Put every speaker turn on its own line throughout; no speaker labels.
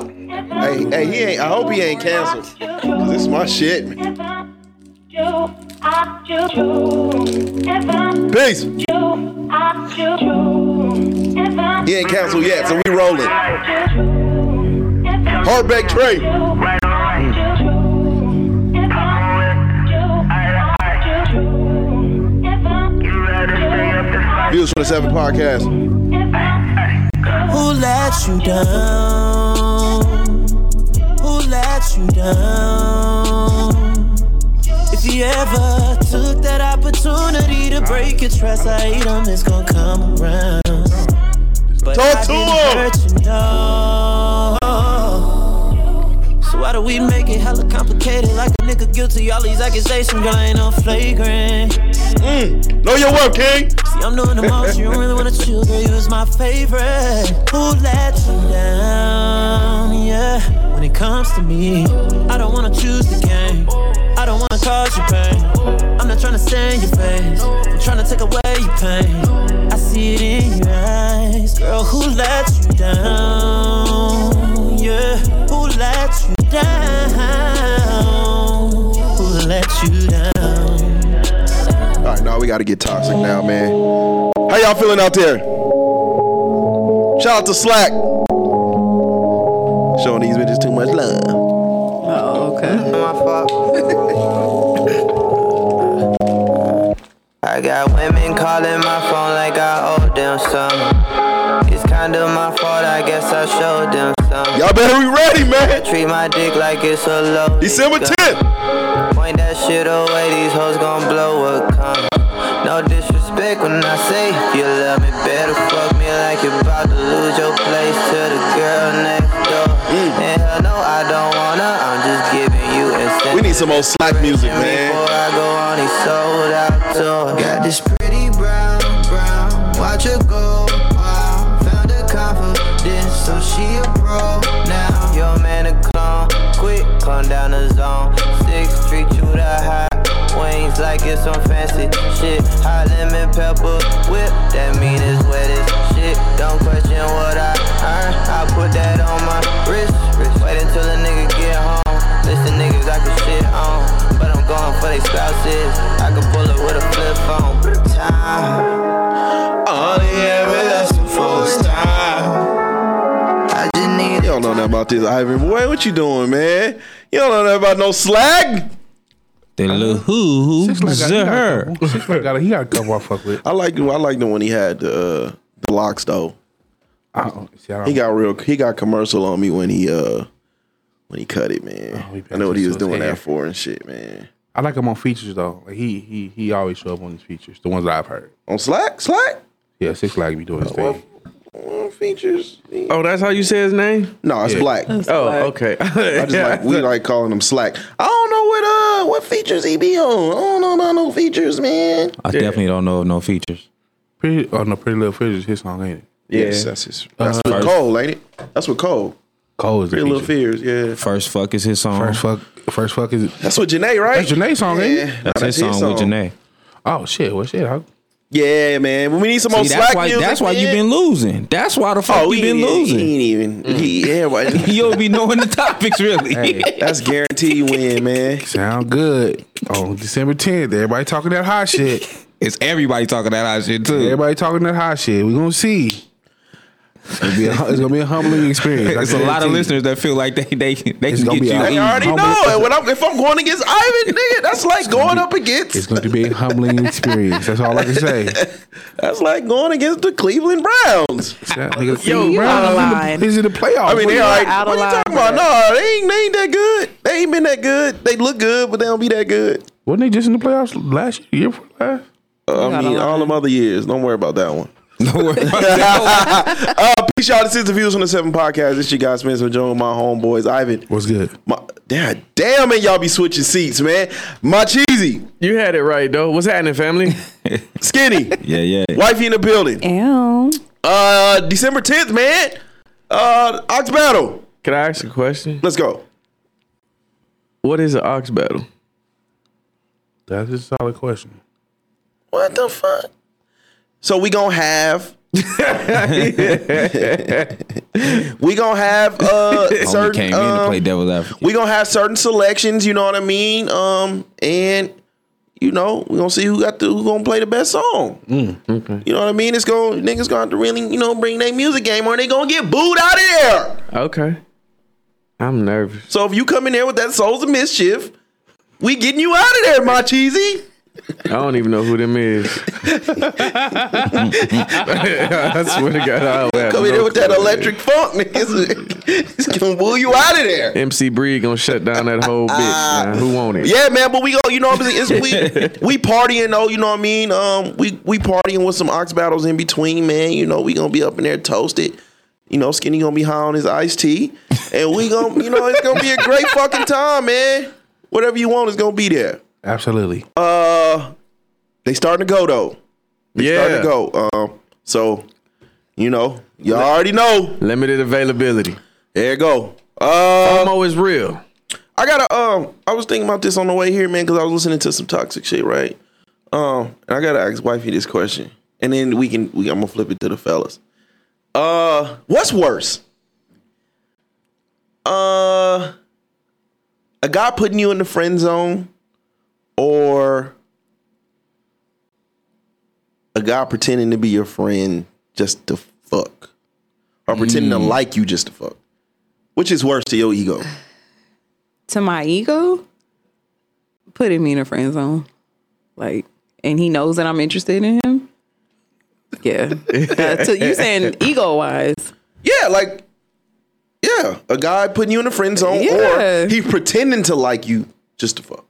Hey, hey, he ain't. I hope he ain't canceled. 'Cause This is my shit. man. Peace. He ain't canceled yet, so we rolling. Hardback Trey. Views for the Seven Podcast.
Who let you down? Who let you down? If you ever took that opportunity to break your trust, I hate 'em, it's gonna come around. But
Talk
I
to
didn't
'em.
hurt you, no. So why do we make it hella complicated? Like a nigga guilty, all these accusations, girl, ain't no flagrant.
Know your work, King.
See, I'm doing the most. You don't really wanna chill, girl. You is my favorite. Who let you down? Yeah. When it comes to me, I don't wanna choose the game. I don't wanna cause you pain. I'm not tryna stay in your face. I'm tryna take away your pain. I see it in your eyes, girl. Who let you down? Yeah. Who let you down? Who let you down?
All right, now we got to get toxic now, man. How y'all feeling out there? Shout out to Slack. Showing these bitches too much love.
Oh, okay.
My fault. I got women calling my phone like I owe them some. It's kinda my fault, I guess I showed them some.
Y'all better be ready, man.
Treat my dick like it's a low.
December 10th.
Point that shit away, these hoes gon' blow a cum. No disrespect when I say you love me, better fuck me like you about to lose your place to the girl next door.
Mm.
And hell no, I don't wanna, I'm just giving you incentive.
We need some old Slack music,
Before
man.
I go on, he sold out tour. Got this pretty brown, brown. Watch her go. Wow. Found her confidence, so she a pro now. Yo, man, a clone. Quick, come down the zone. Sixth Street, you the high. Wings like it's some fancy shit. Hot lemon pepper whip, that mean it's wet as shit. Don't question what I earn. I put that on my wrist. wrist. Wait until a nigga get home. Listen, niggas, I can shit on. But I'm going for they spouses. I can pull it with a flip phone. Time. Only ever lasting for this time. I just need
Y'all know nothing about this, Ivan. Boy, what you doing, man? You don't know nothing about no Slack.
The little who
Uh-huh. Six like got, he, got a
her.
couple, Six Flags got, a- he got a couple I fuck with.
I like I like the one he had the uh, the locks though.
I don't, see, I don't,
He got real. He got commercial on me when he uh when he cut it, man.
Oh, he
I know what he was
bent his
doing
hair.
that for and shit, man.
I like him on features though. Like he he he always show up on his features. The ones that I've heard.
On Slack, Slack.
Yeah, Six Flags be doing his thing.
Mm, features.
Oh, that's how you say his name?
No, it's
Yeah.
black.
Oh, okay.
I just like we like calling him slack. I don't know what uh what features he be on. I don't know about no features, man.
I definitely don't know of no features.
Pretty oh no, Pretty Little Fears is his song, ain't it?
Yes, that's his.
Uh,
That's
Uh-huh.
with Cole, ain't it? That's with Cole.
Cole is the
Pretty little
feature.
fears, yeah.
First fuck is his song.
First fuck, first fuck is
That's with Janae, right?
that's Janae's song, ain't
Yeah,
it?
nah,
that's, his song, with Janae.
Oh shit, well shit, I,
Yeah, man. We need some more
See, that's
slack
why.
music.
That's why you
man.
been losing. That's why the fuck
Oh, he
you been
ain't-
losing.
He ain't even. He, everybody.
you don't be knowing the topics really.
That's guaranteed you win, man.
sound good. On December 10th, everybody talking that hot shit.
It's everybody talking that hot shit too.
Everybody talking that hot shit. We gonna see. It's gonna be a, it's gonna be a humbling experience. I
It's a lot of
guarantee.
listeners that feel like they they they
It's
can
gonna
get
be
you.
a-
I
in.
already
Humble-
know. And when I'm, if I'm going against Ivan, nigga, that's like going up
It's
against.
going to be a humbling experience. That's all I can say.
That's like going against the Cleveland Browns.
That nigga,
Yo,
Cleveland
you out
Browns
of
is in the-
line.
Is it a playoff?
I mean,
What
they
do
all right.
you-
out
What
of
you
line
talking
for
about? No, they ain't, they ain't that good. They ain't been that good. They look good, but they don't be that good.
Wasn't they just in the playoffs last year? year before last?
Uh, I
out of
mean, all
line.
them other years. Don't worry about that one.
Don't worry about it.
Uh, peace, y'all. This is the Views from the Seven podcast. It's your guy Spencer Jones, my homeboys, Ivan.
What's good?
My, damn, damn, man, y'all be switching seats, man. My cheesy,
you had it right, though. What's happening, family?
skinny,
Yeah, yeah.
wifey in the building.
Ew.
Uh, December tenth, man. Uh, Ox Battle.
Can I ask a question?
Let's go.
What is an ox battle?
That's a solid question.
What the fuck? So we gonna have we gonna have uh
Homie
certain
came in to
um,
play devil's advocate.
we gonna have certain selections. You know what I mean? Um, and you know we gonna see who got the who gonna play the best song.
Mm,
You know what I mean? It's gonna niggas gonna have to really you know bring their music game, or they gonna get booed out of there.
Okay. I'm nervous.
So if you come in there with that souls of mischief, we getting you out of there, my cheesy.
I don't even know who them is. I swear to God, I don't have
Come in
no
there with that
clue.
electric funk, niggas. It's gonna woo you out of there.
MC Breed gonna shut down that whole bitch. man. Who want it?
Ah. Yeah, man, but we go, you know what I'm saying? It's, we we partying though, you know what I mean? Um we we partying with some ox battles in between, man. You know, we gonna be up in there toasted. You know, Skinny gonna be high on his iced tea. And we gonna, you know, it's gonna be a great fucking time, man. Whatever you want is gonna be there.
Absolutely.
They starting to go though. Starting
Yeah.
to go. Um, so, you know, you already know.
Limited availability.
There you go. Uh
Homo is real.
I got to um. I was thinking about this on the way here, man, because I was listening to some toxic shit, right? Um, and I gotta ask wifey this question, and then we can. We, I'm gonna flip it to the fellas. Uh, what's worse? Uh, a guy putting you in the friend zone, or a guy pretending to be your friend just to fuck, or pretending to like you just to fuck. Which is worse to your ego?
to my ego, putting me in a friend zone. Like, and he knows that I'm interested in him. Yeah. Uh, to, you saying ego wise.
Yeah, like, yeah, a guy putting you in a friend zone,
Yeah.
or he pretending to like you just to fuck.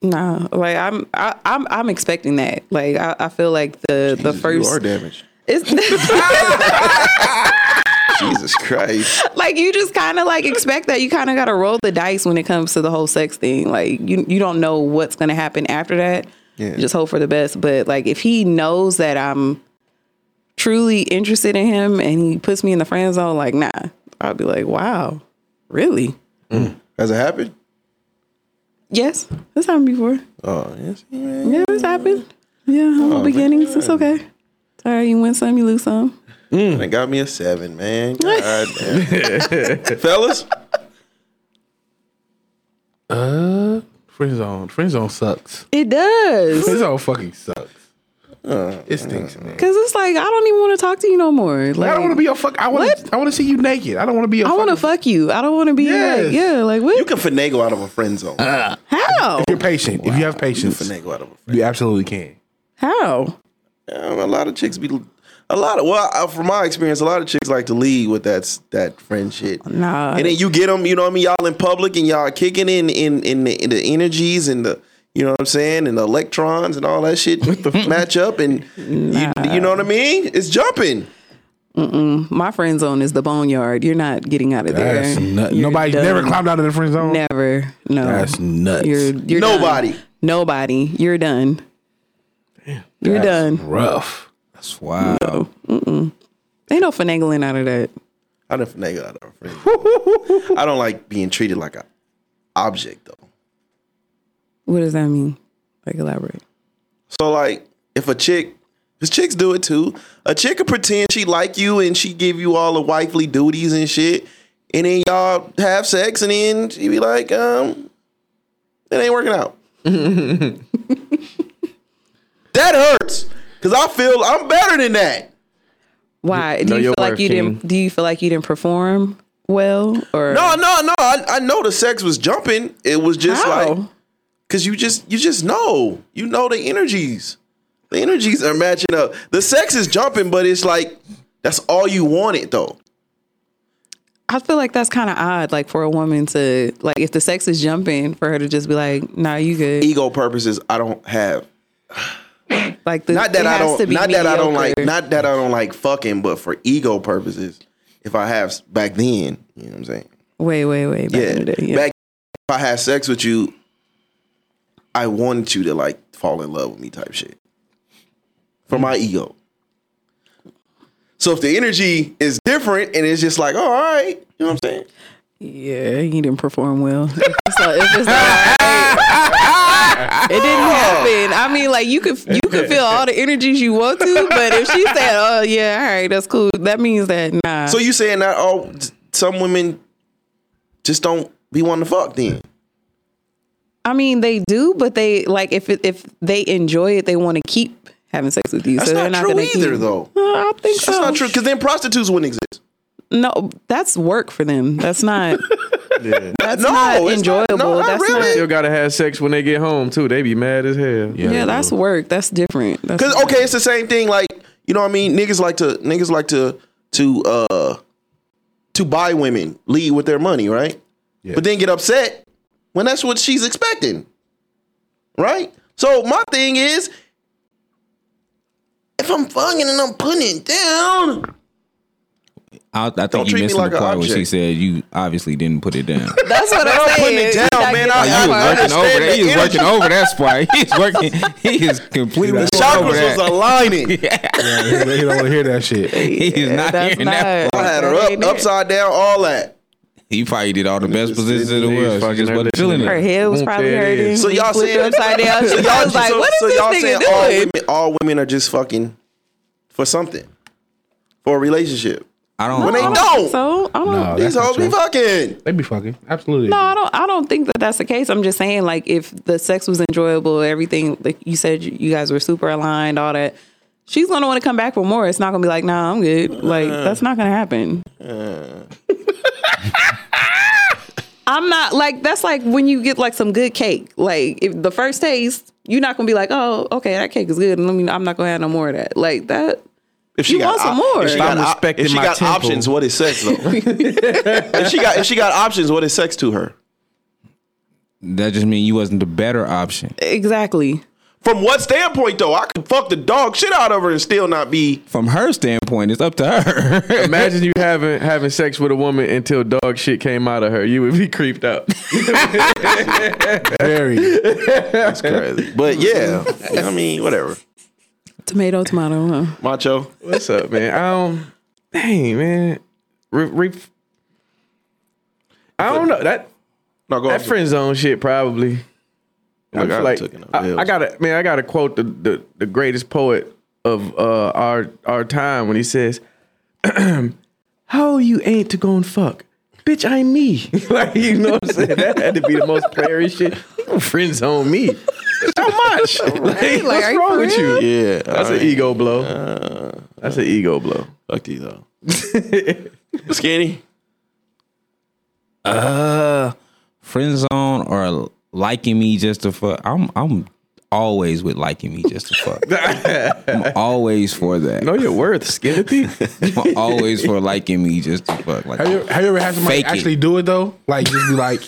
Nah. Like I'm I, I'm I'm expecting that. Like I, I feel like the the first
you are damaged.
it's
Jesus Christ!
like you just kind of like expect that you kind of got to roll the dice when it comes to the whole sex thing like you you don't know what's going to happen after that you just hope for the best but like if he knows that i'm truly interested in him and he puts me in the friend zone like nah i'll be like wow really
Has it happened?
yes this happened before
Oh yes, man.
yeah this happened yeah
Oh,
humble beginnings it's okay it's all right you win some you lose some
They got me a seven, man. God damn. Fellas,
Uh, friend zone. Friend zone sucks.
it does
Friend zone fucking sucks. it stinks, man.
because it's like i don't even want to talk to you no more like
I don't want to be your fuck. I want.
What?
I want to see you naked. I don't want to be. Your
I want to
fucking-
fuck you. I don't want to be
Yes.
like, yeah, like what?
you can finagle out of a friend zone.
How?
You're patient. If you have
You can
patience,
finagle out of a friend.
you absolutely can.
How?
Um, a lot of chicks be, a lot of well, I, from my experience, a lot of chicks like to lead with that s- that friend shit.
Nah.
and then you get them, you know what I mean? Y'all in public and y'all kicking in in in the, in the energies and the you know what I'm saying and the electrons and all that shit match up and you, you know what I mean? It's jumping.
My friend zone is the boneyard. You're not getting out of
That's
there.
nut-
You're
Nobody's
done.
never climbed out of the friend zone.
Never. No.
That's nuts.
You're you're done.
Nobody.
Nobody. You're done. You're done.
Rough.
That's wild.
Ain't no finagling out of that.
I don't finagle out of a friend. I don't like being treated like a object though.
What does that mean? Like elaborate.
So like, if a chick, because chicks do it too, a chick could pretend she like you and she give you all the wifely duties and shit, and then y'all have sex and then she be like, um, it ain't working out. that hurts, cause I feel I'm better than that.
Why? Do
know
you
your
feel like
worth,
you didn't?
King.
Do you feel like you didn't perform well? Or
No, no, no. I, I know the sex was jumping. It was just
How?
like, cause you just you just know you know the energies. The energies are matching up. The sex is jumping, but it's like that's all you wanted though.
I feel like that's kind of odd. Like for a woman to like, if the sex is jumping, for her to just be like, "Nah, you good."
ego purposes I don't have.
Like the,
Not that
it
I
has
don't
to
not
be
that I don't like
mediocre.
not that I don't like fucking, but for ego purposes, if I have s- back then, you know what I'm saying?
Way, way, way back in the
yeah.
day. Yeah.
Back if I had sex with you, I wanted you to like fall in love with me type shit. For my
Mm.
ego. So if the energy is different and it's just like, oh, all right, you know what I'm saying?
yeah, he didn't perform well. so if it's not, It didn't happen. I mean, like you could you could feel all the energies you want to, but if she said, "Oh yeah, all right, that's cool," that means that nah.
So you saying that all some women just don't be wanting to fuck then?
I mean, they do, but they like if it, if they enjoy it, they want to keep having sex with you.
That's
so they're
not,
not
true
gonna
either,
keep-
though.
Uh, I don't think
That's
so.
not true because then prostitutes wouldn't exist.
No, that's work for them. That's not. That's
No,
not
it's not-
enjoyable.
no, not
that's
really.
Still gotta have sex when they get home too. They be mad as hell. oh,
Not, yeah, that's work. That's different. That's
Cause okay, it's the same thing. Like you know what I mean? Niggas like to niggas like to to uh to buy women, lead with their money, right? But then get upset when that's what she's expecting, right? So my thing is, if I'm fucking and I'm putting it down,
I, I
Don't
think
treat
you
me
missed
like
the
an
part where she
object.
said you obviously didn't put it down.
That's what I'm saying.
putting it
We
down,
not
man.
getting
I-
that
I
He
was
part.
was working over
understand
that. He
the
was working over that spot. He is working. He is completely
the
working
chakras
over
was
that.
aligning.
Yeah, he don't want to hear that shit.
He is not
That's
hearing that.
not-
I had her
that
up,
ain't it.
upside down, all that.
He probably did all the best positions in the
He's
world. She
fucking
just
her
wasn't
listening.
feeling
Her
it.
head was
Won't
probably
that
hurting.
is.
So
We
y'all
flipped
saying
it upside down.
So
I
y'all,
was like,
so,
what is
so
this
y'all saying
nigga
all
doing?
women, all women are just fucking for something, for a relationship.
I don't.
Oh,
When they
I don't-
don't-
So I don't.
No,
These
that's not
hoes be
true.
fucking.
They be fucking. Absolutely.
No, I don't. I don't think that that's the case. I'm just saying, like, if the sex was enjoyable, everything, like you said, you you guys were super aligned, all that. She's gonna want to come back for more. It's not gonna be like, nah, I'm good. Like, that's not gonna happen. I'm not like that's like when you get like some good cake. Like if the first taste, you're not gonna be like, oh, okay, that cake is good. Let me. I'm not gonna have no more of that. Like that.
If
You want some more.
If she
If
got,
I'm
op-
respecting
if she
my
got
temple.
options, what is sex though? if she got if she got options, what is sex to her?
That just means you wasn't the better option
Exactly.
From what standpoint though? I could fuck the dog shit out of her and still not be.
from her standpoint. It's up to her.
Imagine you having having sex with a woman until dog shit came out of her. You would be creeped out.
Very.
That's crazy. But yeah, I mean, whatever.
Tomato, tomato. Huh?
Macho.
What's up, man? Um, dang, man. Re- re- I don't know that
No, go
that
ahead.
friend zone shit probably. I
Look,
feel
I
like
took it up.
I,
Yeah.
I gotta man, I gotta quote the the, the greatest poet of uh, our our time when he says, "How you ain't to go and fuck." Bitch, I ain't me. like you know what I'm saying? That had to be the most playerish shit. You don't friend zone me. How much? Like,
are
what's
you
wrong
for
with you?
real?
Yeah,
That's
all
an
right. Uh,
ego blow. That's an ego blow.
Fuck you though. Skinny.
Uh, friend zone or liking me just to fuck. I'm I'm always with liking me just to fuck. I'm always for that.
Know your worth, Skinnity.
I'm always for liking me just to fuck. Like
Have you, have you ever had somebody
Fake it.
actually do it though? Like just be like,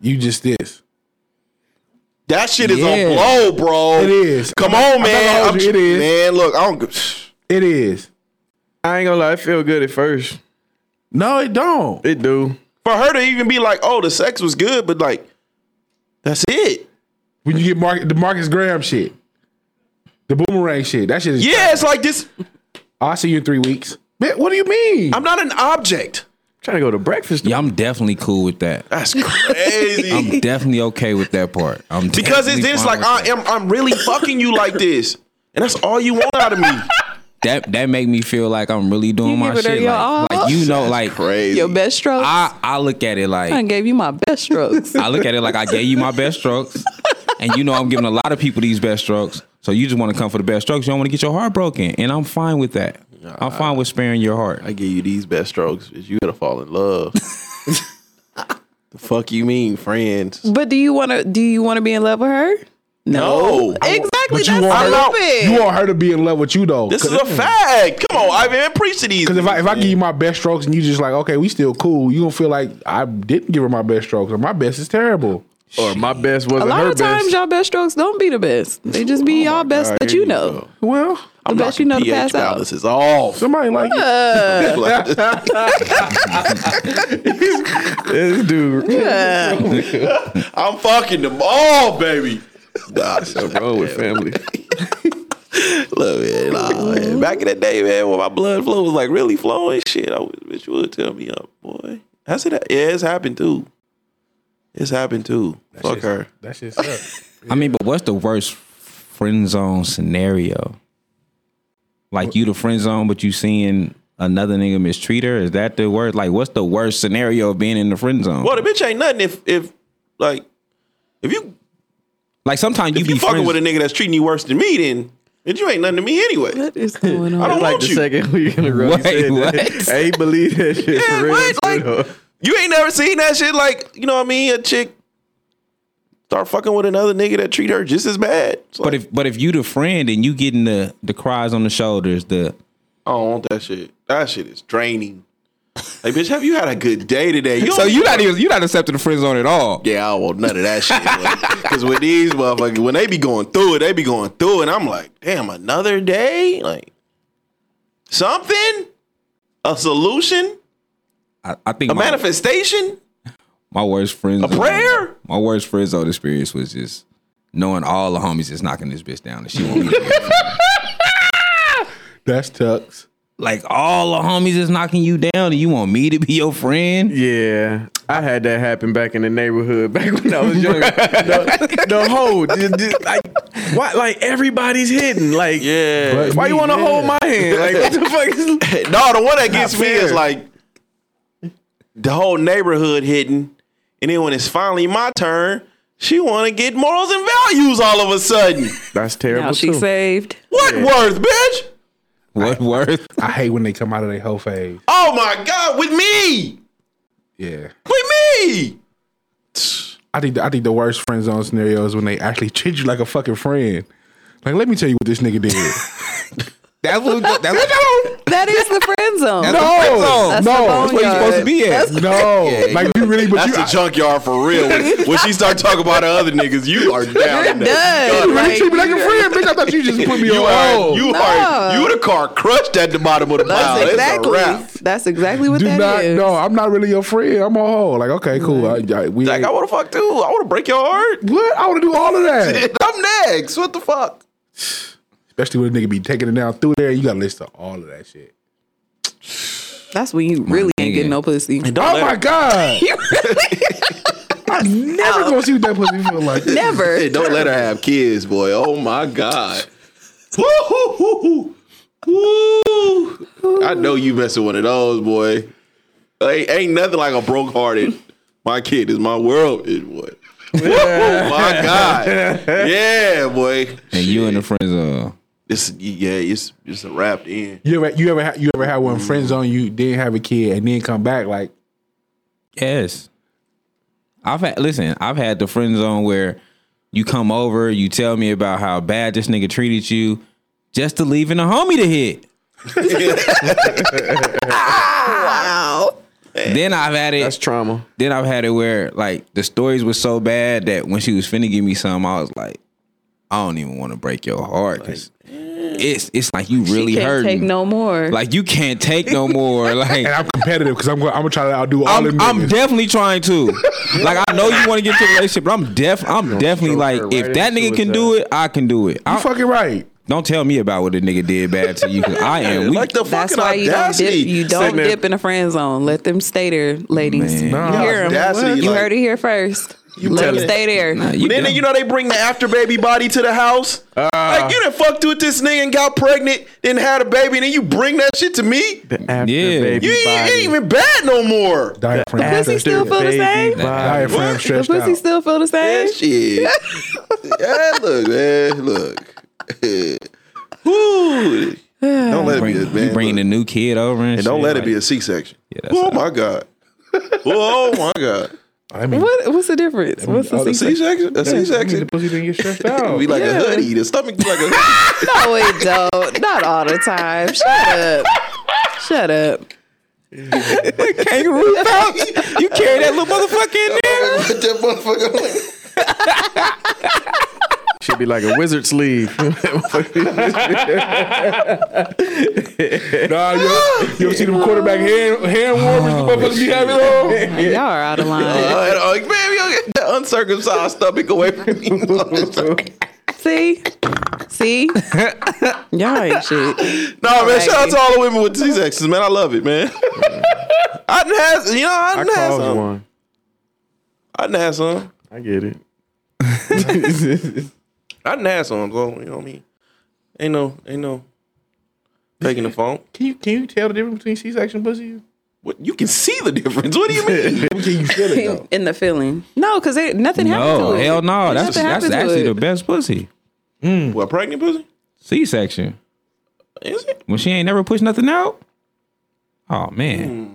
you just this.
That shit is
Yeah.
on blow, bro.
It is.
Come
I'm-
on,
I'm not gonna
man.
hold
I'm
you. It is.
Man, look, I don't. g-
It is.
I ain't gonna lie, I feel good at first.
No, it don't.
It do.
For her to even be like, oh, the sex was good, but like, that's it.
When you get Mark, the Marcus Graham shit, the boomerang shit, that shit is.
Yeah, it's like this.
I'll see you in three weeks. Man, what do you mean?
I'm not an object.
trying to go to breakfast.
yeah, I'm definitely cool with that.
That's crazy.
I'm definitely okay with that part. I'm
because it's,
definitely
then it's
fine
like I am.
with
I'm really fucking you like this, and that's all you want out of me.
that. that that make me feel like I'm really doing
You
my
give it
shit.
your all?
Like, like you know, like
Crazy.
Your best stroke.
I I look at it like
I done gave you my best strokes.
I look at it like I gave you my best strokes, and you know I'm giving a lot of people these best strokes. So you just want to come for the best strokes. You don't want to get your heart broken, and I'm fine with that. I'm fine with sparing your heart.
I give you these best strokes. Is you gotta fall in love. the fuck you mean, friends?
But do you want to? Do you want to be in love with her?
No.
Exactly.
but you
That's
want her.
stupid.
You want her to be in love with you though.
This is a fact. Come on, Ivan, preach to these.
Because if I if I give you my best strokes and you just like, okay, we still cool, you gonna feel like I didn't give her my best strokes or my best is terrible.
Or my best
a
wasn't
lot
her
of times,
best.
y'all best strokes don't be the best. They just be y'all best that you know.
Well,
The
I'm
best you know to
knocking
pass
pH
out.
balance is off.
somebody like it.
This dude,
I'm fucking them all, baby. Nah,
wrong with family.
Look, man, nah, man. Back in the day, man, when my blood flow was like really flowing, shit, I wish bitch you would tell me up, boy. That's it. Yeah, it's happened too. It's happened too. Fuck her.
That shit sucks.
I mean, but what's the worst friend zone scenario? Like you the friend zone, but you seeing another nigga mistreat her? Is that the worst? Like, what's the worst scenario of being in the friend zone?
Well, the bitch ain't nothing if if like if you
like sometimes you
if you
be
fucking with
friends.
a nigga that's treating you worse than me, then then you ain't nothing to me anyway.
What is going on?
I don't
like
want
the
you.
second week in a row.
Wait,
you said
what?
That. I ain't believe that
Yeah,
shit for real.
what? Like-
too, though.
You ain't never seen that shit. Like you know what I mean? A chick start fucking with another nigga that treat her just as bad. It's
but
like,
if but if you the friend and you getting the the cries on the shoulders, the
I don't want that shit. That shit is draining. Like bitch, have you had a good day today? You
so
don't-
you not even you not accepting the friend zone at all.
Yeah, I don't want none of that shit. Because with these motherfuckers, when they be going through it, they be going through it. And I'm like, damn, another day? Like, something? A solution?
I, I think
A
my,
manifestation?
my worst friend
A
zone-
prayer?
My worst friend zone experience was just knowing all the homies is knocking this bitch down and she won't. leave me.
That's Tux.
like all the homies is knocking you down and you want me to be your friend.
Yeah, I had that happen back in the neighborhood back when I was younger. the, the whole, the- the- like, why, like everybody's hidden. Like,
Yeah.
why you want to hold my hand? Like, what the fuck is?
no, the one that gets me is
fair.
like the whole neighborhood hidden. And then when it's finally my turn, she want to get morals and values all of a sudden.
That's terrible.
Now she
too.
saved.
What worth, bitch?
What worth?
I hate when they come out of their whole phase.
Oh my God, with me!
Yeah.
With me!
I think I think the worst friend zone scenario is when they actually treat you like a fucking friend. Like, let me tell you what this nigga did.
That's what. That's what.
That is the friend zone.
That's the friend zone.
That's
no,
the
that's
where you
boneyard.
supposed to be
That's-
at.
no, like you really, but
That's
you,
the junkyard for real. When, when she start talking about the other niggas, you are down. in
You're
that
done.
gutter.
I, you
Like,
treat me like a friend, bitch. I thought you just put me
You
on
are
hold.
you are you the car crushed at the bottom of the pile.
that's
That's a wrap.
exactly. That's exactly what
Do
that
not.
is.
No, I'm not really your friend. I'm on hold. Like, okay, cool. I, I, we
Like I
ain't-
want to fuck too. I want to break your heart.
what? I want to do all of that.
I'm next. What the fuck?
Especially when a nigga be taking it down through there. You gotta listen to all of that shit.
That's when you really ain't
nigga.
getting no pussy.
Oh my god. I'm never gonna see what that pussy feel like.
Never.
don't let her have kids, boy. Oh my god. Woo, hoo, hoo, hoo. Woo. I know you messing with one of those, boy. Ain't, ain't nothing like a broke hearted. My kid is my world, is boy. Woo, hoo, my god. Yeah, boy.
And you and the friends uh
It's yeah, it's it's a wrapped in.
You ever you ever ha- you ever had one friend zone you didn't have a kid and then come back like
Yes. I've had listen, I've had the friend zone where you come over, you tell me about how bad this nigga treated you, just to leaving a homie to hit.
Wow.
Then I've had it
That's trauma.
then I've had it where like the stories were so bad that when she was finna give me some, I was like, I don't even want to break your heart. 'cause it's it's like you really
she can't
hurting.
take no more.
Like you can't take no more. Like
and I'm competitive because I'm gonna I'm gonna try to outdo all
I'm,
of them.
I'm
niggas.
definitely trying to. like I know you want to get to a relationship, but I'm def I'm definitely
stroke
like
her
if
right
that
into
nigga can
it,
do it, I can do it.
you
I,
fucking right.
don't tell me about what a nigga did bad to you. 'cause I am. We,
like the
That's
fucking
why you don't dip.
audacity.
You don't
Sitting there-
dip in a friend zone. Let them stay there, ladies.
Man.
You hear 'em.
Audacity,
You
like-
heard it here first. Let
telling-
them stay there.
you
then
dumb. Uh.
you know they bring the after baby body to the house. like you done fucked with this nigga and got pregnant, then had a baby, and then you bring that shit to me.
The after
Yeah.
baby
You ain't,
body.
ain't even bad no more.
Diaphragm.
After
Pussy still feel the
baby
same?
body.
Diaphragm
The
stretched
pussy
out.
still feel the same.
That shit. yeah, look, man, look. Woo. Don't let it be
bring,
a
you
man.
bring the new kid over and,
and don't
shit,
let
like-
it be a C section.
that's
oh
not-
my god. oh my god.
I mean,
What? What's the difference? What's
oh,
the
A C
secret?
section. A
I
C
mean,
section.
the pussy didn't get stretched
It'd
out.
be like a hoodie. The stomach be like a hoodie.
No, it don't. Not all the time. Shut up. Shut up.
kangaroo pouch. You carry that little motherfucker in there.
Put that motherfucker on.
Should be like a wizard sleeve.
nah, you ever, you ever see them quarterback hand hand warmers? motherfuckers be having on.
Y'all are out of line.
Uh, like, man, you get that uncircumcised stomach away from me.
See, see, y'all ain't shit.
nah, man, shout out to all the women with C sections, man. I love it, man. I done had, you know, I
I
done had
caused
some.
one.
I done had some.
I get it.
I didn't have some, so you know what I mean. Ain't no, ain't no taking the phone.
Can you can you tell the difference between C-section pussy?
What you can see the difference. What do you mean?
Can you feel it though?
in the feeling. No, because nothing happened
No,
to it.
hell no. That's
Nothing
that's
happened to
actually
it.
the best pussy.
what pregnant pussy?
C section.
Is it?
When she ain't never pushed nothing out. Oh man.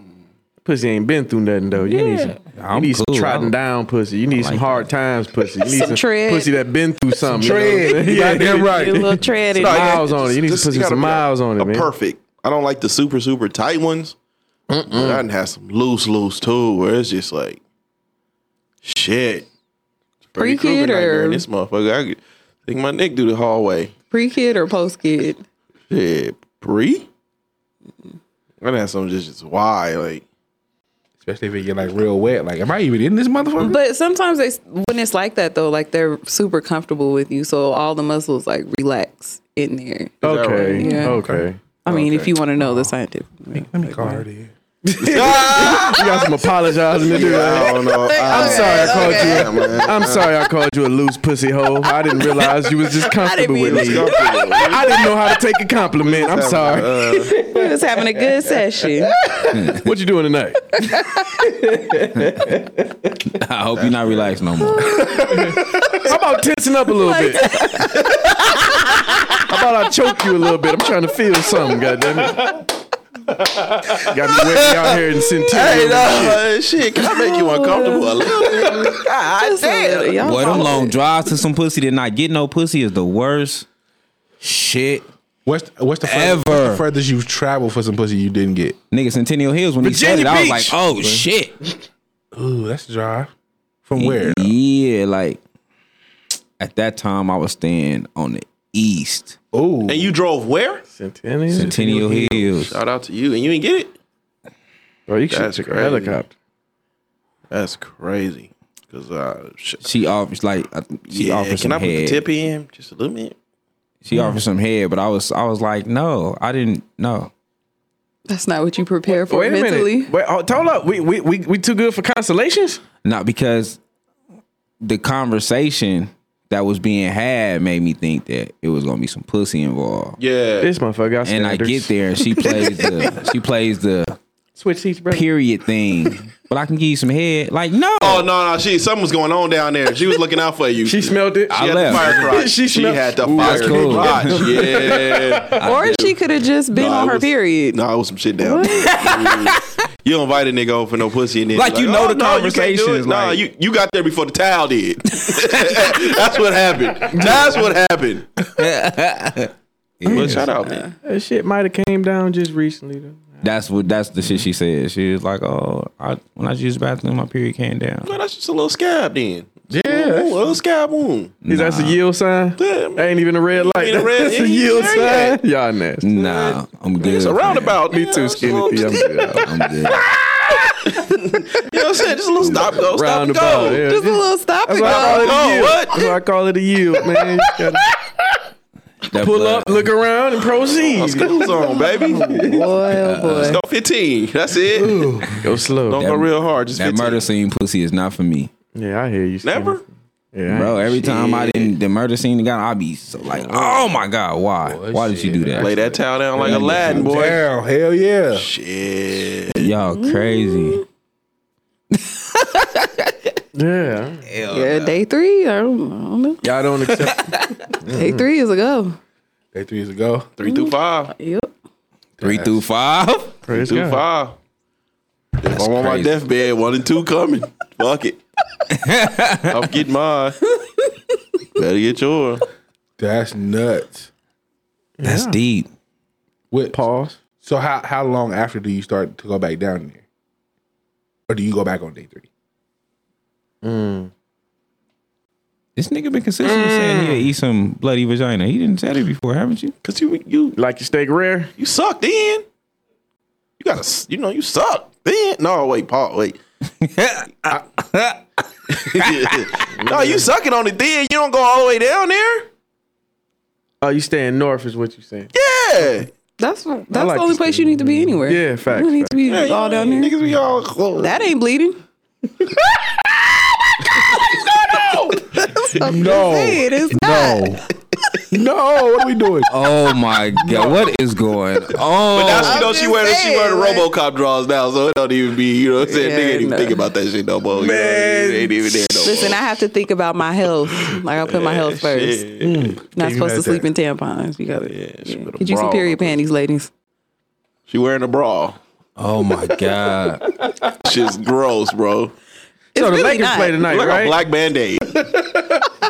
Pussy ain't been through nothing though. You need some, you
I'm
need
cool.
some trotting
I'm-
down pussy. You need some
like
hard times pussy. You need
Some
some,
tread.
pussy that been through something. You know what I'm
Tread.
saying?
You goddamn right.
Get a little tread in it.
Miles on it. You need to
Just-
put
just
some
gotta be
miles on it,
a
man.
Perfect. I don't like the super super tight ones. But I done had some loose loose too, where it's just like, shit. Freddy Krueger
Pre-kid
nightmare in
or
this motherfucker. I could think my neck through the hallway.
pre kid or post kid?
Shit, pre. I done had some just just why like
Especially if it get like real wet. Like, am I even in this motherfucker?
But sometimes they, when it's like that though, like they're super comfortable with you, so all the muscles like relax in there.
Okay.
Yeah.
Okay.
I mean, if you want to know the scientific,
Let me call her then.
You got some apologizing to do. man.
I don't know. I'm
sorry I called you.
Yeah, man.
I'm sorry I called you a loose pussy hoe. I didn't realize you was just comfortable
mean
with
Let's
me.
go for it.
I didn't know how to take a compliment. I'm sorry.
uh,
we was having a good session.
What you doing tonight?
I hope you're not relaxed no more.
How about tensing up a little bit? How about I choke you a little bit? I'm trying to feel something, goddammit. Got me waiting out here in
Hey,
Centennial.
no, shit, can I make you uncomfortable a little bit? God
Just a little-
damn.
y'all
Boy, them
follow
long
it.
drives to some pussy did not get no pussy is the worst shit.
What's what's the furthest,
Ever.
what's the furthest you've traveled for some pussy you didn't get?
Nigga Centennial Hills when he said it,
Virginia
I was
Beach.
like, oh shit.
Ooh, that's a drive. From where?
Yeah, like at that time I was staying on the east.
Ooh,
And you drove where?
Centennial?
Centennial Hills.
Shout out to you. And you didn't get it?
Bro, you should
That's
take a
crazy.
helicopter.
That's crazy. Cause uh, shit.
She offers like uh, she
yeah,
offers
can
some
I put the
head.
tip in just a little bit?
She offered some head, but I was I was like, no, I didn't. No,
That's not what you prepare for
Wait a
mentally.
minute. Wait, hold hold up. We, we we we too good for constellations?
not because the conversation that was being had made me think that it was gonna be some pussy involved.
Yeah.
This motherfucker got
And I
standards.
get there, and she plays the she plays the
Switch seats, bro.
period thing, but I can give you some head. Like no,
Oh no, no, she something was going on down there. She was looking out for you.
She smelled it.
She
I
had
left.
the fire crotch.
She
she,
smelled-
had the
Ooh,
fire
that's cool.
crotch. Yeah.
Or she could have just
No,
been on
it
her
was-
period.
No, it was some shit down there. you don't invite a nigga over for no pussy and then
Like,
be "Oh,
you know the
no, you can't do
conversations,
it. Nah,
like-
you, you got there before the towel did. That's what happened. That's what happened. But shout out, man.
That shit might have came down just recently, though.
that's what that's the shit she said. She was like, oh, I, when I used the bathroom, my period came down.
Well, that's just a little scab then.
Yeah.
Ooh, a little scab wound.
Is that a yield sign?
Yeah,
That ain't even a red light.
even a red-
That's
it
a
ain't
yield
even there
sign. Y'all nasty.
Nah, I'm good.
It's a
man.
roundabout.
Me
man.
too,
It's a
Skinny
little-
P. I'm good.
I'm good.
You know what I'm saying? Just a little stop go, stop and
Roundabout,
go.
yeah.
Just a little stop and
That's why I call it
go.
Oh,
a yield.
what?
That's why I call it a yield, man. You
That
gotta pull
blood-
up, look around, and proceed.
School zone, baby.
Boy, oh boy.
Go 15. That's it.
Uh, Go slow.
Don't go real hard. Just
That
15.
murder scene pussy is not for me,
Yeah, I hear you. Skinny.
Never?
Yeah, I
bro. Every time I didn't the murder scene got, I'd be so like, oh my god, why? why did you do
Lay
that?
that towel down like Aladdin, boy.
Damn, hell yeah.
Shit.
Y'all crazy.
Yeah.
Yeah, day three. I don't, I don't know.
Y'all don't accept.
Day three is a go.
Day three years ago.
Three through five.
Yep.
Three through five.
Praise
Through
God.
five. If I'm on my
crazy.
deathbed, one and two coming. Fuck it. I'm getting mine. Better get yours.
That's nuts.
That's deep.
What?
Pause.
So how how long after do you start to go back down there, or do you go back on day three?
This nigga been consistently saying he'll eat some bloody vagina. He didn't say that before, haven't you?
Cause you you
Like your steak rare?
you sucked in. You gotta s- you know you suck. Then no wait, Paul, wait. no, you sucking on it then. You don't go all the way down there.
Oh, you staying north is what you saying.
Yeah.
That's that's
like
the only
this
place you need to be anywhere.
Yeah, facts,
You don't need to be
Yeah, you
all
know,
down there.
Niggas be all close.
That ain't bleeding. I'm just
No.
saying, it's not.
No. no, what are we doing?
Oh my god, what is going on?
But now she
I'm
know she
just
wearing she wearing
saying, like-
RoboCop draws now, so it don't even be you know what I'm saying.
Yeah,
Nigga ain't even
no.
thinking about that shit no more. Man, ain't even there no
Listen, I have to think about my health. Like I put my health first.
Mm.
Not
you
supposed to
had
sleep
that.
in tampons. You got
Yeah,
it.
she put a
Get you some
bra
period
on.
panties, ladies.
She wearing a bra.
Oh my god.
Shit's gross, bro.
It's
So Oh, the
really
Lakers
not.
play tonight,
Like a
right?
black band aid.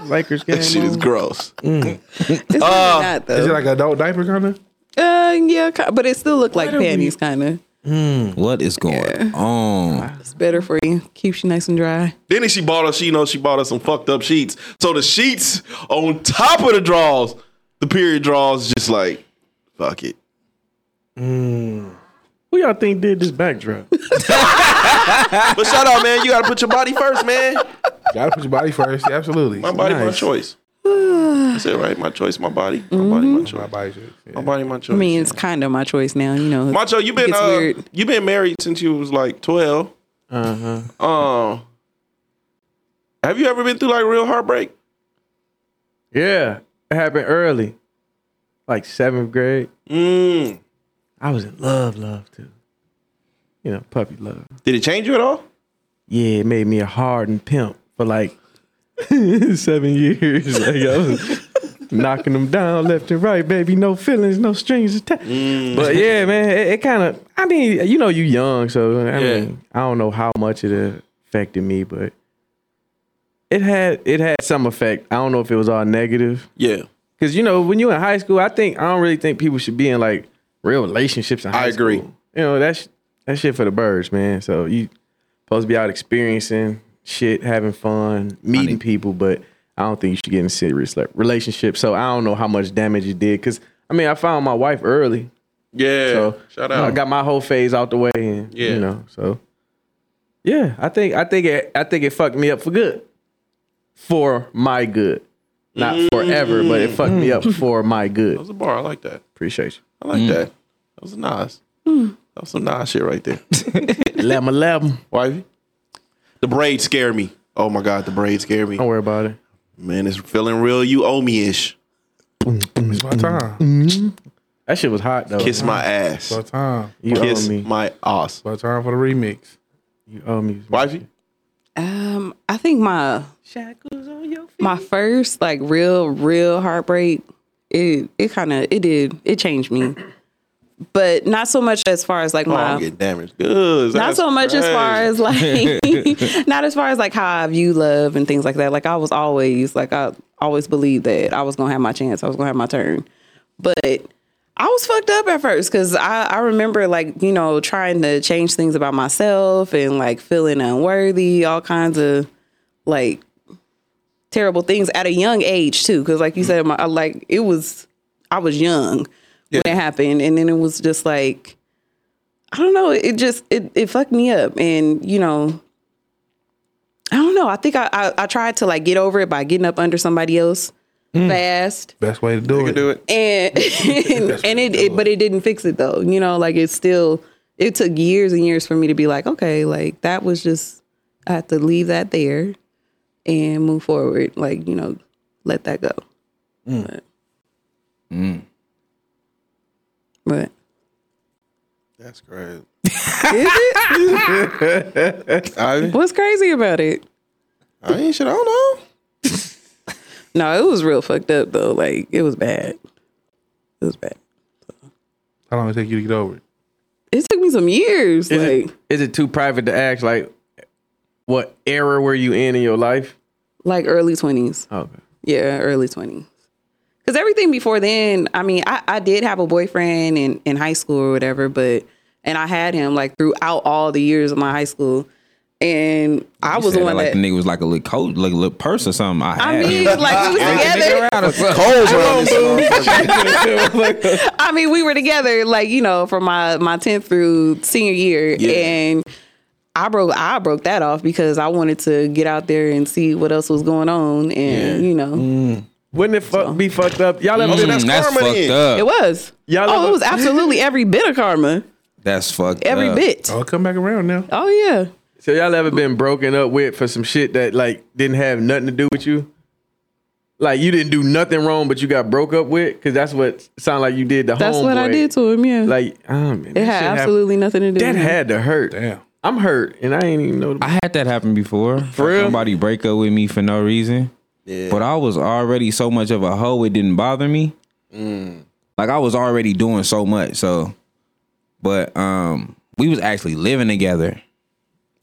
Lakers game.
That shit is
on.
gross.
It's really not
Is it
though.
like adult diaper kind of?
uh, yeah, ki- but it still look like panties, kind of.
What is going on?
It's better for you. Keeps you nice and dry.
Then she bought us, she you know she bought us some fucked up sheets. So the sheets on top of the draws, the period draws, just like fuck it.
Who y'all think did this backdrop?
But shout out, man. You gotta put your body first, man.
Gotta put your body first. Absolutely.
My body, my
Nice.
choice. That's it, right? My choice, my body, my body,
Mm-hmm.
my
My
choice.
body just- yeah.
My body, my choice.
I mean, it's kind of my choice now. You know,
Macho, you been
It's
uh,
weird.
you been married since you was like twelve. Uh-huh. Um, have you ever been through like real heartbreak?
yeah, it happened early, like seventh grade.
Mm.
I was in love, love too. You know, puppy love.
Did it change you at all?
Yeah, it made me a hardened pimp for like seven years. Like I was knocking them down left and right, baby. No feelings, no strings attached. But yeah, man, it, it kind of. I mean, you know, you young, so I
Yeah.
mean, I don't know how much it affected me, but it had it had some effect. I don't know if it was all negative.
Yeah,
Cause you know, when you're in high school, I think I don't really think people should be in like real relationships in high
I agree.
school. You know, that's that shit for the birds, man. So you supposed to be out experiencing shit, having fun, meeting people, but I don't think you should get in serious like relationships. So I don't know how much damage it did. Cause I mean, I found my wife early.
yeah.
So
Shout
you know, I
out.
got my whole phase out the way and
Yeah.
you know, so yeah, I think I think it I think it fucked me up for good. For my good. Not
Mm-hmm.
forever, but it fucked me up for my
that
good.
was a bar. I like that.
Appreciate
I like that. That was nice.
Hmm.
That was some nice shit right there.
you. Lemon lemon.
Wifey, the braids scare me. Oh my god, the braids scare me.
Don't worry about it.
Man, it's feeling real. You owe me ish.
It's my time.
That shit was hot though.
Kiss my ass.
It's my time.
Mm-hmm. you
Kiss
owe me.
my ass.
It's my time for the remix.
You owe me.
Wifey,
Um, I think my my first like real real heartbreak. It it kind of it did it changed me, but not so much as far as like
oh,
my
I'm getting damaged. Good.
not so much as far as like not as far as like how I view love and things like that. Like I was always like I always believed that I was gonna have my chance. I was gonna have my turn. But I was fucked up at first because I, I remember like, you know, trying to change things about myself and like feeling unworthy, all kinds of like terrible things at a young age too. Cause like you said, my I, like it was I was young when it happened. And then it was just like I don't know. It just it it fucked me up, and you know, I don't know. I think I I, I tried to like get over it by getting up under somebody else fast,
Best way to do it.
do it.
and and, it, it but it didn't fix it though. You know, like it's still it took years and years for me to be like, okay, like that was just I have to leave that there and move forward. Like you know, let that go. But, but
That's great.
is it?
I,
What's crazy about it?
I ain't shit. I don't know.
No, it was real fucked up though. Like it was bad. It was bad.
How long it take you to get over it?
It took me some years.
Is,
like
it, is it too private to ask like what era were you in in your life?
like early twenties.
Okay.
Yeah, early twenties. Because everything before then, I mean, I, I did have a boyfriend in, in high school or whatever, but and I had him like throughout all the years of my high school, and I was the
Said it
one
like
that
the nigga was like a little coat, like a little purse or something. I,
I
had
mean,
him.
like we was together.
Cold around this
I mean, we were together, like you know, from my my tenth through senior year, and I broke I broke that off because I wanted to get out there and see what else was going on, and you know,
Mm. Wouldn't it fuck, be fucked up? Y'all ever
Mm,
been
that's,
karma
fucked
then.
up.
it was.
Y'all
oh,
ever-
it was absolutely every bit of karma,
that's fucked
every
up.
bit.
Oh, come back around now.
Oh yeah,
So y'all ever been broken up with for some shit that like didn't have nothing to do with you? Like you didn't do nothing wrong, but you got broke up with because that's what sound like you did. The
That's what I
homeboy.
did to him. Yeah,
Like, oh man,
it had absolutely nothing to do.
That
with him.
had to hurt.
Damn.
I'm hurt, and I ain't even know. The,
I had that happen before. For
real?
Somebody break up with me for no reason. But I was already so much of a hoe, it didn't bother me.
Mm.
Like I was already doing so much. So, but um, we was actually living together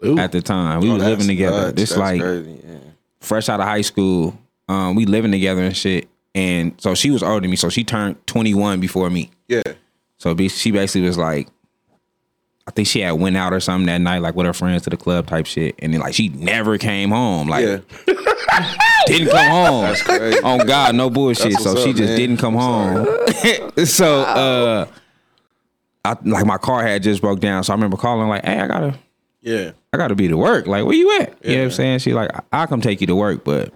Ooh.
at the time. We was
Oh, That's
living together.
nuts.
This
That's
like
crazy, yeah.
fresh out of high school. Um, we living together and shit. And so she was older than me. So she turned 21 before me.
Yeah.
So be- she basically was like, I think she had went out or something that night, like with her friends to the club type shit. And then like she never came home. Like
Yeah.
didn't come home. That's
crazy.
Oh God, no bullshit.
That's
So
what's
she
up,
just
man.
didn't come
I'm
home. so uh I like my car had just broke down. So I remember calling like, hey, I gotta
Yeah.
I gotta be to work. Like, where you at? You know what
Yeah.
I'm saying? She like, I- will come take you to work, but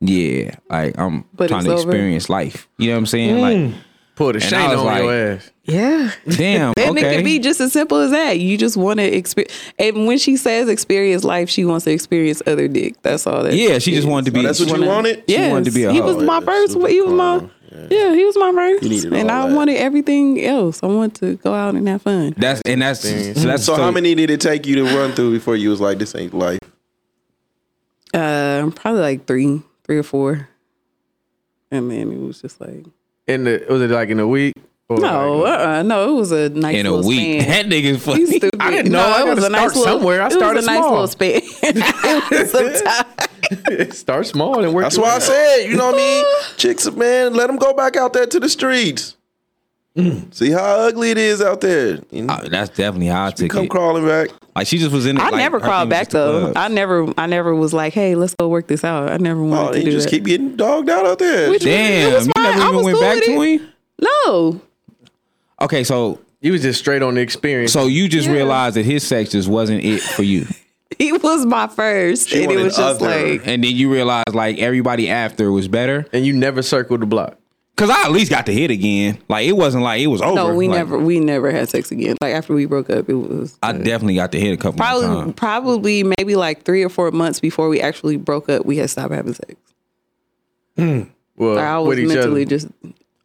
yeah, like I'm
But
trying
it's
to
over. Mm.
experience life. You know what I'm saying? Like,
put a
I
shame
was
on your
like-
ass.
yeah.
damn,
And it
okay.
could be just as simple as that. You just want to experience. And when she says experience life, she wants to experience other dick. That's all that.
yeah, she just wanted to be.
Oh, that's what you
wanna-
wanted?
She wanted to be a
he
hoe.
was my
Yeah,
first.
super
He was my.
calm.
Yeah. he was my first,
needed
and
all
I
that.
wanted everything else. I wanted to go out and have fun.
that's and that's so that's
So, how many did it take you to run through before you was like, this ain't life?
Uh, probably like three, three or four, and then it was just like
In the was it like in a week? Or
no,
like-
uh, no. It was a nice
in a
little
week.
span.
That nigga's
You
funny.
stupid.
I didn't know. I
it
gotta
was a nice
start
little,
somewhere. I
it was
started
a nice
small.
little span. it was some time.
start small and work.
That's
your
why
way
I
up.
said, you know what I mean? Chicks, man, let them go back out there to the streets.
Mm.
See how ugly it is out there. You know,
Uh, that's definitely how I took
come
it.
crawling back.
Like she just was in. it,
I
like,
never
her thing
crawled
was
back
just the
though.
club.
I never, I never was like, "Hey, let's go work this out." I never wanted
Oh,
to
you
do
just
that.
keep getting dogged out out there.
Which-
Damn,
It was
you
fine.
never
I
even
was
went
cool
back
with
to
it.
him.
no,
Oh.
Okay, so
You was just straight on the experience.
so you just
Yeah.
realized that his sex just wasn't it for you,
he was my first,
She
and it
wanted
was just
other.
like,
and then you realized like everybody after was better.
and you never circled the block.
Cause I at least got to hit again. Like it wasn't like it was over.
no, we
Like,
never, we never had sex again. Like after we broke up, it was
I definitely got to hit a couple more
probably,
times.
probably maybe like three or four months before we actually broke up. We had stopped having sex.
Well,
Like, I was
with each
mentally
other.
just.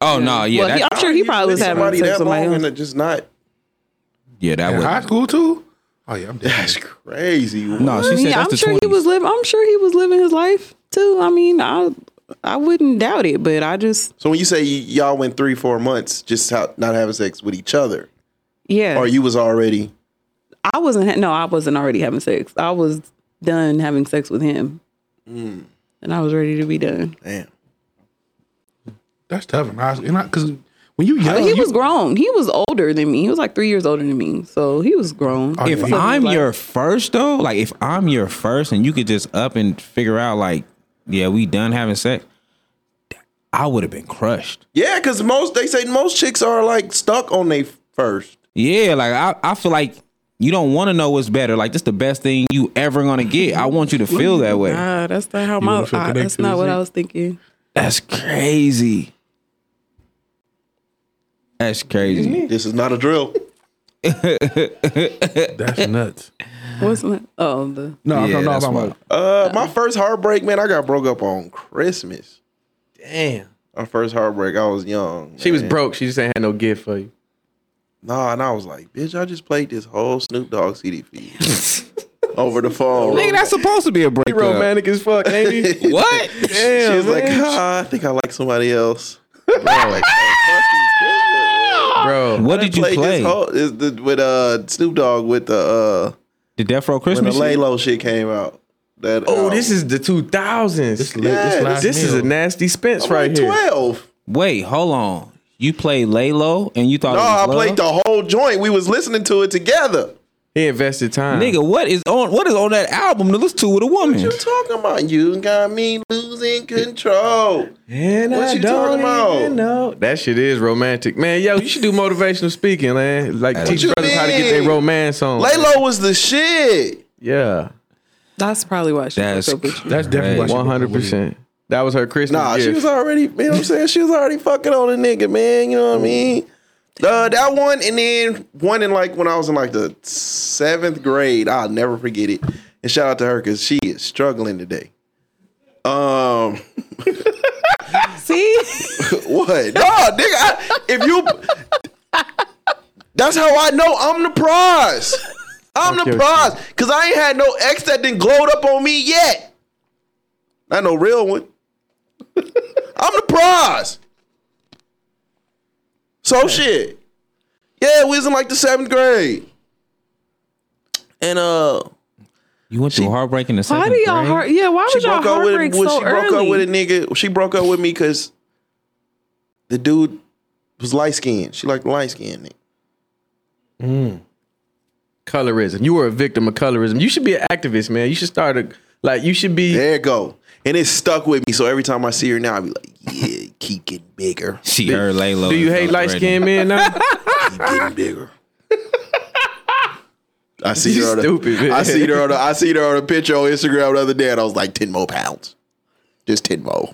Oh no, yeah,
well, he-
that,
I'm sure he probably was
Somebody
having sex
that
with somebody
long
else.
and just not.
yeah, that
In
was
high school too? Oh yeah, I'm dead.
That's crazy.
no. She said
yeah,
that's
I'm
the
sure
20s.
he was living. I'm sure he was living his life too. I mean, I, I wouldn't doubt it, but I just,
So when you say y- y'all went three, four months just how, not having sex with each other,
yeah.
or you was already
I wasn't. ha- No, I wasn't already having sex. I was done having sex with him, and I was ready to be done.
Mm. damn.
That's tough in high school. And I, Cause when you young,
But he
you-
was grown. He was older than me. He was like three years older than me, so he was grown.
Oh,
if
yeah.
I'm your first though, like if I'm your first and you could just up and figure out like, yeah, we done having sex, I would have been crushed.
Yeah, because most they say most chicks are like stuck on they first.
Yeah, like I, I feel like you don't want to know what's better. Like this the best thing you ever gonna get. I want you to feel that way.
Ah, that's not how
wanna
my.
feel
ah,
connected
that's not
to
what
this
I was thinking.
That's crazy. That's crazy.
This is not a drill.
that's nuts.
What's my, oh the
No,
Yeah,
no, no,
that's
I'm
wild.
like,
Uh, my first heartbreak, man, I got broke up on Christmas.
Damn.
My first heartbreak, I was young.
She was
man.
broke. She just ain't had no gift for you.
Nah, and I was like, bitch, I just played this whole Snoop Dogg CD for you over the phone.
Nigga, that's supposed to be a breakup.
Romantic as fuck, ain't he?
What?
she
Damn,
was like,
man.
ah, I think I like somebody else. I'm like, "Oh, fuck you, Christmas, man."
bro.
What did you
Played
play?
This whole, this, the, with uh, Snoop Dogg with the uh,
the Death Row
when the
Christmas. shit?
Lalo shit came out. That uh,
Oh,
album.
this is the 2000s. This,
lit- this
Yeah,
last
is
meal.
a nasty Spence
I'm
right
like
here.
12.
Wait, hold on. You played Lalo and you thought
No,
it was
I
love?
played the whole joint. We was listening to it together.
He invested time.
Nigga, what is on what is on that album to listen to with a woman?
What you talking about? You got me losing control.
And
What
I
you
don't
talking about?
even know. That shit is romantic. Man, yo, you should do motivational speaking, man. Like teach
you
brothers how to get
mean?
their romance on.
Lalo was the shit.
Yeah.
that's probably why she
That's
broke up with you.
that's
Hey,
definitely why she
One hundred percent. That was her Christmas
Nah, she
gift.
was already, you know what I'm saying? She was already fucking on a nigga, man. You know what I mean? Uh, that one, and then one in like when I was in like the seventh grade. I'll never forget it. And shout out to her because she is struggling today. Um, what? No, nigga. I, if you, that's how I know I'm the prize. I'm the
Okay,
prize because I ain't had no ex that didn't glowed up on me yet. Not no real one. I'm the prize. So shit. Yeah, we was in like the seventh grade, and uh.
You went through heartbreak in the second
Why do y'all
grade?
heart? Yeah, why
she
would y'all
broke up with
heartbreak
it. Well,
so
she broke up with a
early?
nigga. She broke up with me because the dude was light skinned. She liked light skinned nigga.
Colorism. You were a victim of colorism. You should be an activist, man. You should start a like. You should be.
There it go. And it stuck with me. So every time I see her now, I be like, yeah, keep getting bigger.
She heard Layla.
Do you hate light skinned men now?
Keep getting bigger. I see
You
her. On the,
stupid, man.
I see her on. The, I see her on a picture on Instagram the other day, and I was like, ten more pounds, just ten more,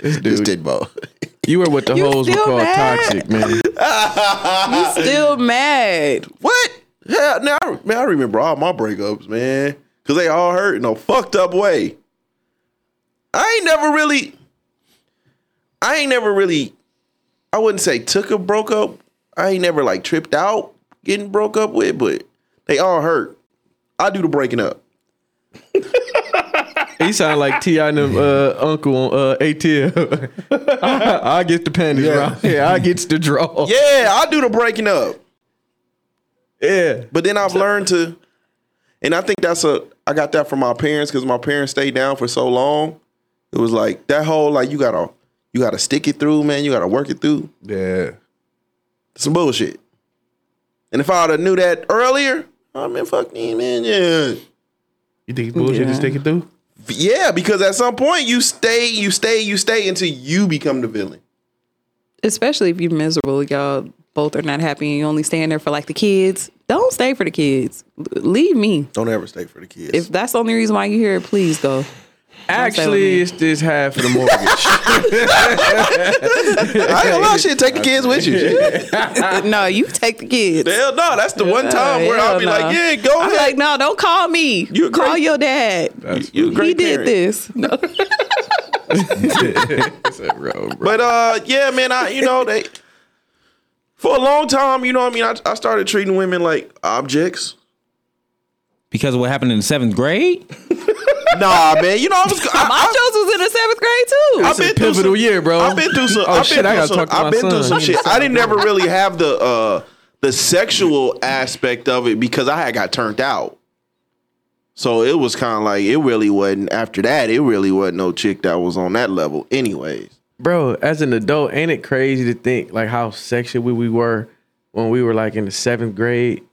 just ten more.
You were what the
You
hoes were
still
called
mad?
toxic, man.
You still mad?
What? Hell, now I, man, I remember all my breakups, man, because they all hurt in a fucked up way. I ain't never really, I ain't never really, I wouldn't say took a broke up. I ain't never like tripped out getting broke up with, but they all hurt. I do the breaking up.
He sound like T.I. and them uh, uncle on uh, ATL. I, I get the panties
Yeah.
right. Yeah, I gets the draw.
Yeah, I do the breaking up.
Yeah.
But then I've learned to, and I think that's a I got that from my parents because my parents stayed down for so long. It was like that whole like you gotta you gotta stick it through, man. You gotta work it through.
Yeah.
Some bullshit. And if I would have knew that earlier, I mean, fuck me, man. Yeah,
You think it's bullshit
Yeah.
to stick it through?
yeah. Because at some point you stay, you stay, you stay until you become the villain.
Especially if you're miserable, y'all both are not happy, and you only staying there for like the kids. Don't stay for the kids. L- Leave me.
Don't ever stay for the kids.
If that's the only reason why you're here, please go.
Actually, it's this half of the mortgage.
I ain't gonna lie, shit. Take the kids with you. Shit.
Uh, no, you take the kids.
Hell no, that's the one time where I'll
Hell
be
no.
like, yeah, go
I'm
ahead.
like, no, don't call me.
You a great- Uh,
call your dad.
you a great
he
parent.
did this. No.
But uh, yeah, man, I you know they for a long time, you know what I mean. I, I started treating women like objects.
Because of what happened in the seventh grade?
Nah, man, you know I was.
My
I,
shows was in the seventh grade too.
I,
It's
have
a
been through
pivotal
some,
year, bro.
I've been through some.
Oh,
I've been
shit,
through
I gotta
some,
talk to my
I've been
son.
through some
He in
shit. I didn't never really have the uh the sexual aspect of it because I had got turned out. So it was kind of like it really wasn't. After that, it really wasn't no chick that was on that level. Anyways,
Bro, as an adult, ain't it crazy to think like how sexual we, we were when we were like in the seventh grade?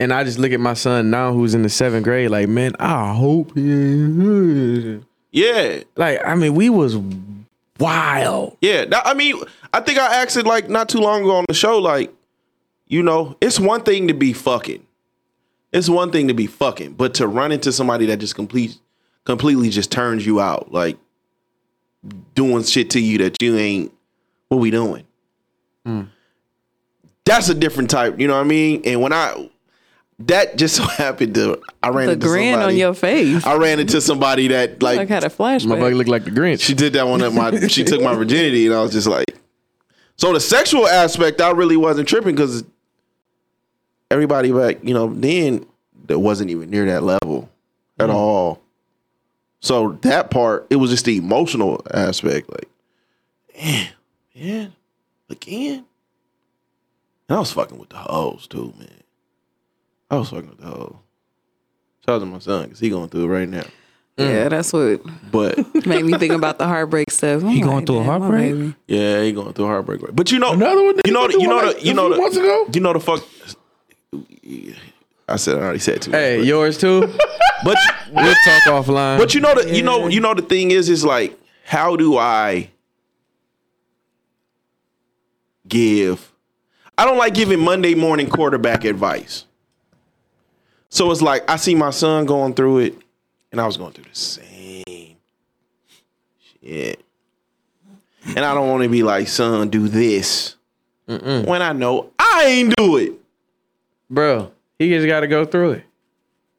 And I just look at my son now who's in the seventh grade, like, man, I hope he
yeah,
like I mean, we was wild.
Yeah, that- I mean, I think I asked it like not too long ago on the show. Like, you know, it's one thing to be fucking, it's one thing to be fucking, but to run into somebody that just complete, completely just turns you out, like doing shit to you that you ain't. What we doing? That's a different type. You know what I mean? And when I that just so happened to, I ran
the
into
grin
somebody.
on your face.
I ran into somebody that
I
like
like had a
My
flashback.
buddy looked like the Grinch.
she did that one at my she took my virginity and I was just like so the sexual aspect I really wasn't tripping because everybody back you know then that wasn't even near that level at all so that part it was just the emotional aspect like yeah yeah again and I was fucking with the hoes too man I was fucking with the hoes shout out to my son because he going through it right now
yeah, that's what
but
made me think about the heartbreak stuff. I'm
You going
like,
through a
"Damn, my
heartbreak?"
baby.
Yeah, he going through heartbreak. right- But you know,
Another one that
You
he
know,
went
the, you
through,
know,
like,
the, you
a
know,
few
the,
months ago?
You know the fuck. I said I already said too. much,
Hey,
but-
yours too.
but
We'll talk offline.
but you know the you know you know the thing is is like how do I give? I don't like giving Monday morning quarterback advice. So it's like I see my son going through it, and I was going through the same shit. And I don't want to be like, son, do this when I know I ain't do it.
bro, he just got to go through it.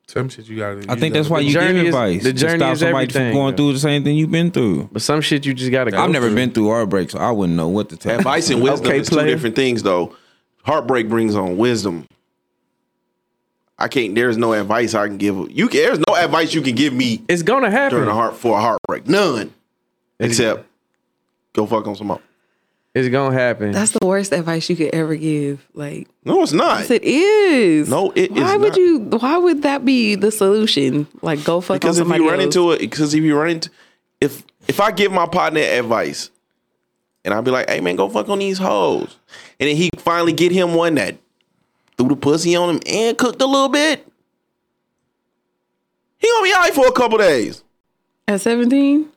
Some shit you gotta.
I think that's why you give
journey is-
advice
the
to
journey
stop
is
somebody from
everything,
going
though.
through the same thing you've been through.
But some shit you just gotta. Go
I've never
through.
been through heartbreak, so I wouldn't know what to tell. you.
Advice and wisdom
Okay,
is two
player.
different things, though. Heartbreak brings on wisdom. I can't. There's no advice I can give you. Can, there's no advice you can give me
It's gonna happen.
during a heart for a heartbreak. None, except go fuck on some.
It's gonna happen.
That's the worst advice you could ever give. Like
No, it's not.
yes, it is.
No, it
it
is
is. why would
not.
you? Why would that be the solution? Like go fuck
Because
on
if
somebody
you run
else.
into it, because if you run into, if if I give my partner advice, and I be like, "Hey man, go fuck on these hoes," and then he finally get him one that threw the pussy on him and cooked a little bit, he gonna be alright for a couple days.
at seventeen.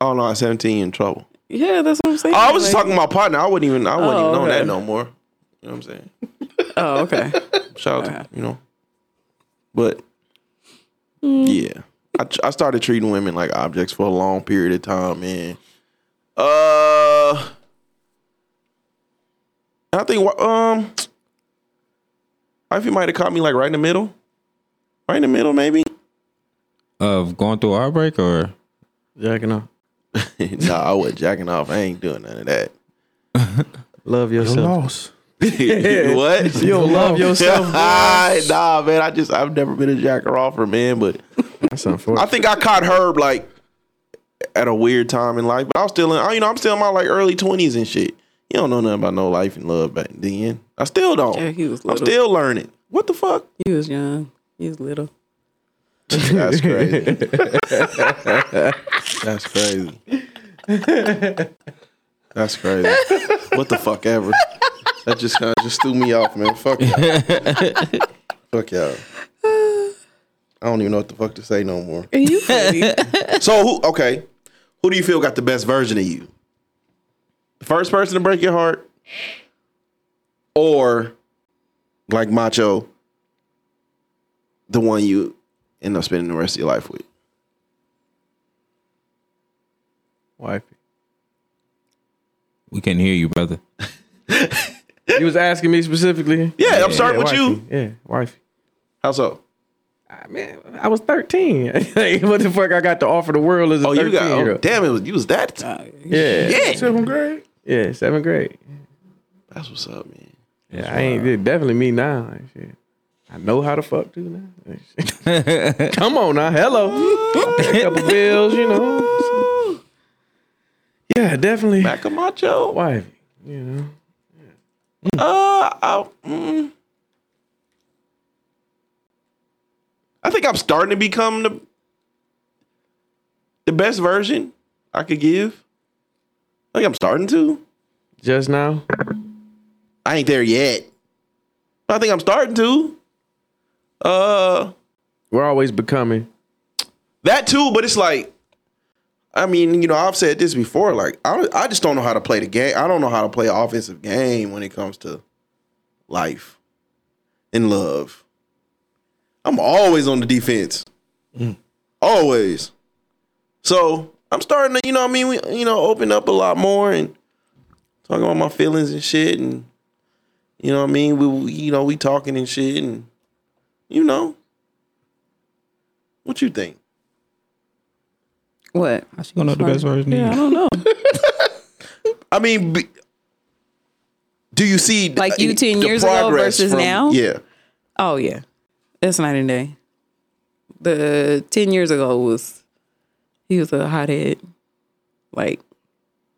Oh no, at seventeen in trouble.
Yeah, that's what I'm saying.
Oh, I was just
Like-
talking to my partner. I wouldn't even. I wouldn't
Oh,
even know
okay.
that no more. You know what I'm saying?
Oh, okay.
Shout
Uh-huh.
out, to, you know. But yeah, I, tr- I started treating women like objects for a long period of time, and uh, I think wha- um, I think you might have caught me like right in the middle, right in the middle, maybe.
Of going through a heartbreak or
Jacking off.
nah, I was jacking off. I ain't doing none of that.
Love yourself.
lost.
what?
You don't love yourself.
nah, man. I just I've never been a jacker offer, man. But
That's unfortunate.
I think I caught Herb like at a weird time in life. But I was still in, I- you know, I'm still in my like early twenties and shit. You don't know nothing about no life and love back then. I still don't.
Yeah, he was
I'm
little.
still learning. What the fuck?
He was young. He was little.
That's crazy. That's crazy. That's crazy. What the fuck ever. That just kind of just threw me off, man. Fuck y'all. fuck y'all. I don't even know what the fuck to say no more.
And you funny.
So who okay. Who do you feel got the best version of you? The first person to break your heart? Or like Macho, the one you end up spending the rest of your life with.
Wifey.
we can hear you, brother.
You was asking me specifically.
Yeah, I'm starting with you.
wifey. Yeah, wifey.
How so?
I mean, Ah, I was 13. Like, what the fuck I got to offer the world as a
Oh,
13
you got
year
oh,
old?
damn it was you was that
Yeah. yeah.
yeah.
Seventh grade.
seventh grade.
That's what's up, man.
Yeah, I ain't it definitely me now. and shit. I know how to fuck too now. and shit. Come on now, hello. couple bills, you know. Yeah, definitely.
Back of Macho. Uh
Wifey, you know.
I, mm. I think I'm starting to become the the best version I could give. I think I'm starting to.
Just now.
I ain't there yet. But I think I'm starting to. Uh
We're always becoming.
That too, but it's like, I mean, you know, I've said this before. Like, I I just don't know how to play the game. I don't know how to play offensive game when it comes to life and love. I'm always on the defense, always. So I'm starting to, you know, what I mean, we, you know, open up a lot more and talk about my feelings and shit, and you know, what I mean, we, we you know, we talking and shit, and you know, what you think?
what?
How she gonna know the best version
I
of you?
don't know.
I mean, be, do you see th-
Like you 10
the
years ago
progress
versus now?
Yeah,
Oh yeah, it's night and day. The ten years ago was he was a hothead, like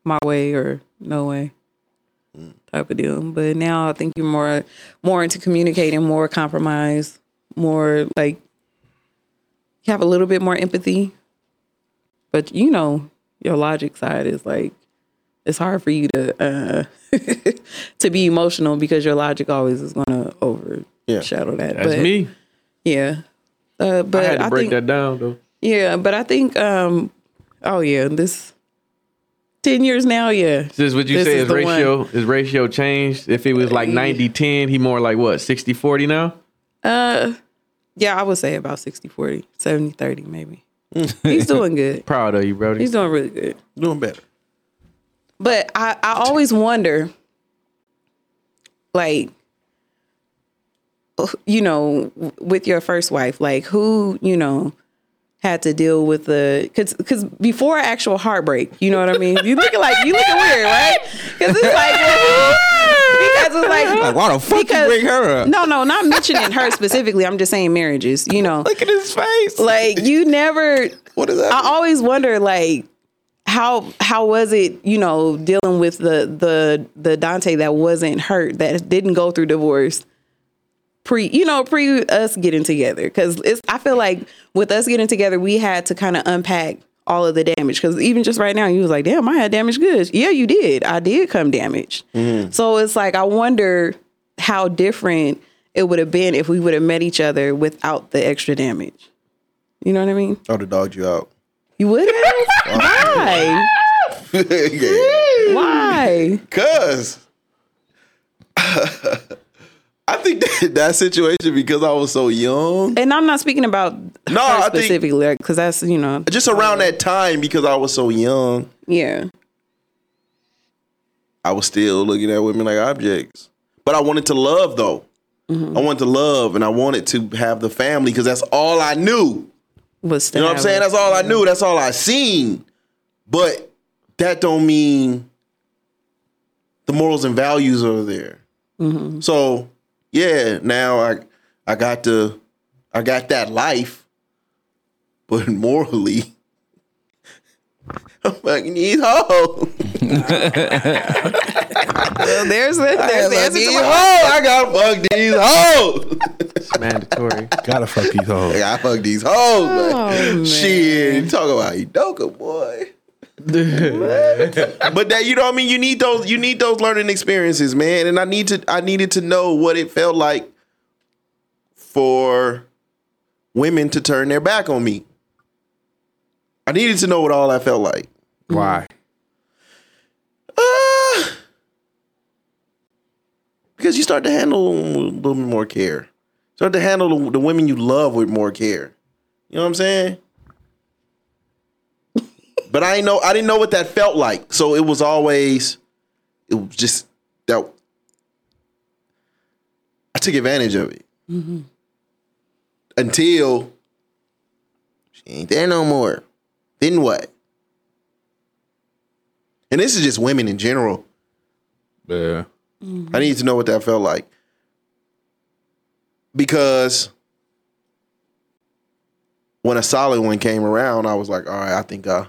my way or no way type of deal. But now I think you're more more into communicating, more compromise, more like you have a little bit more empathy. But you know, your logic side is like it's hard for you to uh to be emotional because your logic always is gonna overshadow that.
That's
but,
me.
yeah. Uh,
I
but
had to
I,
break
think
that down though.
yeah, but I think um oh yeah, this 10 years now, yeah.
This is what you
This
say
is
his
the
ratio his ratio changed. If it was like 90 10, he more like what, 60 40 now?
Uh yeah, I would say about 60 40, 70 30 maybe. He's doing good.
Proud of you, Brody.
He's doing really good.
doing better.
But I, I always wonder, like, you know, w- with your first wife, like who, you know, had to deal with the cause cause before actual heartbreak, you know what I mean? You looking like you looking weird, right? Cause it's like because it's like,
Like, why the fuck you bring her up?
No, no, not mentioning her specifically. I'm just saying marriages, you know.
Look at his face.
Like you never
What is that?
I always wonder like how how was it, you know, dealing with the the the Dante that wasn't hurt that didn't go through divorce pre you know pre us getting together cuz it's I feel like with us getting together we had to kind of unpack all of the damage cuz even just right now you was like damn I had damaged goods. Yeah, you did. I did come damaged. So it's like I wonder how different it would have been if we would have met each other without the extra damage. You know what I mean?
Oh, the dog you out.
You would have? Why? Why?
Cause I think that, that situation because I was so young.
And I'm not speaking about
No,
her
I think-
specifically because that's you know
Just around that time, because I was so young,
yeah
I was still looking at women like objects. But I wanted to love though.
Mm-hmm.
I wanted to love, and I wanted to have the family because that's all I knew.
was
You know what I'm saying? That's all I knew. That's all I seen. But that don't mean the morals and values are there. Mm-hmm. So yeah, now I I got the I got that life, but morally, I'm fucking these hoes.
well, there's the, there's the
Fuck
answer
these hoes.
to my-
I got fuck these hoes.
Mandatory.
Gotta fuck these
I
hoes.
got fuck these hoes. man.
man.
Shit, talk about Idoka, boy. but that you know what I mean. You need those. You need those learning experiences, man. And I need to. I needed to know what it felt like for women to turn their back on me. I needed to know what all that felt like.
Why?
Ah. because you start to handle them with a little bit more care. Start to handle the, the women you love with more care. You know what I'm saying? but I ain't know I didn't know what that felt like. So it was always it was just that I took advantage of it. Until she ain't there no more. Then what? And this is just women in general.
Yeah.
I need to know what that felt like. Because when a solid one came around, I was like, all right, I think I,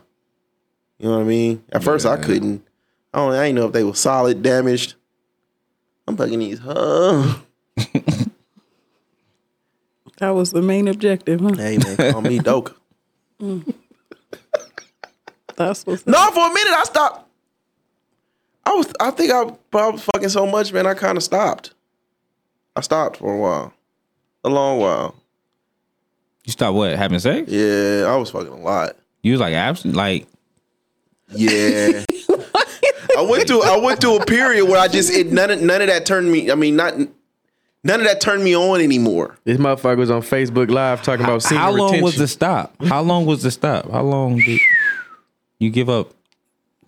you know what I mean? At first, I couldn't. I don't, I didn't know if they were solid, damaged. I'm fucking these, huh?
that was the main objective. Huh?
Hey, man, call me Doka.
That's what's
No, for a minute, I stopped. I was, I think I, but I was fucking so much, man, I kind of stopped. I stopped for a while, a long while.
You stop what? Having sex?
Yeah, I was fucking a lot.
You was like absent. Like
Yeah. I went through I went through a period where I just it none of, none of that turned me I mean not none of that turned me on anymore.
This motherfucker was on Facebook Live talking about senior
how long
retention.
was the stop? How long was the stop? How long did you give up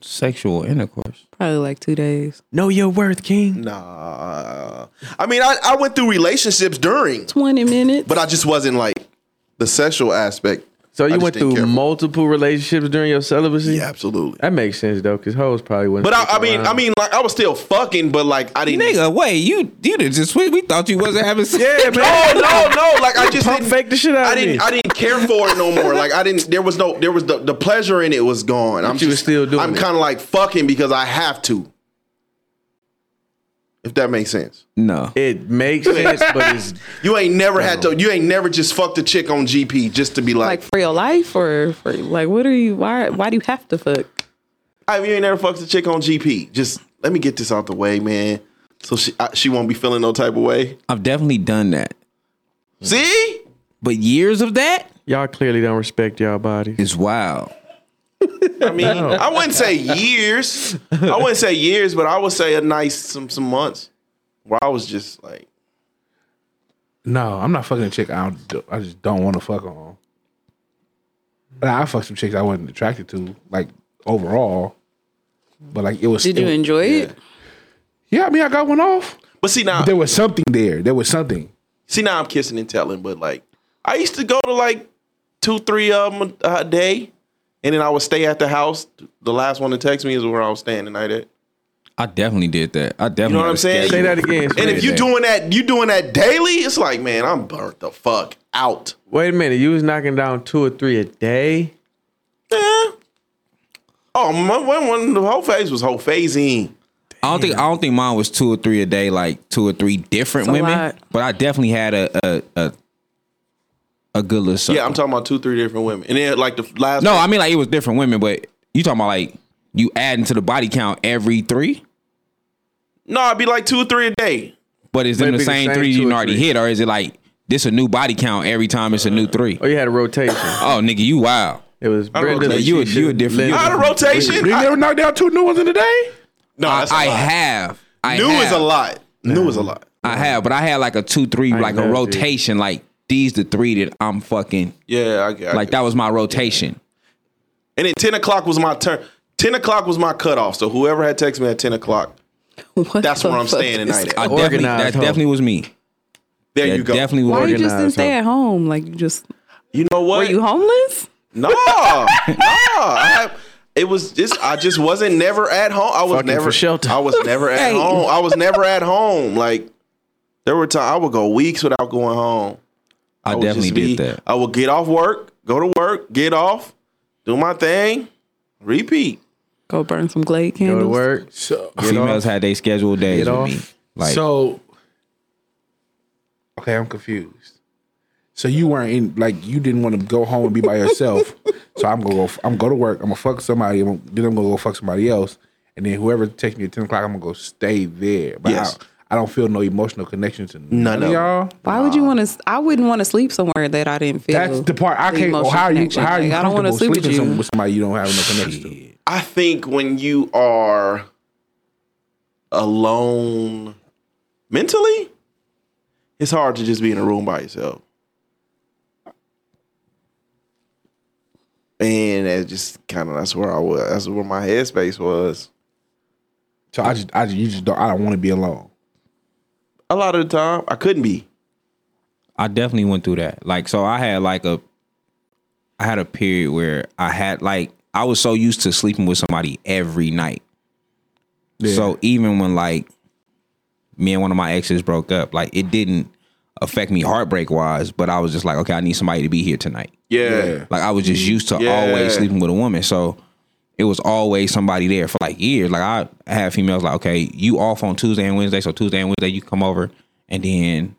sexual intercourse?
probably like two days.
Know your worth, King.
Nah. I mean I, I went through relationships during,
Twenty minutes.
but I just wasn't like the sexual aspect.
So
I
you
just
went
didn't
through
care for-
multiple relationships during your celibacy.
Yeah, absolutely.
That makes sense though, because hoes probably wouldn't.
But I,
stick
I mean
around.
I mean like I was still fucking but like I didn't
Nigga, wait, you you did just we, we thought you wasn't having sex.
yeah,
No,
man.
no, no. Like I just
Pump
didn't
fake the shit out
I
of
didn't
me.
I didn't care for it no more. Like I didn't there was no there was the, the pleasure in it was gone. I'm
you was still doing
I'm
it.
kinda like fucking because I have to. If that makes sense.
No.
It makes sense, but it's
You ain't never had to you ain't never just fucked a chick on GP just to be like,
like for your life or for like what are you? Why why do you have to fuck?
I you ain't never fucked a chick on GP. Just let me get this out the way, man. So she I, she won't be feeling no type of way.
I've definitely done that.
See?
But years of that
y'all clearly don't respect y'all bodies.
is wild.
I mean, I wouldn't say years. I wouldn't say years, but I would say a nice some some months where I was just like,
No, I'm not fucking a chick. I don't. I just don't want to fuck on. Nah, I fucked some chicks I wasn't attracted to, like overall. But like it was.
Did you
it-
enjoy it?
Yeah, I mean, I got one off.
but see now,
There was something there. There was something.
See, now I'm kissing and telling, but like I used to go to like two, three of them a, a day, and then I would stay at the house. The last one to text me is where I was staying the night at.
I definitely did that. I definitely.
what I'm saying?
Say that again.
And if you
Yeah.
doing that, you doing that daily, it's like, man, I'm burnt the fuck out.
Wait a minute. You was knocking down two or three a day.
Yeah. Oh, my one, one the whole phase was whole phasing.
I don't think I don't think mine was two or three a day, like two or three different
It's a
women.
lot.
But I definitely had a a a, a good little. Circle.
Yeah, I'm talking about two, three different women, and then like the last.
No, I mean like it was different women, but you talking about like you adding to the body count every three.
no, I'd be like two or three a day.
But is it
Maybe
the
the
same
same
three
two
you
or
already
three.
hit, or is it like this a new body count every time it's a new three?
Oh, you had a rotation.
Oh, nigga, you wild.
It was
I don't
Brenda.
rotate.
You a- you a different-
Out of
Linda.
rotation.
You
I-
never knocked down two new ones in a day?
no,
I,
that's a
I
lot.
have. I
New
have.
is a lot. New is a lot.
I have, but I had like a two three, like a
know, dude.
rotation. Like these the three that I'm fucking.
Yeah, I get I
Like
get-
that was my rotation.
And then ten o'clock was my turn. Ten o'clock was my cutoff. So whoever had texted me at ten o'clock,
What
that's
the
where I'm
fuck
staying
is-
tonight.
I
At.
definitely,
Organized,
that
huh?
definitely was me.
There
That
you go.
definitely
Why
was.
you just didn't
Organized,
stay
huh?
at home? Like you just
you know what?
were you homeless?
No, no. I have, it was just I just wasn't never at home. I was
Fucking
never
for shelter.
I was never at
Right.
home. I was never at home. Like there were times I would go weeks without going home.
I
would
definitely
just be-
did that.
I would get off work, go to work, get off, do my thing, repeat.
Go burn some Glade
Go
candles.
to work.
So,
Females had they scheduled days
Get
with
off.
me. Like
so okay, I'm confused. So you weren't in like you didn't want to go home and be by yourself. so I'm gonna go. I'm go to work. I'm gonna fuck somebody. I'm, then I'm gonna go fuck somebody else. And then whoever takes me at ten o'clock, I'm gonna go stay there. But
Yes.
I, I don't feel no emotional connection to none,
of
of
it.
y'all.
Why would you want to? I wouldn't want to sleep somewhere that I didn't feel.
That's the part I can't.
emotional
Well, how are you?
connection.
How are you?
Like, I don't want to
comfortable
sleep with
sleeping some-
you.
with somebody you don't have no connection to.
I think when you are alone mentally, it's hard to just be in a room by yourself. And it just kind of that's where I was. That's where my headspace was.
So I just, I just, you just don't. I don't want to be alone.
A lot of the time, I couldn't be.
I definitely went through that. Like so I had like a I had a period where I had like I was so used to sleeping with somebody every night. So even when like me and one of my exes broke up, like it didn't affect me heartbreak wise, but I was just like, okay, I need somebody to be here tonight.
Yeah.
Like I was just used to
Yeah.
always sleeping with a woman, so it was always somebody there for like years. Like I had females like, okay, you off on Tuesday and Wednesday, so Tuesday and Wednesday you come over, and then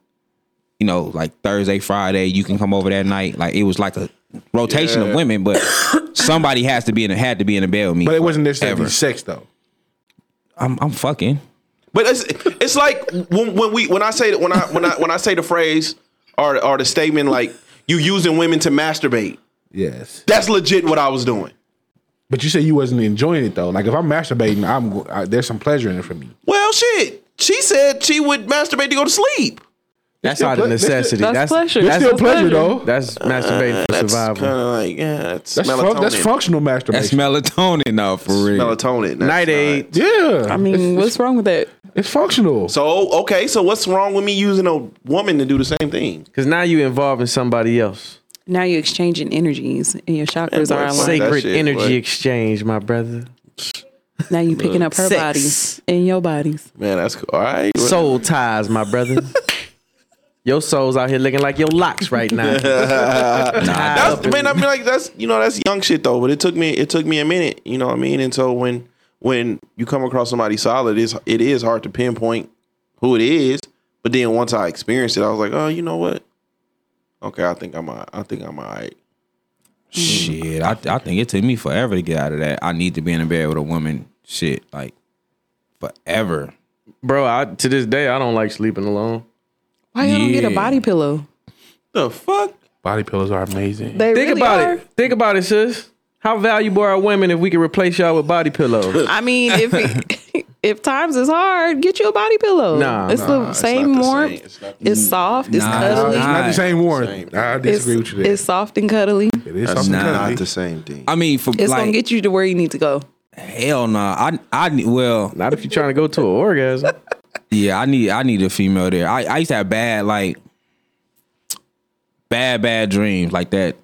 you know like Thursday, Friday you can come over that night. Like it was like a rotation
Yeah.
of women, but somebody has to be in had to be in the bed with me.
But it
for
wasn't necessarily
ever.
sex though.
I'm I'm fucking.
But it's it's like when, when we when I say when I when I when I say the phrase or or the statement like you using women to masturbate.
Yes.
That's legit what I was doing.
But you say you wasn't enjoying it though. Like if I'm masturbating, I'm go- I, there's some pleasure in it for me.
Well, shit. She said she would masturbate to go to sleep.
That's
still
out of
ple- that's still-
necessity.
That's pleasure.
There's
That's,
still pleasure,
pleasure.
though.
that's masturbating for
uh, That's
survival.
kind of like yeah, it's
That's
melatonin.
fun, that's functional
That's
masturbation.
melatonin though, for real.
melatonin. that's not-
Night aid.
yeah,
I mean, what's wrong with that?
it's functional.
So okay, so what's wrong with me using a woman to do the same thing?
Because now you involving somebody else.
Now you're exchanging energies, and your chakras
boy,
are
fuck
aligned.
that
Sacred
shit,
energy
boy.
exchange, my brother.
Now you're picking up her
Sex.
bodies and your bodies.
Man, that's cool. All right. well,
Soul ties, my brother. your soul's out here looking like your locks right now. Tied up
that's
in-
man, I mean like that's you know, that's young shit though, but it took me it took me a minute, you know what I mean? And so when when you come across somebody solid, it's it is hard to pinpoint who it is. But then once I experienced it, I was like, oh, you know what? Okay, I think I'm all, I think I'm alright.
Shit, I I think it took me forever to get out of that. I need to be in the bed with a woman. Shit, like forever.
Bro, I, to this day, I don't like sleeping alone.
Why you don't get a
Yeah.
body pillow?
The fuck?
Body pillows are amazing.
They
Think
really
about
are.
it. Think about it, sis. How valuable are women if we can replace y'all with body pillows?
I mean, if it, if times is hard, get you a body pillow.
Nah,
it's the same
the
warmth.
same. It's
It's,
not the
soft. It's
Nah,
Uh,
cuddly.
it's not the
Alright.
same warrant. I
It's,
disagree with you there.
it's soft and cuddly.
It is something cuddly.
same thing.
I mean, for
It's gonna
like
get you to where you need to go.
hell nah. I I need- well
Not if you're trying to go to an orgasm.
yeah. I need I need a female there. I I used to have bad like bad, bad dreams like that.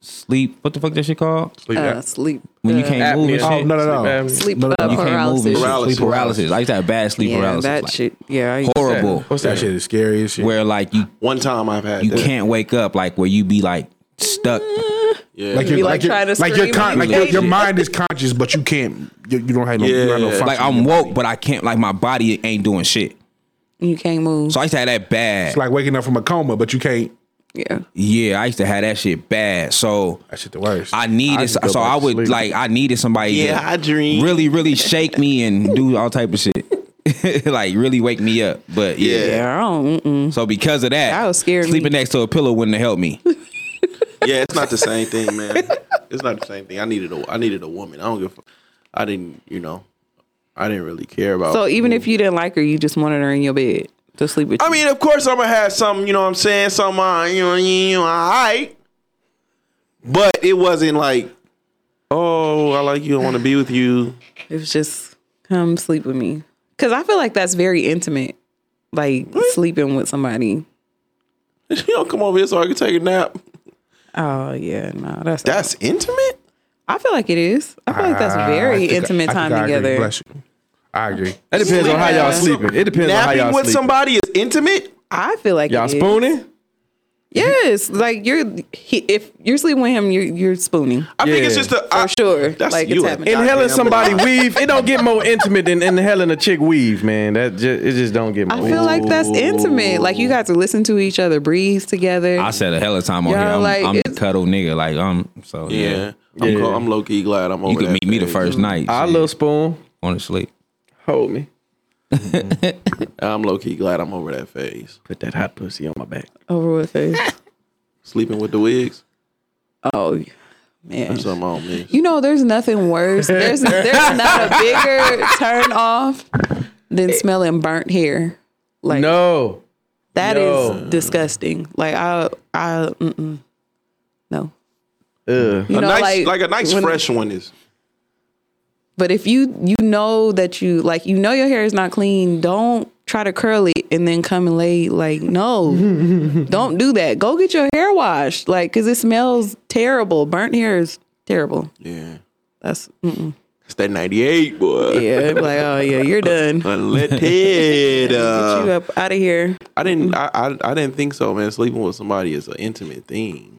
Sleep. What the fuck that shit called?
Sleep
uh,
ap-
sleep.
When you
uh,
can't move and shit.
Oh, no, no, no.
sleep apnea.
Sleep
No, no,
uh,
You can't move
paralysis.
and shit.
Paralysis.
Sleep paralysis. I used to have bad sleep
Yeah,
paralysis.
that
like,
shit. Yeah, I used to-
Horrible.
What's
That
that?
shit is scary as Oh, shit.
Where like you
One time I've had
you
that.
can't wake up. Like where you be like stuck.
Yeah.
like you're
You, like,
like,
trying
you're,
to
like your
scream
con-
and
like
you
your,
can't.
your mind is conscious, but you can't. You, you don't have no. you don't have no
Yeah.
function
Like
in
I'm
your
woke,
body.
but I can't. Like my body ain't doing shit.
You can't move.
So I used to have that bad.
It's like waking up from a coma, but you can't.
yeah.
yeah, I used to have that shit bad. So
That shit the worst.
I needed.
I just go
so
back
I
to
would
sleep.
like. I needed somebody.
Yeah,
to
I dream.
Really, really shake me and do all type of shit. like really wake me up. But yeah.
Yeah.
Yeah. I don't, mm-mm.
So because of that,
That would scare me.
sleeping next to a pillow wouldn't have helped me.
Yeah, it's not the same thing, man. It's not the same thing. I needed a I needed a woman. I don't give a fuck. I didn't, you know, I didn't really care about
So even if you didn't like her, you just wanted her in your bed to sleep with you.
I mean, of course I'm gonna have something, you know what I'm saying? Some uh, you know, you know, all right. But it wasn't like, oh, I like you, I wanna be with you.
it was just come sleep with me. Cause I feel like that's very intimate, like sleeping with somebody.
you don't come over here so I can take a nap.
Oh yeah, no, that's
That's intimate?
I feel like it is. I feel like that's
Ah, I
very
think I-
intimate
I think
time
I agree.
together.
Bless you. I agree.
That depends on how y'all
Yeah.
sleeping. It depends on how y'all
Napping with
sleeping.
somebody is intimate?
I feel like
Y'all
it is.
spooning?
Yes, like you're he, if you're sleeping with him, you're you're spooning
Ah,
I think it's
Yeah.
just a
for
I-
sure.
That's
like
you.
it's happening.
Goddamn,
Inhaling somebody weave, it don't get more intimate than inhaling a chick weave, man. That just, it just don't get more.
I feel like that's intimate. Like you guys to listen to each other, breathe together.
I said a hell of a time on
Y'all
here. I'm,
like,
I'm the
it's-
cuddle nigga. Like I'm so yeah.
Yeah. I'm,
Yeah.
co- I'm low key glad I'm over
You could
that
meet me the
phase.
first night.
Our
shit,
little spoon,
honestly.
hold me.
I'm low key glad I'm over that phase.
Put that hot pussy on my back.
Over with face.
Sleeping with the wigs.
oh man.
That's something I don't miss.
You know, there's nothing worse. There's there's not a bigger turn off than smelling burnt hair. Like
No.
that is
no.
disgusting. Like I I mm-mm. no.
Ugh.
You
a
know,
nice,
like
like, a nice
when-
fresh one is.
But if you you know that you like you know your hair is not clean, don't try to curl it and then come and lay like no. don't do that. Go get your hair washed like cuz it smells terrible. Burnt hair is terrible.
Yeah.
That's mm-mm.
It's that 98, boy.
yeah, like oh yeah, you're done. Get
Unleaded. uh,
you up out of here.
I
Mm-hmm.
didn't. I, I. I didn't think so, man. Sleeping with somebody is an intimate thing.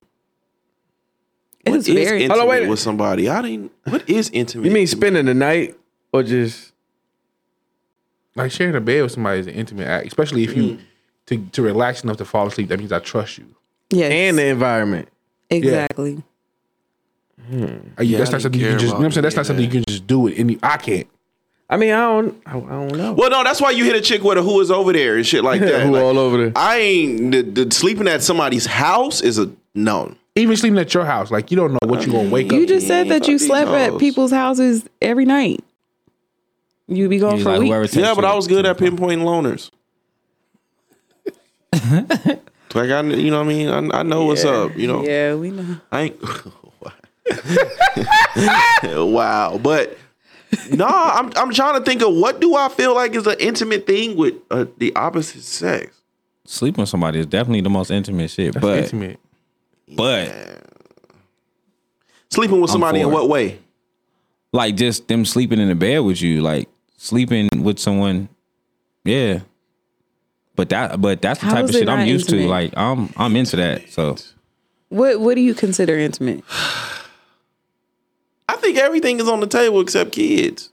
It
What
is
is
very
intimate
Hold on, wait.
with somebody? I didn't. What is intimate?
You mean
to me?
spending the night or just
Like sharing a bed with somebody is an intimate act, especially if you to to relax enough to fall asleep. That means I trust you.
Yes.
and the environment?
exactly.
Are you-
Yeah,
that's
I didn't
not something you can
care
just. You know
about
what I'm saying
any
that's not
of
something you
that.
can just do it. Any I can't.
I mean, I don't, I, I don't know.
Well, no. That's why you hit a chick with a who is over there and shit like that.
Who
Like,
all over there?
I ain't. The, the sleeping at somebody's house is a no.
Even sleeping at your house, like you don't know what you gonna wake
You
up.
just said that you
Fuck
slept
these
at
hoes.
people's houses every night. You be going
He's
Oh, for
like, whoever
weeks.
takes
Yeah, but
you-
I was good at pinpointing loners. like I, kn- you know what I mean. I, I know what's up. You know.
Yeah, we know.
I ain't. wow, but no, I'm I'm trying to think of what do I feel like is an intimate thing with uh, the opposite sex.
Sleeping with somebody is definitely the most intimate shit.
That's
but
intimate.
but
Sleeping with
I'm
somebody in
for it.
what way?
like just them sleeping in the bed with you, like sleeping with someone, yeah. But that but that's the
How
type
is
of
it
shit I'm
not
used
intimate?
to. Like I'm I'm into that. So
What What do you consider intimate?
I think everything is on the table except kids.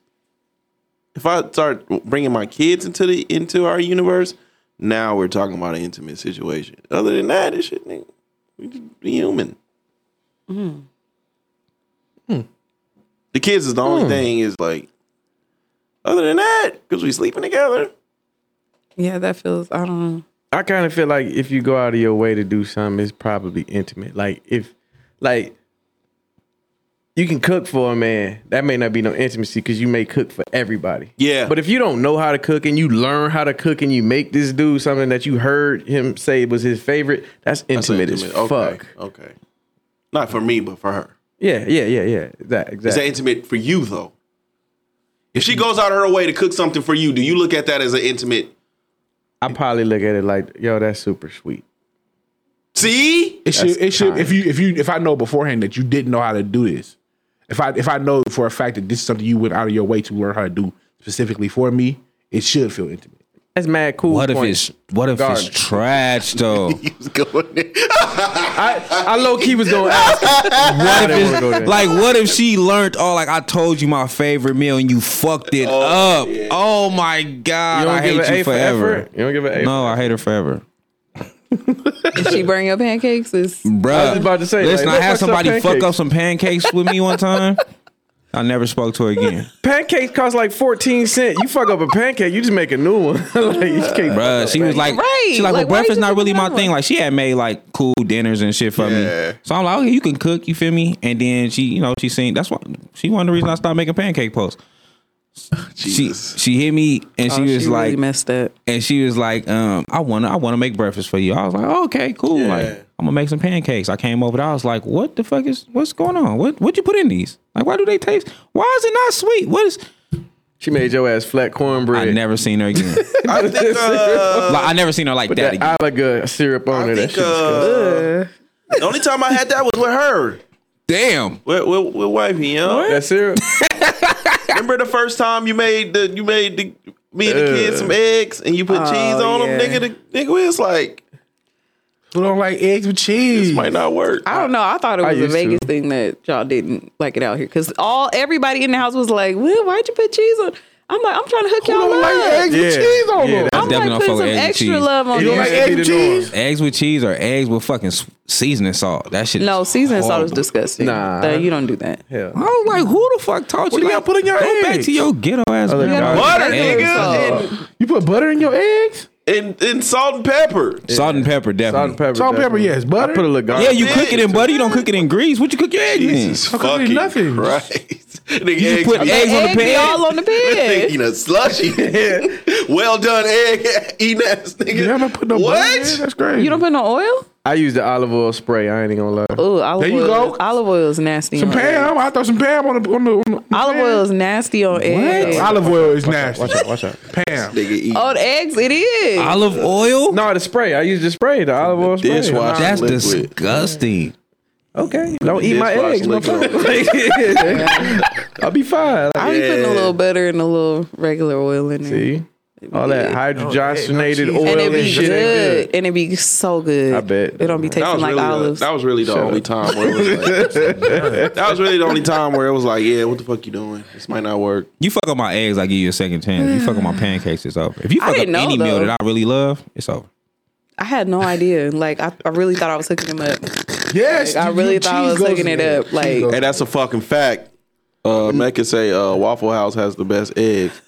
If I start bringing my kids into the into our universe, now we're talking about an intimate situation. Other than that, it's shit, nigga, we just be human.
Hmm.
The kids is the
Hmm.
only thing is like. Other than that, because we sleeping together.
Yeah, that feels. I don't know.
I kind of feel like if you go out of your way to do something, it's probably intimate. Like if, like, you can cook for a man. That may not be no intimacy because you may cook for everybody.
Yeah.
But if you don't know how to cook and you learn how to cook and you make this dude something that you heard him say was his favorite, that's intimate, as
Okay,
fuck.
Okay. Not for me, but for her.
Yeah, yeah, yeah, yeah. That
Is that
exactly.
intimate for you though? If she goes out of her way to cook something for you, do you look at that as an intimate?
I probably look at it like, yo, that's super sweet.
See,
It should. It should. If you, if you, if I know beforehand that you didn't know how to do this, if I, if I know for a fact that this is something you went out of your way to learn how to do specifically for me, it should feel intimate.
That's mad cool.
What if
point.
it's what if
Garden.
it's trash though?
He's going there.
I, I low key was gonna ask.
What
didn't
if
wanna go
it's,
there.
like what if she learned all like I told you my favorite meal and you fucked it up? Oh my god, I
give
hate
a
you
A for
forever.
effort? You don't give an A.
no, I hate her forever.
Did she bring your pancakes? Is
Bruh,
was just about to say,
Listen,
like,
I had
what's up,
somebody fuck up
pancakes?
some pancakes with me one time. I never spoke to her again.
Pancakes cost like fourteen cent. You fuck up a pancake, you just make a new one. like you can't
Bruh, she was like,
Right.
she like, well,
Like, why
breakfast
you
not really
making
my
that
thing.
one?
Like, she had made like cool dinners and shit for
Yeah.
me. So I'm like, okay, you can cook, you feel me? And then she, you know, she seen that's why she one of the reasons I stopped making pancake posts. She
Jesus.
she hit me and
Oh,
she was
she
like,
really messed up.
and she was like, um, I wanna I wanna make breakfast for you. I was like, oh, okay, cool. Like, I'm gonna make some pancakes. I came over there, I was like, what the fuck is what's going on? What what'd you put in these? Like, why do they taste why is it not sweet? What is
She made your ass flat cornbread.
I never seen her again.
I think, uh,
like, I never seen her like that, again.
that Alaga syrup on
I
it. That
think
shit was good.
uh, the only time I had that was with her.
Damn.
With, with, with wifey, you know?
That syrup.
Remember the first time you made the you made the me and the kids some eggs and you put cheese on
yeah.
them, nigga. The, nigga, it's like
Who don't like eggs with
this
cheese?
might not work.
I don't know. I thought it was a
used to.
Vegas thing that y'all didn't like it out here because all everybody in the house was like, well, "Why'd you put cheese on?" I'm like, "I'm trying to hook
Who
y'all
don't
up."
like eggs with
Yeah.
cheese on
Yeah,
them?
that-
I'm
Definitely
like,
don't fuck
put
with
some
eggs and
extra
cheese.
love on
You don't
this.
like
eggs with
Eggs and
cheese?
Eggs with cheese or eggs with fucking s- seasoning salt. That shit.
No,
is
seasoning salt is
horrible.
disgusting.
Nah.
That- you don't do that.
I was like, who the fuck taught you?
do y'all
like,
put in your
go back
eggs?
to your ghetto ass.
like,
grandma.
Butter,
Eggs, salt.
nigga,
You put butter in your eggs?
and, and and salt and pepper.
Salt and pepper, definitely.
Salt and pepper.
Salt and pepper,
definitely.
yes. Butter?
I put a little garlic.
Yeah, you cook it in butter. You don't cook it in grease. What you cook your eggs
Jesus
in?
How come it
fucking
ain't nothing?
Christ. Nigga,
You just
eggs
put
come-
eggs on the
Egg be
pan.
all on the
Nigga,
bed.
eating a slushy. well done egg eating ass nigga.
You haven't put no butter in it?
what?
That's crazy.
You don't put no oil.
I use the olive oil spray. I ain't even gonna lie.
Oh, olive
There you
oil.
go.
Olive oil is nasty.
Some
on eggs.
Pam, I throw some Pam on the on the. On the
Olive oil is nasty on eggs.
Olive oil is nasty.
Watch out, watch out.
Pam.
Nigga
Oh,
eat
On Oh, eggs, it is.
Olive oil.
No, the spray. I use the spray, the olive oil spray.
dishwasher.
that's
liquid.
disgusting.
Okay. Don't eat my
Dishwasher
eggs,
liquid.
motherfucker. I'll be fine. Like,
I be putting a little butter and a little regular oil in there.
see? All that hydrogenated
Oh,
oil
And it
and,
be
shit.
good.
ain't
And it be so good.
I bet.
It don't be tasting
That was
like
really
olives.
The, that was really the only
up.
time where it was like, that was really the only time where it was like, yeah, what the fuck you doing? This might not work.
You fuck up my eggs, I give you a second chance. You fuck up my pancakes, it's over. If you
I
fuck up
didn't know,
any meal
though.
that I really love, it's over.
I had no idea. Like I, I really thought I was hooking them up.
Yes,
Like, I
you-
really
you-
thought I
cheese
was
goes
looking
in
it
there.
up,
Cheese
like-
goes-
Hey, that's a fucking fact. Uh, Mecca say uh, Waffle House has the best eggs.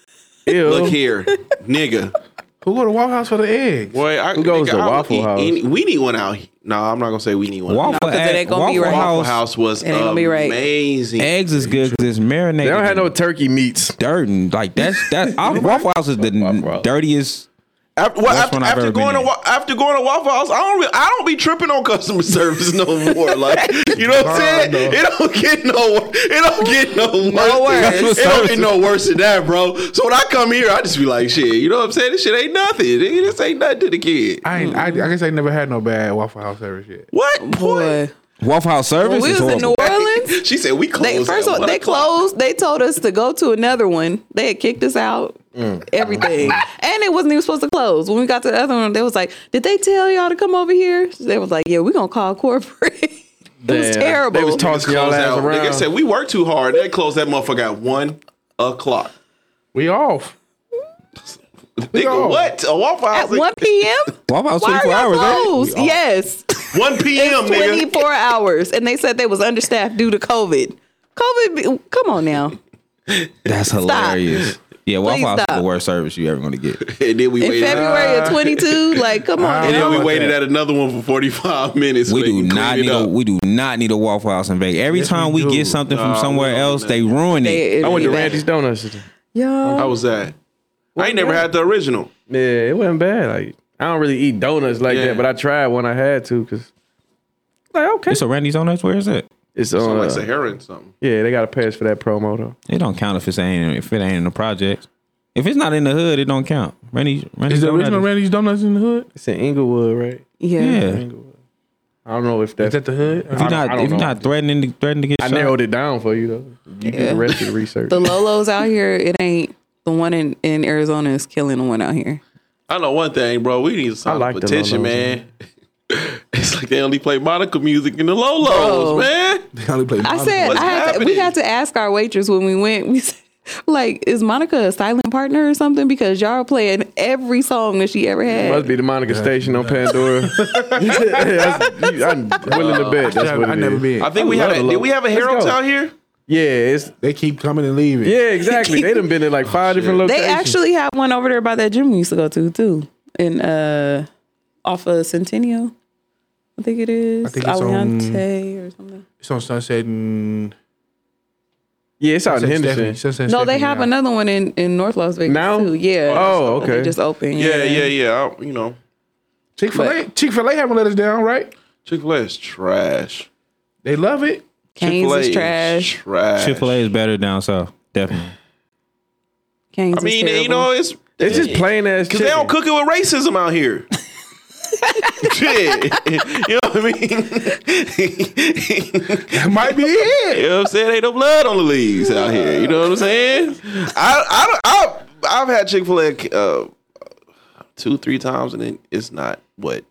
Ew.
Look here, nigga.
who go to Waffle House for the eggs?
Boy, I,
Who goes
nigga,
to
I would
Waffle
eat
House?
any- we need one out. here. No, I'm not gonna say we need one.
Waffle,
'cause it
egg-
ain't gonna be
Waffle
right.
Waffle
House,
House was
It ain't gonna be right.
amazing.
eggs is good because it's marinated.
They don't have no turkey meats.
dirt and like that's that. I, Waffle House is the
Waffle House.
dirtiest.
After, well,
Worst
after,
one I've
after
ever
going
been
to
in.
Wa- after going to Waffle House, I don't re- I don't be tripping on customer service no more. Like you know what I'm saying? It don't get no it don't get no worse.
worse.
it don't get no worse than that, bro. So when I come here, I just be like, shit. You know what I'm saying? This shit ain't nothing. nigga. This ain't nothing to the kid.
I, ain't, I
Mm-hmm.
I guess I never had no bad Waffle House service yet.
What boy?
Boy,
Waffle House service
when we
is
was in New
horrible.
Orleans,
She said we closed.
they first
at
of all,
one
they
o'clock.
closed. They told us to go to another one. They had kicked us out. Everything, and it wasn't even supposed to close. When we got to the other one, they was like, "Did they tell y'all to come over here?" They was like, "Yeah, we gonna call corporate." it was
Damn.
terrible.
They was
Just
tossing y'all
closed
ass
out.
around.
Nigga said we work too hard. They closed that motherfucker at one o'clock.
We off.
Nigga,
No.
what? A Waffle
at
Hours?
one p.m.
Waffle House
Why
twenty
are
four
y'all
hours. ain't it?
closed? Yes.
one p.m.
It's
Nigga.
24 hours. And they said they was understaffed due to COVID. COVID, be- come on now.
That's hilarious. Yeah, Waffle
Please
House is
stop.
the worst service you ever gonna get.
And then we
In
waited.
February of 22, like, come on
And
now.
then we
Like
waited
that.
at another one for 45 minutes.
We
so they
do
could
not
clean
need
it
a
up.
we do not need a Waffle House in Vegas. Every time we
do.
get something from
Nah,
somewhere
we don't
else,
do
they ruin it.
They-
I went to
they-
Randy's Donuts. today.
Yo.
How was that? I ain't never had the original.
Yeah, it wasn't bad. Like I don't really eat donuts like
Yeah.
that, but I tried when I had to because like okay,
It's a Randy's on us. Where is it?
it's on.
Sound
Uh,
like Sahara and something.
yeah, they got to pay us for that promo though.
It don't count if it ain't if it ain't in the project. If it's not in the hood, it don't count. Randy, Randy's
Is the
Donuts
original
is-
Randy's Donuts in the hood?
It's in Inglewood, right?
Yeah.
Yeah,
Inglewood. I don't know if
Is
that's.
that the hood?
If you're not, if you're not threatening, to, threatening to get
I
shot,
narrowed it down for you though. You do
Yeah.
the rest of the research.
The Lolos out here, it ain't the one in, in Arizona is killing the one out here.
I know one thing, bro. We need to sign
I like
a
the
petition,
Lolos,
man. it's like they only play Monica music in the Lolos,
Bro.
man.
I only play.
I said
What's
I had to, we
happening?
had to ask our waitress when we went. We said, like, is Monica a silent partner or something? Because y'all playing every song that she ever had.
Must be the Monica Station on Pandora. That's- you- I'm willing to bet that's what
I
it
never
is.
been.
I think we had.
love
A,
the
did we
Lolos.
have a
Let's
Harold's
go.
out here?
Yeah, it's
they keep coming and leaving.
yeah, exactly. they done been in like five different
Oh, they
locations.
actually had one over there by that gym we used to go to too, in uh, off of Centennial. I think it is.
I think it's on-
Aliante or something.
It's on Sunset and
yeah, it's out in
Sunset and
Henderson.
Stephanie. Sunset and
No, they
Stephanie
have
now.
another one in, in North Las Vegas
Now?
too. Yeah.
Oh,
They
okay.
just opened.
Yeah, yeah, yeah. I, you know,
Chick Fil A. Chick Fil A haven't let us down, right?
Chick Fil A is trash.
They love it.
Canes
Chick-fil-A
is trash.
Trash.
Chick Fil A is better down south, definitely.
Canes
I mean,
is terrible.
you know, it's
It's just plain ass
because they
chicken.
don't cook it with racism out here. Shit, you know what I mean?
That might be it.
you know what I'm saying? Ain't no blood on the leaves out here. You know what I'm saying? I, I, I I've had Chick Fil A uh, two, three times, and it, it's not what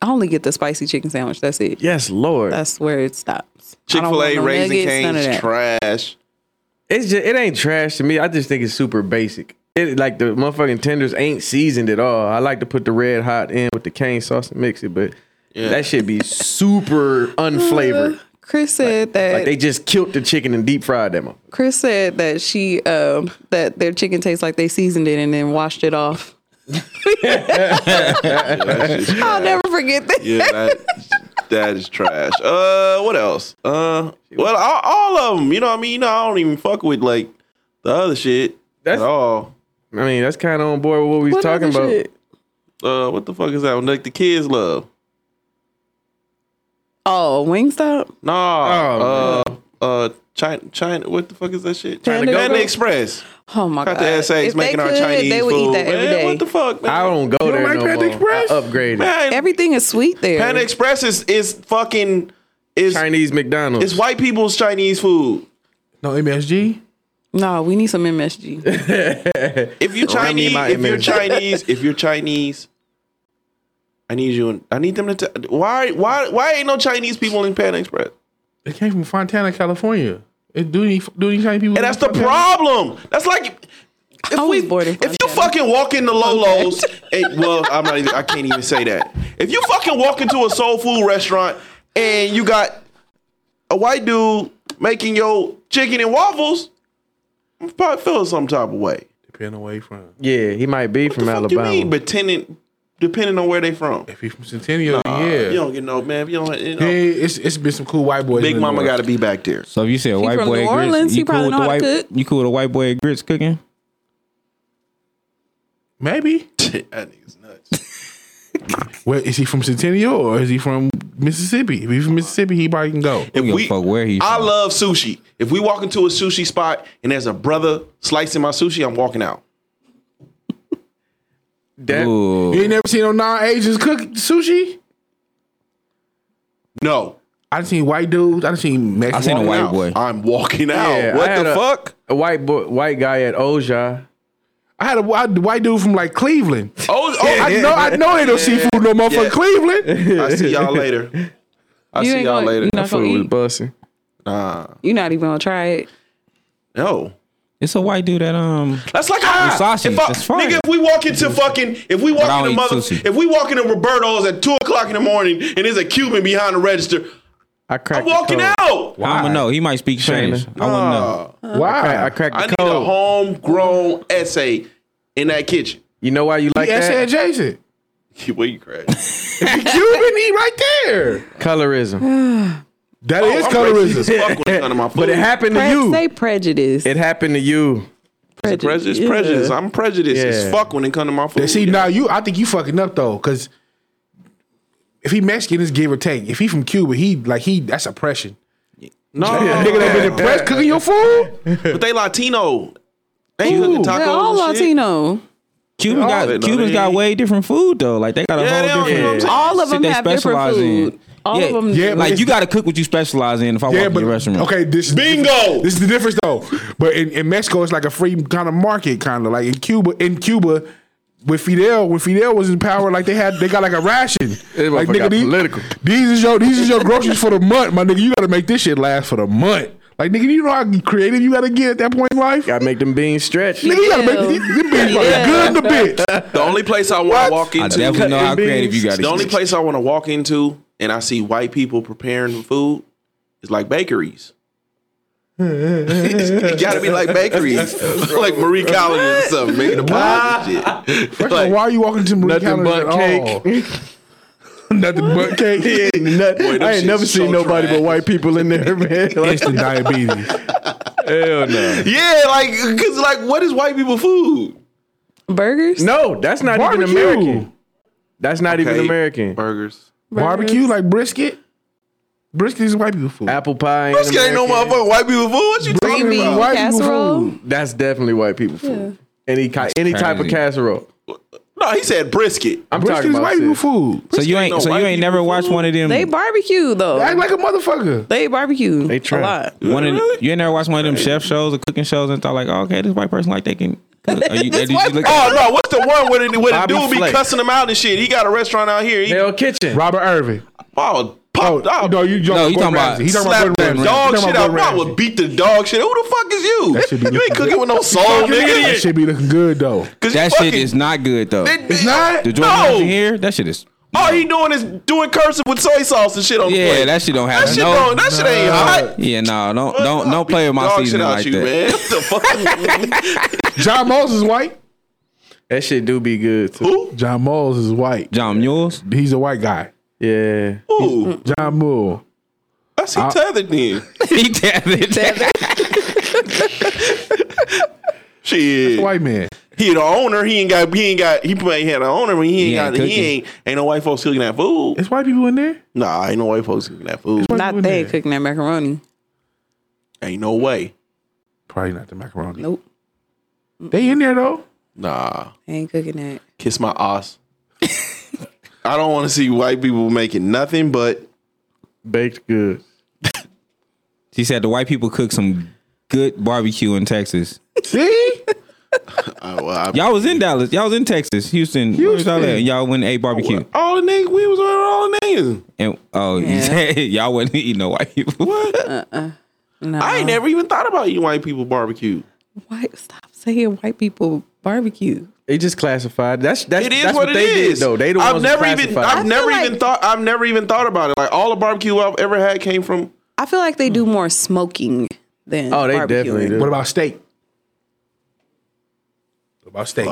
I only get the spicy chicken sandwich. That's it.
Yes, Lord.
That's where it stops. I
Chick
don't
Fil
want
A
no
raisin
nuggets, none of
canes
that.
trash.
It's just it ain't trash to me. I just think it's super basic. It like the motherfucking tenders ain't seasoned at all. I like to put the red hot in with the cane sauce and mix it, but
Yeah.
that should be super unflavored.
Chris said that.
Like they just killed the chicken and deep fried them. up.
Chris said that she um, that their chicken tastes like they seasoned it and then washed it off. I'll never forget that.
Yeah, that, that is trash. Uh, what else? Uh, well, all, all of them. You know what I mean? You know, I don't even fuck with like the other shit
That's-
at all.
I mean, that's kind of on board with what we was
What
talking
other
about.
shit?
Uh, what the fuck is that? one? Like the kids love.
Oh, Wingstop.
Oh,
Nah. uh, uh, China, China. What the fuck is that shit?
Panda
Panda
Express?
Express.
Oh my
Got
god!
the SAs
If they
making our
could,
Chinese
they would
food.
eat that every
man,
day.
what the fuck, man?
I don't go there
like
no
Panda
more.
Express?
I upgraded.
Man,
Everything is sweet there.
Panda Express is is fucking is
Chinese McDonald's.
is white people's Chinese food.
No MSG.
no, we need some MSG.
If you're
Remy
Chinese,
my
if you're
image.
Chinese, if you're Chinese, I need you. In, I need them to. T- why? Why? Why ain't no Chinese people in Panda Express?
It came from Fontana, California. It do any do any Chinese people?
And that's the problem. That's like. If
I was born in
if you
Fontana.
fucking walk into Lolo's, and, well, I'm not. Even, I can't even say that. If you fucking walk into a soul food restaurant and you got a white dude making your chicken and waffles, I'm probably feeling some type of way.
Depending away from.
yeah, he might be from
the fuck you
Alabama.
mean? But tenant, depending on where they from.
If he's from Centennial, yeah.
You don't get no man. if You don't. You know,
Yeah, it's it's been some cool white boys.
Big
in
Mama
the
got to be back there.
So if you see a white
from
boy,
New
at grits,
Orleans, he
you cool
probably
with
know
the
how
white,
to cook.
you cool with a white boy at grits cooking?
Maybe.
that nigga's nuts.
Where is he from Centennial or is he from Mississippi? If he's from Mississippi, he probably can go.
If
give a fuck where he
I
from.
love sushi. If we walk into a sushi spot and there's a brother slicing my sushi, I'm walking out.
That-
Ooh.
You ain't never seen no non-Asians cook sushi?
No,
I done seen white dudes. I done seen Mexicans.
seen a
I'm
white
out.
boy.
I'm walking out.
Yeah, I
what
had
the
a-
fuck?
a white boy, white guy at Oja.
I had a wi- white dude from like Cleveland.
Oh, oh
I know, I know, ain't no seafood no more
Yeah.
from Cleveland.
I see y'all later. I
You
see
ain't
y'all
gonna-
later.
you're not gonna
Food was
eat.
busting.
Nah,
You're not even gonna try it.
no.
It's a white dude that um.
That's like how
Versace,
If I,
that's fine.
nigga, if we walk into fucking, if we
I
walk
don't
into
eat
mother,
sushi.
if we walk into Roberto's at two o'clock in the morning and there's a Cuban behind the register,
I
I'm
cracked. the
walking
code.
out. Ah.
I don't know. He might speak Spanish. I wouldn't know.
I
Why?
cracked the
I need
code.
a homegrown essay in that kitchen.
You know why you like
Yes,
that?
and Jason.
Where you crash?
Cuban eat right there.
Colorism.
That is
Oh, I'm racist as
colorism.
fuck when it comes to my food.
But it happened to
Pre- say
you.
prejudice.
It happened to you.
Prejudice, prejudice. I'm prejudiced as
Yeah.
fuck when it comes to my food.
They see, now you, I think you fucking up though, because if he Mexican, it's give or take. If he from Cuba, he like he that's oppression.
no,
Nigga, they been oppressed cooking your food.
but they Latino. They
Ooh.
cooking tacos.
They're all
and shit.
Latino.
Cuban
Oh,
got
they know
Cubans
they
got
eat.
way different food though. Like they got a
Yeah, they
whole
don't- you know what I'm
different.
saying?
All of
shit
them
they
have different
specialize in.
food. all
yeah,
of them.
Yeah,
Yeah,
but
like
it's-
you got to cook what you specialize in. If I
Yeah,
walk
but
in your restaurant,
okay, this
Bingo!
This is the difference though. But in, in Mexico, it's like a free kind of market, kind of like in Cuba. In Cuba, with Fidel, when Fidel was in power, like they had they got like a ration.
This
like
motherfucker got
these,
political.
these is your these is your groceries for the month, my nigga. You got to make this shit last for the month. Like nigga, you know how creative you got to get at that point in life.
Gotta make them beans stretch.
Nigga, you gotta make
Ew.
this bitch
Yeah.
good in the bitch.
The only place I want to walk
I
into,
definitely know how
beans.
creative you got.
the only place I want to walk into, and I see white people preparing food, is like bakeries. it gotta be like bakeries, like Marie Callender's or something, making the pies and shit.
First of all, why are you walking to Marie
Nothing
Callender's
but
at all?
cake.
oh, Nothing but cake.
Nut-
them
I ain't never
shit's
seen
so
nobody
trash.
but white people in there, man. Like,
Instant diabetes.
hell no.
Yeah, like, cause like, what is white people food?
burgers.
No, that's not even
Barbecue.
American. That's not even
Okay,
American.
burgers.
Barbecue like brisket. Brisket is white people food.
Apple pie. ain't
This ain't no
American.
motherfucking white people food. What you talking?
Green
Talking
bean
about white people
casserole.
food.
That's definitely white people food. Any ki- any type of
crazy.
casserole.
No, he said brisket.
I'm
Brisket
talking
is
about
white people
sis.
food.
So you ain't.
no
so
white
you ain't
people
never watched
food.
one of them.
They barbecue though.
Act like a motherfucker.
they barbecue.
They
They
try.
try. a lot.
one of
Really?
you ain't never watched one of them chef shows or cooking shows and thought like, oh, okay, this white person like they can. Cook. Are you, did you
white
look
Oh no, what's the one where the, where the
Bobby
dude be
Flay.
cussing him out and shit? He got a restaurant out here. He
Hell kitchen.
Robert Irving.
oh,
Oh,
popped up.
no, you
No, you
talking
talking about
about He talking
Slap
about
that
Gordon Ramsay.
dog
He talking
shit
about
out.
Gordon
I would
Ramsey.
beat the dog shit. Who the fuck is
That should
you? You
be
ain't
looking
cooking
good.
with no soul, nigga.
That should be looking good though.
'Cause you
that
fucking-
shit is not good though.
It-
It's not?
the Jordan
no.
Ramsay here, that shit is.
All he doing is doing cursive with soy sauce and shit on the plate.
Yeah, that shit don't
That
happen.
shit
no,
don't. That shit ain't hot.
yeah, no, don't don't don't play with my
Dog shit
seasoning
out
like
you,
that.
Man. What the fuck?
John Moles is white.
That shit do be good too.
Who?
John Moles is white.
John Mules.
He's a white guy.
Yeah.
Who?
John Moore.
I see tethered then.
he tethered.
Shit.
White man.
He the owner. He ain't got. He ain't got. He probably had an owner, but he ain't
He ain't
got. He
cooking.
ain't. Ain't no white folks cooking that food.
It's white people in there.
Nah, ain't no white folks cooking that food.
Not they cooking that macaroni.
Ain't no way.
Probably not the macaroni.
Nope.
They in there though.
Nah,
They ain't cooking that.
kiss my ass. I don't want to see white people making nothing but
Baked good.
She said the white people cook some good barbecue in Texas.
See?
uh, well, I-
Y'all was in Dallas. Y'all was in Texas, Houston. Where was y'all at?
Houston.
Y'all went and ate barbecue.
all the niggas. We was on all the niggas.
And oh, you
Yeah.
said y'all wasn't eating no white people.
No.
I ain't never even thought about you white people barbecue.
White, stop saying white people barbecue.
They just classified. That's that's,
It is
that's
what,
what,
it
they
is.
did though. They the
I've
ones
never
who
even.
classified.
I've never
like-
even thought. I've never even thought about it. Like all the barbecue I've ever had came from.
I feel like they do
Mm.
more smoking than
Oh, they
barbecuing.
definitely do.
What about steak? What about steak?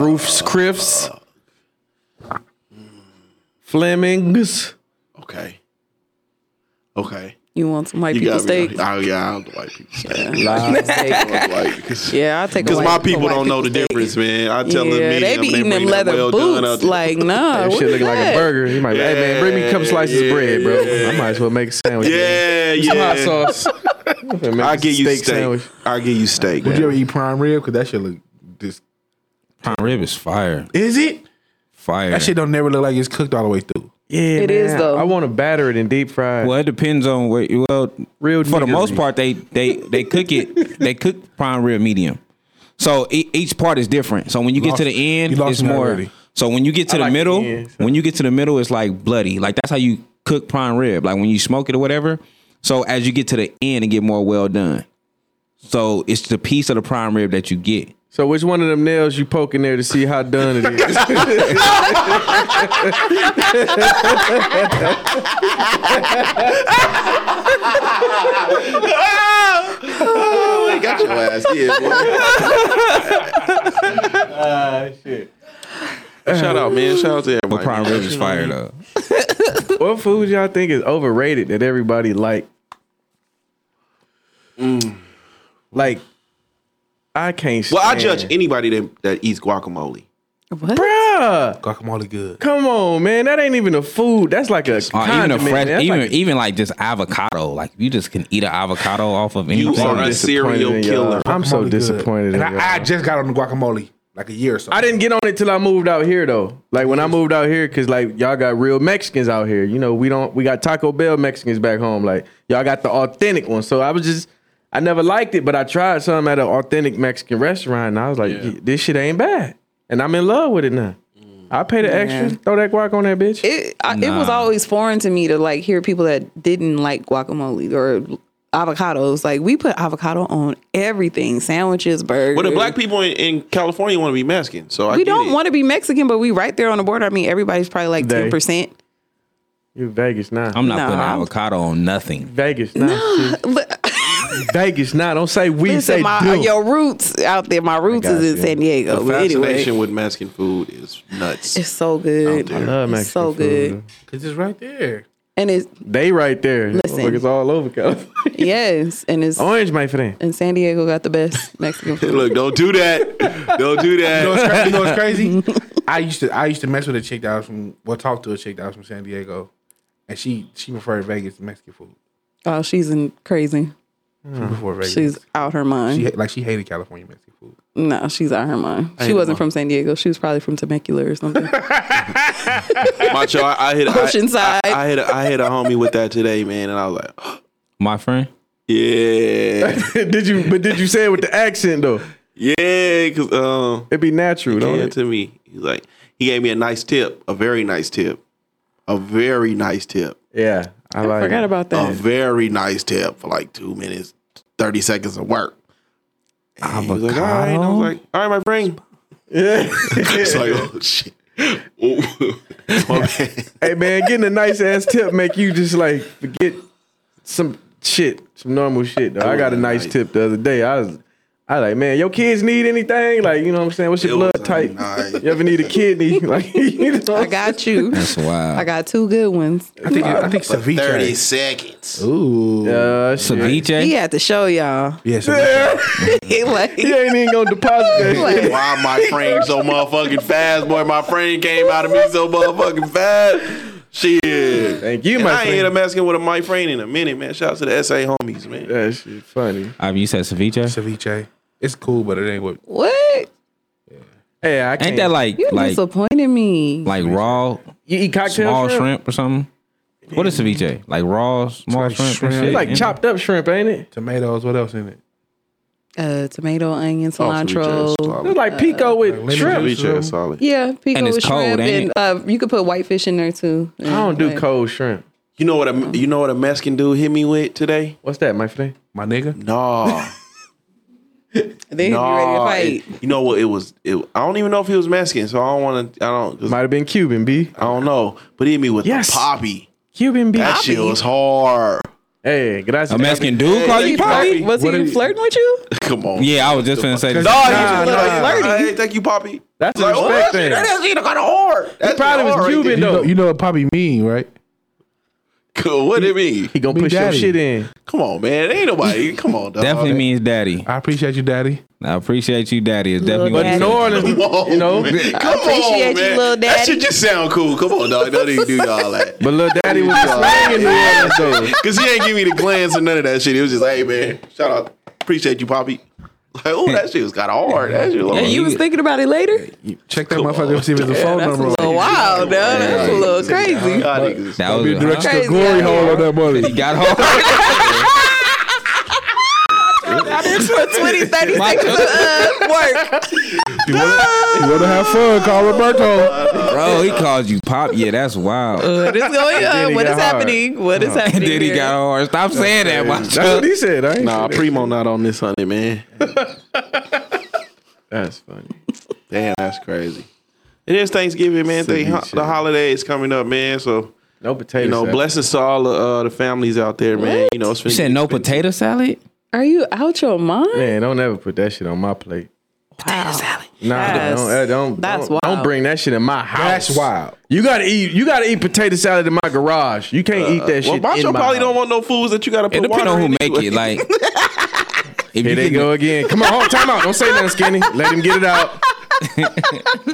Roofs, Criffs, Flemings.
Okay. Okay.
You want some white
You
people
got me.
steak?
I, Oh, yeah, I'm the white people. steak. Because
Yeah, I'll take. a white-
my
a
people
white
don't know the
steak.
difference, man. I tell them,
Yeah,
me,
they be
when
eating
bring
them
that
leather
well done out
boots.
there.
Like, nah,
That
Uh, what
shit
is
look like a
that?
burger. He might be like, hey man, bring me a couple slices
Yeah,
of bread, bro. I might as well make a sandwich.
yeah,
Some hot
yeah.
sauce.
I get you steak.
sandwich.
I get you steak.
Would you ever eat prime rib? Cause that shit look this.
Prime rib is fire.
Is it?
Fire.
That shit don't never look like it's cooked all the way through.
Yeah,
It is,
man.
though.
I want to batter it and deep fry. it.
Well, it depends on where. Well,
Real
for the
niggery.
most part, they they they cook it. They cook prime rib medium. So e- each part is different. So when you get to
lost-
the end,
you lost
it's
me
more.
already.
So when you get to the
like the
middle,
end, so-
when you get to the middle, it's like bloody. Like that's how you cook prime rib. Like when you smoke it or whatever. So as you get to the end, it get more well done. So it's the piece of the prime rib that you get.
So which one of them nails you poke in there to see how done it is?
Oh, they got your ass. Yeah, boy. Shout out, man. Shout out to
But
everybody.
prime
man.
rib is fire though.
what food y'all think is overrated that everybody like? Like, I can't.
Mm. Well, I
stand-
judge anybody that, that eats guacamole.
What?
Bruh,
Guacamole good.
come on, man. That ain't even a food. That's like a
Or Uh, even a
condiment.
fresh,
That's
even
like a-
even like just avocado. Like you just can eat an avocado off of anything.
are a serial
disappointed in y'all.
killer.
I'm so
Guacamole good.
disappointed.
And
in y'all.
I, I just got on the guacamole. like a year or so.
I didn't get on it till I moved out here though. Like when I moved out here, cause like y'all got real Mexicans out here. You know, we don't we got Taco Bell Mexicans back home. Like y'all got the authentic one. So I was just I never liked it, but I tried some at an authentic Mexican restaurant and I was like, this shit ain't bad. And I'm in love with it now. I pay the extra, throw that guac on that bitch.
It I, it was always foreign to me to like hear people that didn't like guacamole or avocados. Like we put avocado on everything, sandwiches, burgers.
But the black people in, in California want to be Mexican, so I
we
get
don't
it.
want to be Mexican, but we right there on the border. I mean, everybody's probably like
They-
ten percent.
You Vegas now.
I'm not
No,
putting
I'm-
avocado on nothing.
Vegas now. Vegas now. Don't say we
Listen,
say
my
do.
your roots out there. My roots
got
is in
you.
San
The
Diego. But
fascination
anyway,
with Mexican food is nuts.
it's so good.
Out there. I
love
It's
Mexican
so
food,
good,
though.
Cause it's right there.
and it's
They right there.
Listen.
Look, it's all over California.
yes, and it's
Orange, my friend.
and San Diego got the best Mexican food.
Look, don't do that. don't do that.
You know what's cra- you know what's crazy? I used to I used to mess with a chick that was from well talk to a chick that was from San Diego, and she she preferred Vegas to Mexican food.
Oh, she's in crazy.
She preferred Vegas.
She's out her
she
mind.
ha- like she hated California Mexican food.
no, she's out her mind. She wasn't from San Diego. She was probably from Temecula or something.
Macho, I, I hit I-
Oceanside.
I, I hit a, I hit a homie with that today, man, and I was like,
My friend,
yeah,
did you? But did you say it with the accent though?
yeah, because um,
It'd be natural, don't
yeah,
it?
to me, he's like, he gave me a nice tip, a very nice tip, a very nice tip,
Yeah, I, like.
Forgot
it.
about
a
that.
very nice tip for like two minutes, thirty seconds of work. And he was like, all right, and I was like, all right, my friend. Yeah, it's like, oh shit. Oh,
Hey man, getting a nice ass tip make you just like forget some shit, some normal shit. Though. I got a nice
nice.
tip the other day. I was. I like, man, your kids need anything? Like, you know what I'm saying? What's your
It was
blood type?
nice-
You ever need a kidney? Like, you know
I got you.
that's wild.
I got two good ones.
I think I think
Thirty
ceviche.
seconds.
Ooh,
Uh, shit.
ceviche.
He had to show y'all.
yeah, ceviche.
Yeah,
He like,
he ain't even gonna deposit that shit.
like,
Why my frame so motherfucking fast, boy? My frame came out of me so motherfucking fast. Shit.
Thank you,
And
my
I ain't hit a
friend.
Mexican with a my frame in a minute, man. Shout out to the SA homies, man.
That shit funny.
I mean, you said ceviche.
ceviche. It's cool, but it ain't what.
what?
Hey, I can't.
Ain't that like
You
like
disappointed me.
like raw
you eat cocktail
small
shrimp?
shrimp or something? What is ceviche? Like raw small
like
shrimp?
shrimp.
and shit?
It's
It's like
Yeah.
chopped up shrimp, ain't it?
Tomatoes. What else in it?
Uh, tomato,
oh,
onion, cilantro.
It's like pico with
lemon
shrimp.
juice.
Ceviche is solid.
yeah, pico
And it's
with
cold,
shrimp, and
ain't
uh, you could put whitefish in there too.
I don't do cold shrimp.
You know what a you know what a Mexican dude hit me with today?
What's that, my friend?
My nigga.
Nah.
Then
nah.
you ready to
It-
fight.
you know what it was it, I don't even know if he was Mexican, so I don't wanna I don't 'cause
Might have been Cuban B.
I don't know. But he hit me with the
Yes.
poppy.
Cuban B.
That shit was hard.
Hey, gracias.
A Mexican dude call you poppy?
Was
What
he
are you-
flirting with you?
Come on.
Yeah, I was just gonna say.
No, he
Nah,
was
nah.
like, hey, thank you, Poppy.
That's a
like, oh,
respect
that shit-
thing.
That shit kind of hard. That
probably was
You
Cuban.
know,
No.
you know what poppy mean, right?
Cool. What it mean?
He gonna
Me
push
daddy.
your shit in.
Come on, man. Ain't nobody. Come on, dog.
Definitely means daddy.
I appreciate you, daddy.
I appreciate you, daddy. It's definitely
But
what it
New
Daddy.
says.
Orleans,
Come on,
you know.
man. Come
appreciate
on,
you,
man.
little
That
daddy.
should just sound cool. Come on, dog. Don't even do all that.
But little daddy was slanging New Orleans though.
Cause he ain't give me the glance or none of that shit. It was just, hey, man. Shout out. Appreciate you, Poppy. Like, oh, that shit was kind of hard. That shit. was
And
Oh,
hard.
you was thinking about it later?
Check that
Come
motherfucker
on,
to see if it's a phone
That's a
number.
little wild, though. That's a little crazy.
Y'all niggas-
That was
Be
a-
directed
huh?
to
Crazy,
a glory
yeah.
hole on that money.
He got home.
For 20, 30 seconds of uh, work.
You wanna have fun? Call Roberto.
Bro, he called you pop. Yeah, that's wild.
What is going on?
he
What is
got hard. Uh-huh.
happening? What is
And
happening?
then he
here?
got hard. Stop saying that, my
That's what he said. I ain't
Nah,
said it.
Primo not on this honey, man.
That's funny.
Damn, that's crazy. It is Thanksgiving, man. They,
Ceviche.
the holiday is coming up, man. So
No potato.
you know,
salad.
blessings to all the, uh, the families out there, man. You know, it's
You said no potato salad?
Are you out your mind?
Man, don't ever put that shit on my plate.
Wow.
Nah,
That's-
don't, uh, don't,
that's
don't, don't
wild.
bring that shit in my house.
That's wild.
You gotta eat. You gotta eat potato salad in my garage. You can't eat that
Uh, Well,
shit.
Macho
in my
probably
house.
don't want no foods that you got to put
It depends
water
on who
in
make
anyway.
it. Like, if
Here
you
they
can-
go again. Come on, hold, time out. Don't say nothing, Skinny. Let him get it out.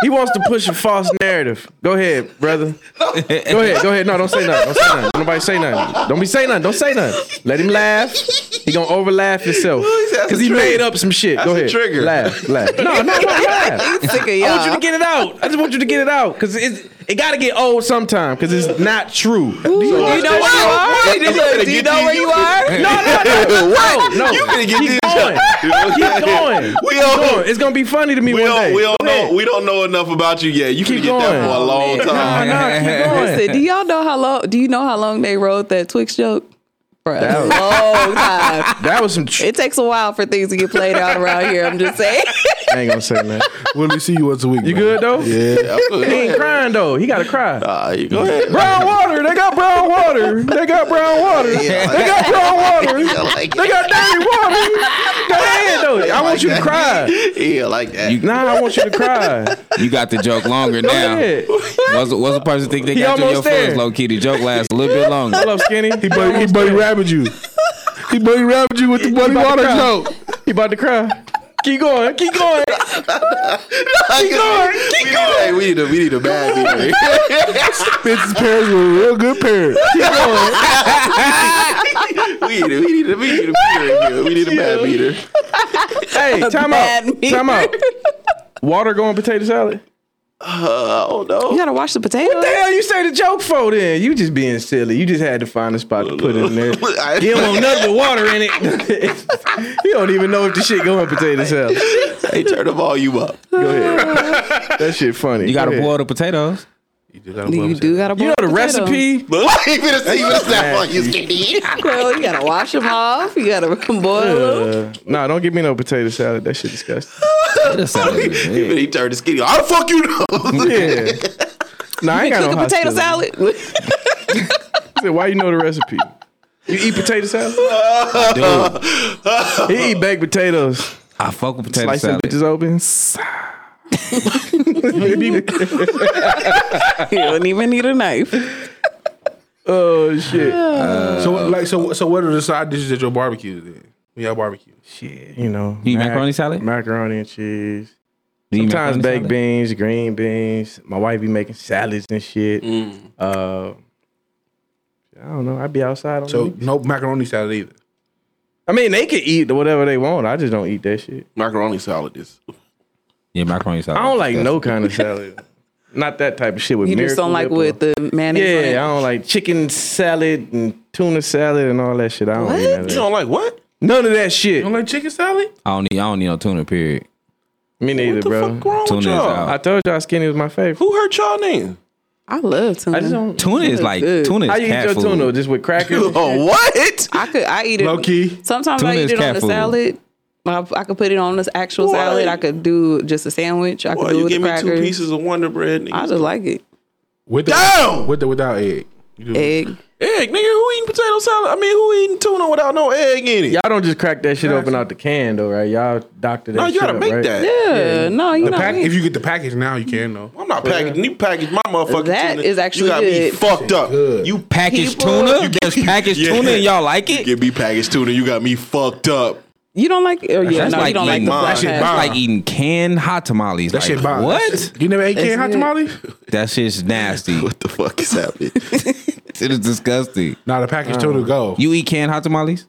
he wants to push a false narrative. Go ahead, brother. Go ahead. Go ahead. No, don't say nothing. Don't say nothing. Don't nobody say nothing. Don't be saying nothing. Don't say nothing. Let him laugh. He gonna overlaugh himself
that's
because
a
he
trigger.
made up some shit.
That's
Go
a
ahead,
trigger.
laugh, laugh. No, no, no, laugh.
Sick of
I want you
y'all.
to get it out. I just want you to get it out because it's it gotta get old sometime because it's not true.
You know where you are?
Wait, this is-
Do you know where you
No,
are?
no, no, no, no.
You gonna get
Keep
this
going. Keep going.
We
Keep
don't-
going. It's gonna be funny to me
We
one day.
don't, we don't
Go ahead.
know. We don't know enough about you yet. You can
Keep
get
going.
that for a long
man.
Nah,
time.
nah, keep going.
Listen, do y'all know how long? Do you know how long they wrote that Twix joke? For a
was-
long time.
That was some. Tr-
It takes a while for things to get played out around here. I'm just saying.
I ain't gonna say that.
When we see you once a week.
You good though?
Yeah.
He ain't crying though. He gotta cry.
Nah, you go ahead.
brown water. They got brown water. They got brown water. They got brown water. They got dirty water. Go ahead though. I want you to cry.
Yeah, like that.
You-
Nah, I want you to cry.
You got the joke longer
Go
now.
ahead.
What's, what's the person think they
He
got you in your
almost there.
first low key? The joke lasts a little bit longer.
Hello, skinny.
Buddy,
He
he
almost
buddy
there.
rabbit you. He buddy rabbit you with the
He
buddy
about
water
to cry.
joke.
He about to cry. Keep going. Keep going.
keep going. Keep we going. Need, hey, we need a we need a bad beater.
Bitch's parents were real good parents.
we need a we need a we need a beater in here. We need a bad beater.
Hey, time out.
Bad meter.
Time out. Water going potato salad.
Uh, oh
You
no.
gotta wash the potatoes.
What the hell you say the joke for then? You just being silly. You just had to find a spot to put it in there.
I-
You don't want nothing but water in it. you don't even know if the shit going potato salad.
Hey, turn the volume up.
Go ahead. that shit funny.
You got
Go
to
ahead.
boil the potatoes.
You do gotta.
You know the
boil potatoes.
recipe.
But like, you finna see what's that on you, skinny.
Well, you gotta wash them off. You gotta boil them.
Uh, nah, don't give me no potato salad. That shit disgusting.
Potato salad is
He
good.
finna turn the skinny. How the fuck you know?
Yeah. Nah, I ain't got
Cook
no
a potato
hostility.
salad.
I said, Why you know the recipe? You eat potato salad?
Dude,
he eat baked potatoes.
I fuck with potato
Slice them
salad.
bitches open.
you don't even need a knife.
Oh shit.
So what- like so so what are the side dishes at your barbecue then? We have barbecue.
shit. You know.
You eat macaroni salad?
Macaroni and cheese.
Do you make
Sometimes
macaroni
baked
salad?
beans, green beans. My wife be making salads and shit.
Mm.
Uh, I don't know. I'd be outside on
So
the-
no macaroni salad either.
I mean, they can eat whatever they want. I just don't eat that shit.
Macaroni salad is.
Yeah, macaroni salad.
I don't like no kind of salad. Not that type of shit with
You just don't
Miracle
like
Whip
with the mayonnaise.
or-
on it?
Yeah, I don't like chicken salad and tuna salad and all that shit. I don't eat none of that.
like what?
None of that shit.
You don't like chicken salad?
I don't need. I don't need no tuna. Period.
Me neither, bro.
Tuna is out.
I told y'all skinny was my favorite.
Who hurt y'all name?
I love tuna.
I just don't.
Tuna is like
good.
tuna is
How you eat
cat
your
food.
tuna? Just with crackers? and shit?
Oh what?
I could. I eat it
Low key.
Sometimes
Tuna
I
is
eat it
cat
on a
food.
salad. I, I could put it on this actual
Why?
salad. I could do just a sandwich. I could
Well,
do it
you
with
give me
crackers.
two pieces of Wonder Bread. Nigga.
I just like it.
With the
Damn!
with the without egg. You do-
Egg.
egg, nigga. Who eating potato salad? I mean, who eating tuna without no egg in it?
Y'all don't just crack that shit open out the can though, right? Y'all doctor that.
no, you
shit
gotta
up,
make
right?
that.
Yeah. No, you
The
know.
pack,
me.
if you get the package now, you can though.
I'm not packing. You package my motherfucking
That
tuna.
is actually
you got me
good.
fucked up.
Good.
You
Packaged
People-
tuna. You just packaged
Yeah.
tuna and y'all like it.
give me packaged tuna. You got me fucked up.
you don't like. Oh, yeah.
That's
No,
like
you don't like
eating
the
mine.
flash
That shit
hat.
That's like eating canned hot tamales.
That
like,
shit bomb.
What?
You never ate canned hot
good.
tamales?
That shit's nasty.
What the fuck is happening?
it is disgusting.
Nah, the package tuna go.
You eat canned hot tamales?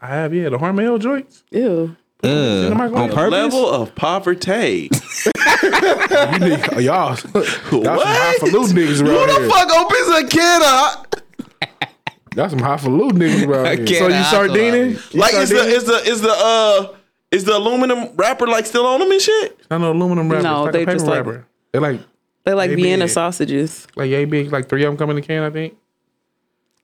I have yeah, the Hormel joints.
Ew.
Ugh.
the
Uh, On
microwave.
purpose?
Level of poverty.
You need, oh, y'all, y'all some highfalutin niggas
Who
around
the
here.
fuck opens a can of
Y'all some highfalutin niggas around here.
can't-
So you
Nah, I thought I
sardining?
like? Is the is the is the uh is the aluminum wrapper like still on them and shit?
It's not no aluminum wrapper.
No,
it's like
they
a paper
just like-
wrapper. They like
They like
They
Vienna
big.
sausages.
like yay big. Like three of them come in the can. I think.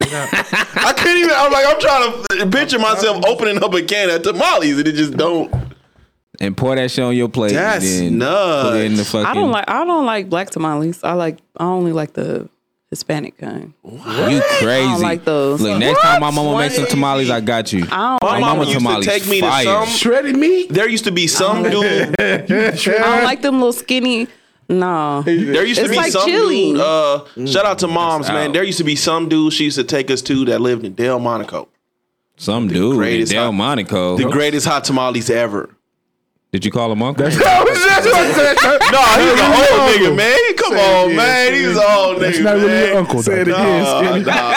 They got-
I couldn't even. I'm like, I'm trying to picture myself opening up a can of tamales, and it just don't.
and pour that shit on your plate.
That's
and then Put it in the
nuts.
fucking.
I don't like. I don't like black tamales. I like. I only like the Hispanic kind.
You crazy?
like those.
Look, next time my mama
What?
makes some tamales, I got you.
I don't.
My
Like,
mama
mama
used to
tamales
take me
fire.
to some.
shredded meat.
There used to be some dude.
I don't like them little skinny. No.
There used to
It's
be
like
some
chili.
dude. Uh, Shout out to moms, man.
out.
There used to be some dude she used to take us to that lived in Delmonico.
Some dude in
greatest
Delmonico.
The greatest hot tamales ever.
Did you call him uncle?
Oh,
No, he's an old nigga, man. Come on, man. He's an old nigga.
That's not really
man.
your uncle.
Nah,
though.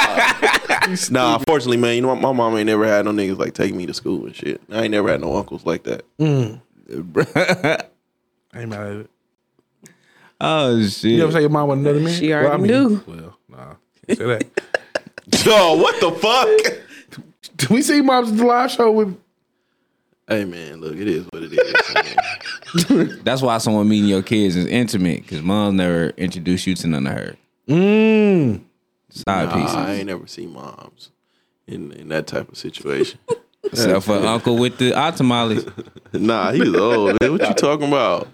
nah. Nah, unfortunately, man, you know my, my mom ain't never had no niggas like taking me to school and shit. I ain't never had no uncles like that.
I ain't mad at it.
Oh shit!
You ever say your mom was another man?
She
Well,
already knew.
Well, nah. Can't Say that.
Yo, what the fuck?
Did we see mom's live show with?
hey man, look, it is what it is. man.
That's why someone meeting your kids is intimate because mom never introduced you to none of her
Mm.
side
Nah, I
pieces,
ain't never seen moms in, in that type of situation.
except for Uncle with the tamales.
nah, he's old, man. What you talking about?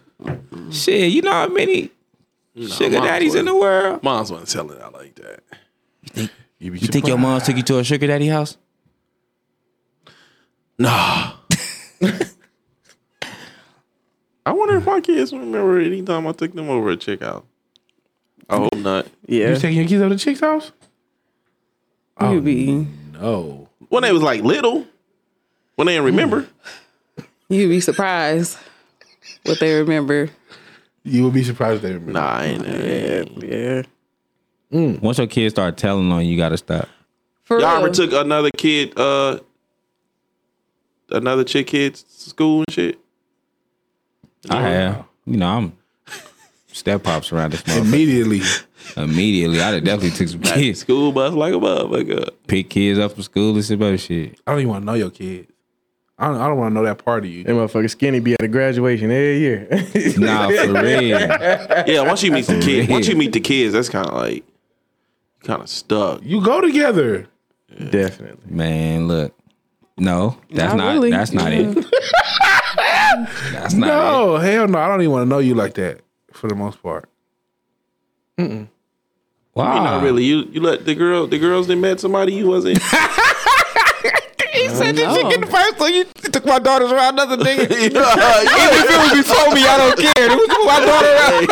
Shit, you know how many sugar
mine
daddies in
wasn't.
the world?
Moms wasn't selling out like that.
You, be
You think your mom took you to a sugar daddy house?
Nah. I wonder if my kids remember any time I took them over a chick out. I hope not.
You
Yeah.
taking your kids out to the chick's house?
you be
No.
Oh,
When they was like little, when they didn't remember.
you be surprised what they remember.
You would be surprised if they remember.
Nah, I ain't. ain't-
Yeah.
Once your kids start telling on you, you gotta stop.
For
Y'all ever
real.
took another kid, uh, another chick kid to school and shit?
I have, you know, I'm step pops around this motherfucker
Immediately.
immediately. I done definitely took some kids,
School bus like a motherfucker.
pick kids up from school and some other shit.
I don't even want to know your kids. I don't, I don't want to know that part of you.
That motherfucker skinny be at a graduation every year.
Nah, for real.
Yeah, once you meet the kid,
real.
once you meet the kids, that's kind of like, kind of stuck.
You go together.
Definitely.
Man, look. No, that's
Not
not,
really.
that's not it. that's not it.
No, hell no. I don't even want to know you like that for the most part.
Wow.
You know, really, you you let the girl, the girls that met somebody you wasn't.
said this shit in the first so you took my daughters around another nigga.
yeah,
If it was before me, I don't care. It was my daughter around.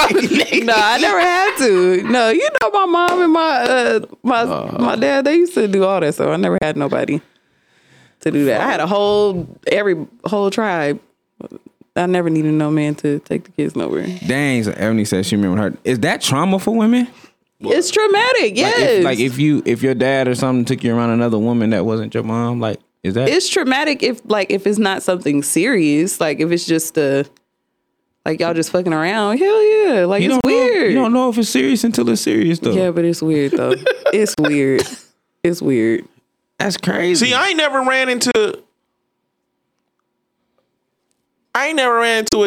no, I never had to. No, you know my mom and my uh, my
Uh-huh.
my dad. They used to do all that, so I never had nobody to do that. I had a whole every whole tribe. I never needed no man to take the kids nowhere.
Dang, so Ebony said she remembered her. Is that trauma for women?
It's traumatic. Yes,
Like if, like if you if your dad or something took you around another woman that wasn't your mom, like is that
it's traumatic if like if it's not something serious. Like if it's just a like y'all just fucking around. Hell yeah! Like
you
it's
don't Know,
weird.
you don't know if it's serious until it's serious though.
Yeah, but it's weird though. it's weird. It's weird.
that's crazy.
See, I ain't never ran into. I ain't never ran into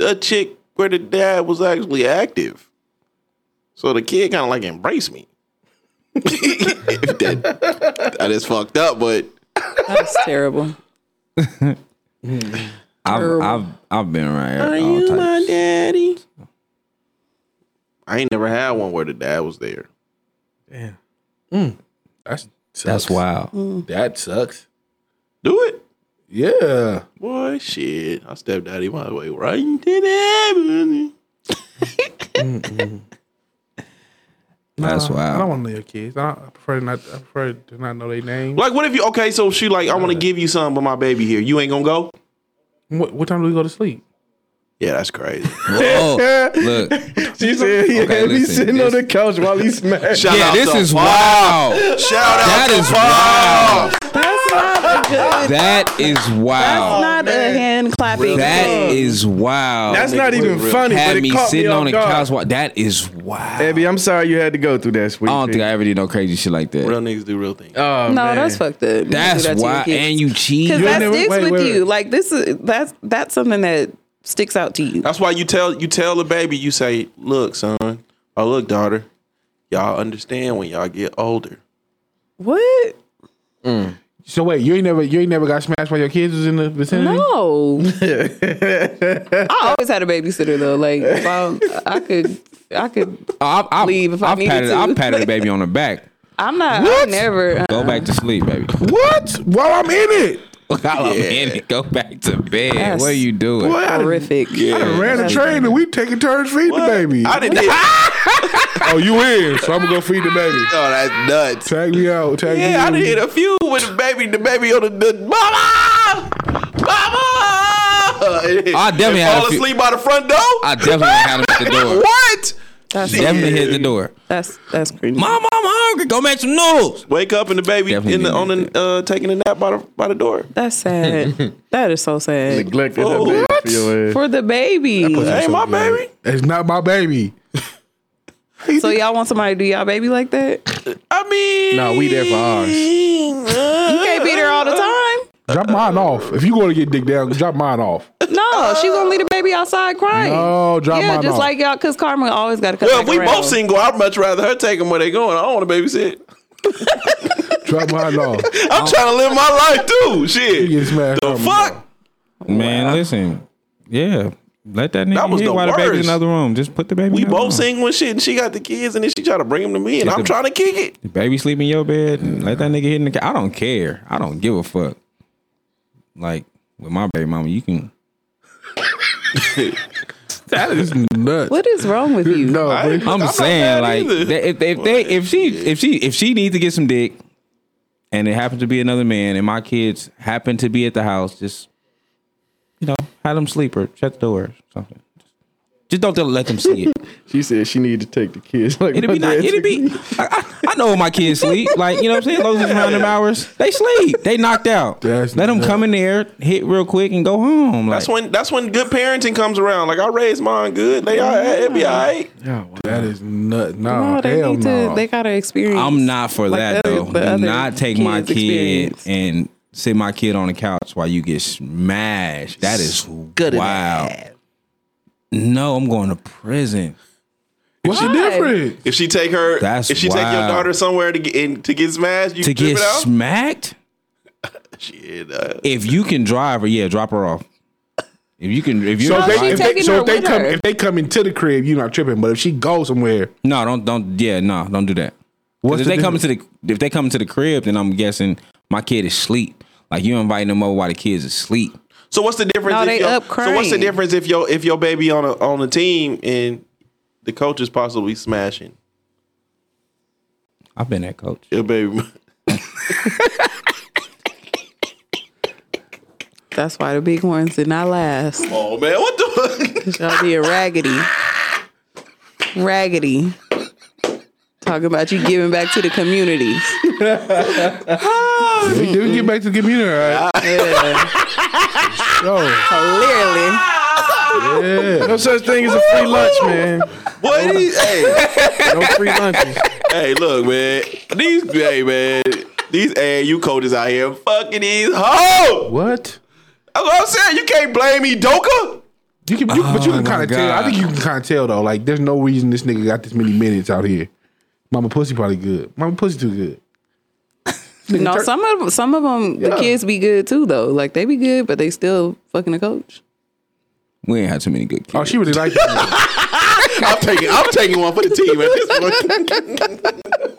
a a chick where the dad was actually active. So the kid kind of like embraced me. If that, that is fucked up, but
That's terrible.
I've, I've I've been around here. all types.
daddy? I ain't never had one where the dad was there.
That's
That's
sucks.
Mm.
wild.
That sucks.
Do it.
Yeah.
Boy, shit. I stepped out of my way right into the heaven.
That's
I don't
wild.
want to know your kids. I, don't- I prefer not. I prefer to not know their name.
Like, what if you, okay, so she like, I want to give you something, but my baby here. You ain't going to go?
What, what time do we go to sleep?
Yeah, that's crazy.
Oh, look.
She said, yeah,
Okay,
he's
listen,
sitting on
this-
the couch while he smashed.
Shout
Yeah,
out
this
to
is
Paul.
wild.
Shout out
That
to
is
Paul.
wild.
That's not a good.
That is
That's
wild.
Oh,
not a hand clapping.
That is wild.
That's not even funny,
had
but
me
it caught
sitting
me
on the couch.
guard.
wa- That is wild.
Abby, I'm sorry you had to go through that, sweet.
I don't think
pea.
I ever did no crazy shit like that.
Real niggas do real things.
Uh,
Oh,
no,
man.
that's fucked up.
That's why, and you cheat.
because
You
that
never-
sticks
wait,
with
wait,
you.
wait.
Like this is that's that's something that sticks out to you.
Uh,
That's why you tell you tell the baby, you say, look, son, or look, daughter, y'all understand when y'all get older.
What?
So wait, you ain't never you ain't never got smashed while your kids was in the vicinity.
No. I always had a babysitter though. Like if I, I could, I could.
I, I,
leave if I needed
patted,
to.
I patted the baby on the back.
I'm not. I
What?
never. uh,
Go back to sleep, baby.
What? While I'm in it,
While I'm in it, go back to bed.
That's-
What are you doing?
boy, I done-
horrific.
I done ran the train and we taking turns feeding
What?
the baby.
I didn't. oh,
oh, you in? So I'm gonna go feed the baby.
that's nuts.
Tag me out. Tag me.
Yeah, I
in.
done hit a few with the baby, the baby on the, the mama, mama.
I definitely
And
had a
fall
few-
asleep by the front door.
I definitely had him at the door.
what?
That's
Definitely hit the door.
that's that's crazy.
Mom, I'm hungry. Go make some noodles.
Wake up and the baby
Definitely
in the,
did
on the uh, taking a nap by the by the door.
That's sad. that is so sad
Neglected that eh?
What?
baby for your ass.
for the baby.
That ain't my baby.
It's not my baby.
So y'all want somebody to do y'all baby like that?
I mean,
Nah, we there for ours.
You can't be there
Uh,
all the time.
Drop mine off. If you going to get dick down, drop mine off.
No, she gonna leave the baby outside crying.
Oh. No, drop
yeah,
mine
just
off.
like y'all, cause Carmen always got to come
Well,
back
if we
around.
both single, I'd much rather her take them where they going. I don't want to babysit.
drop mine off.
I'm trying to live my life too. Shit.
You get smashed
the
up,
fuck?
Man, listen. Yeah. Let that nigga
That was
hit
the
while the baby's in
worst.
another room. Just put the baby
We
in the
both
room.
single and shit, and she got the kids, and then she try to bring them to me, and
Get
I'm
the-
trying to kick it.
The baby sleep in your bed and let that nigga hit in the ca- I don't care. I don't give a fuck. Like with my baby mama, you can
That is nuts.
What is wrong with you?
No,
I-
but
I'm,
not
saying
mad
like
either.
they, if they, if they if she if she if she needs to get some dick and it happens to be another man and my kids happen to be at the house, just you know, have them sleep or shut the door or something. Just don't let them see it.
She said she needed to take the kids. Like
It'd
my
be not.
dad
It'd
took
be.
me.
I, I, I know when my kids sleep. Like you know, what I'm saying those is random hours. They sleep. They knocked out.
That's
Let them
nuts.
come in there, hit real quick, and go home. Like,
That's when that's when good parenting comes around. Like I raised mine good. They all right, it be all right.
that is nuts. No,
No, they
hell
need
no.
to. They gotta experience.
I'm not for
like
that
the other-
though.
the
Do
other
not take my
kids'
kid
experience.
and sit my kid on the couch while you get smashed. That is good. Wow. No, I'm going to prison.
What's the
Why?
difference?
If she take her,
That's
if she take your
wild.
daughter somewhere to get in, to get smashed, you
To
to
get
it out.
smacked?
Shit, uh,
If you can drive her, yeah, drop her off. If you can, if you're
So if
she
they, if they,
taking
so
her
if they
with
come
her.
if they come into the crib, you're not tripping. But if she goes somewhere,
No, don't don't yeah, no, don't do that. 'Cause
What's
if
the
they come into the if they come into the crib, then I'm guessing my kid is asleep. Like you inviting them over while the kids is asleep.
so what's the difference?
No,
if
they
your,
up
So what's the
crying.
difference if your if your baby on a on a team and the coach is possibly smashing
I've been that coach.
your baby?
That's why the big horns did not last.
Oh man, what the fuck?
Y'all being raggedy, raggedy. Talking about you giving back to the community.
they do get back to the community. All right?
Yeah,
So,
clearly.
yeah.
No such thing as a free lunch, man.
What? is- hey,
No free lunches.
hey, look, man. These hey man. These AAU coaches out here fucking these hoes.
What?
That's what I'm saying. You can't blame me, Doka.
You can, you, but you
Oh
can
my
kind of tell. I
God.
think you can kind of tell though. Like, there's no reason this nigga got this many minutes out here. Mama pussy probably good. Mama pussy too good.
No, some of some of them the
Yeah.
kids be good too though. Like they be good, but they still fucking a coach.
We ain't had too many good kids.
Oh, she really liked it.
I'm taking I'm taking one for the team at this point.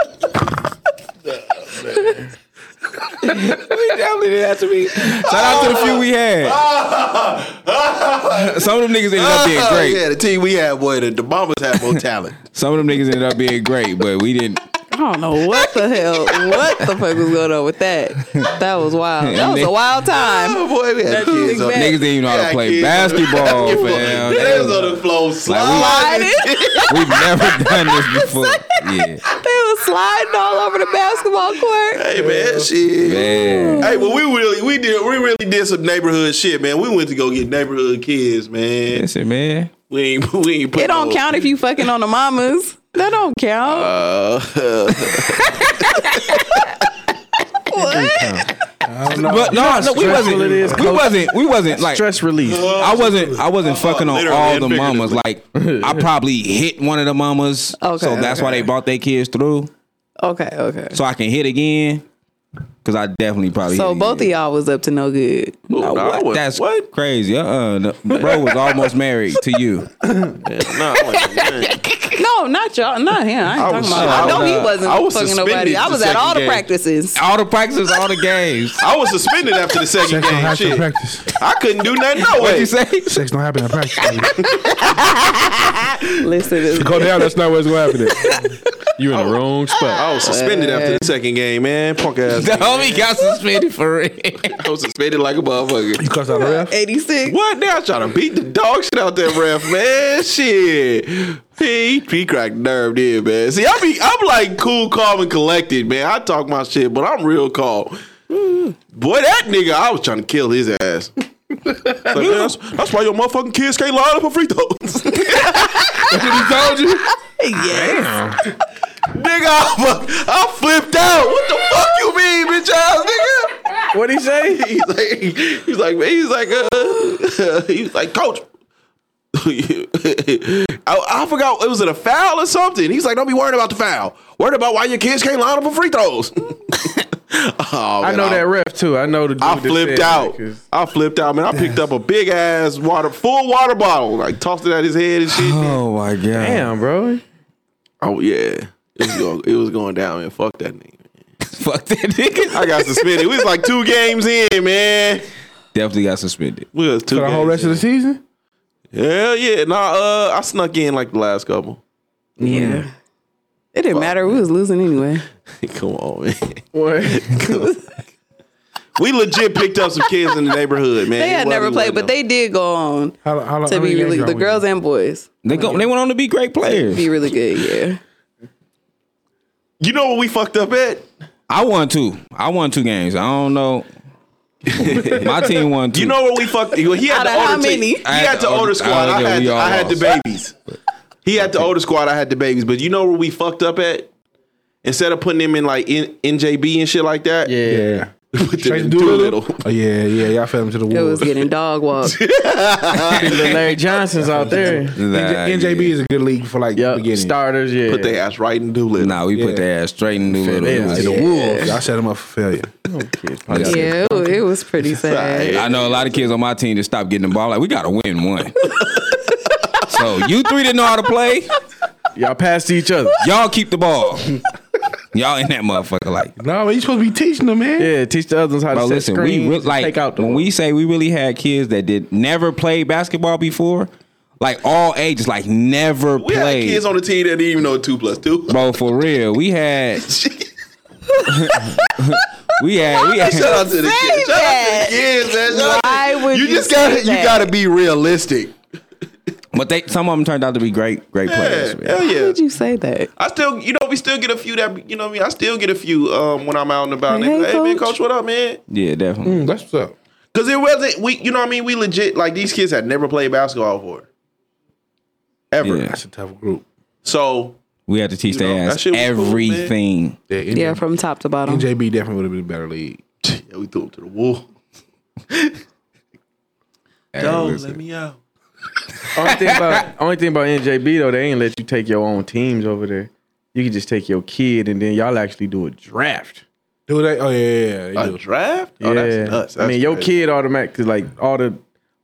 definitely did that to me. Shout out to the few we had. Some of them niggas ended up being
Oh,
great.
Yeah, the team we had, boy, the, the Bombers had more talent.
Some of them niggas ended up being great, but we didn't.
I don't know what the hell, what the fuck was going on with that. That was wild. That was a wild time.
Oh, boy, we had kids on
Niggas didn't even know how to play basketball, fam.
They was on the floor sliding.
We've never done this before. Yeah,
They was sliding all over the basketball court.
Hey man, shit.
man.
Hey, well, we really, we did, we really did some neighborhood shit, man. We went to go get neighborhood kids, man.
Listen, man.
We ain't, we ain't. Put
It don't
no-
count if you fucking on the mamas. That don't count.
Uh,
But no, no, we wasn't.
it is,
We wasn't. We wasn't like.
Stress release.
I wasn't. I wasn't fucking on
literally
all
and
the mamas. Like I probably hit one of the mamas,
Okay,
so that's why they brought their kids through,
Okay, okay.
so I can hit again. Cause I definitely probably.
So
hit
both of
again.
y'all was up to no good.
no,
What?
I wasn't-
That's
what?
crazy. Uh, uh bro was almost married to you.
No, I wasn't.
No, not y'all, not him. I ain't
I
talking
was-
about.
I
I know
was,
he
uh,
wasn't
I was
fucking nobody.
suspended
I
the
was at all
second
the
game.
practices.
All the practices, all the games.
I was suspended after the second
Sex don't
game.
happen in
Shit.
practice.
I couldn't do nothing. No
What'd
way.
you say?
Sex don't happen in practice.
Listen, it's-
Go down. That's not what's gonna happen. there.
You in the wrong spot.
I was suspended after the second game, man. Punk ass.
The homie got suspended for real.
I was suspended like a motherfucker.
You cuss out the ref.
86.
What? They all trying to beat the dog shit out that ref, man. Shit. He, he cracked nerve there, man. See, I be I'm like cool, calm, and collected, man. I talk my shit, but I'm real calm. Boy, that nigga, I was trying to kill his ass. Like, man, that's, that's why your motherfucking kids can't line up for free throws.
told you.
nigga, I, fuck- I flipped out. What the fuck you mean, bitch ass nigga?
What'd he say?
He's like, he's like, man, he's like, uh, he's like, coach. I, I forgot it was it a foul or something. He's like, don't be worried about the foul. Worried about why your kids can't line up for free throws. Oh,
I
man,
know that ref too. I know the. Dude
I
that said
flipped
that,
out.
'cause-
I flipped out, man. I picked up a big ass water, full water bottle, like tossed it at his head and shit.
Oh my god.
Damn, bro.
Oh yeah, it was going, it was going down, man. Fuck that nigga.
Fuck that nigga.
I got suspended. we was like two games in, man.
Definitely got suspended.
We was two.
For the whole rest
games
of the season?
in. Hell yeah, nah. Uh, I snuck in like the last couple.
Yeah. It didn't matter. We was losing anyway.
Come on, man.
What?
We legit picked up some kids in the neighborhood, man.
They
It
had never
wasn't
played, but
letting
they did go on
How, how, how
to
many
be
games
really
y'all
the
win?
girls and boys
They go. They went on to be great
be
players.
really good. Yeah.
them. You know what we fucked up at?
I won two. I won two games. I don't know. My team won two.
You know what we fucked? Well, he had
Out
the
of how
older team.
many?
He
I had
had
the
the
older-
older squad.
oh,
I
yeah,
had
we
the,
all
I had the
lost.
babies. He had the older squad. I had the babies. But you know where we fucked up at? Instead of putting them in like N- NJB and shit like that,
Yeah.
Yeah.
we put them
Tracy
in
Doolittle.
Doolittle.
Oh, yeah, yeah. Y'all fed him to the
It was
wolves.
getting dog walked.
Little Larry Johnson's out there.
Nah,
NJB is a good league for like
Yup.
beginning.
Starters, yeah.
Put their ass right in Doolittle.
Nah, we put their ass straight in the little.
Yeah.
It was-
to the wolves. Y'all set him up for failure.
Yeah, it wa- it was pretty sad.
I know a lot of kids on my team just stopped getting the ball. Like we gotta win one. so you three didn't know how to play.
Y'all pass to each other.
Y'all keep the ball. Y'all in that motherfucker like.
No, you supposed to be teaching them, man.
Yeah, teach the others how to
Bro,
set
listen,
screens.
we re-
and
like
take out the
when we say we really had kids that did never play basketball before, like all ages, like never
we had
played.
kids on the team that didn't even know two plus two.
Bro, for real, we had. we had. We
Shout
had.
out to the
say
kids. Shout out
that?
to the kids, man. Shout out to-
Why would
you
you
just
say
gotta you
that?
gotta be realistic?
But they, some of them turned out to be great, great players.
Yeah,
Man.
hell
Why
yeah.
would you say that?
I still, you know, we still get a few that, you know what I mean? I still get a few um, when I'm out and about.
Hey,
Hey, hey man,
coach.
coach, what up, man?
Yeah, definitely.
Mm.
That's what's up.
Because it wasn't, we, you know what I mean? We legit, like, these kids had never played basketball before. Ever.
Yeah.
That's a tough group.
So,
We had to teach
know,
their
that
ass
shit was cool, man.
everything.
Yeah, NJ,
Yeah, from top to bottom.
NJB definitely would have been a better league.
yeah, we threw them to the wall. Don't let me out.
only thing about only thing about NJB though, they ain't let you take your own teams over there. You can just take your kid and then y'all actually do a draft.
Do they? Oh yeah, yeah, yeah.
A
they do.
draft? Oh, that's nuts.
I
That's
mean, your
crazy.
kid automatically like all the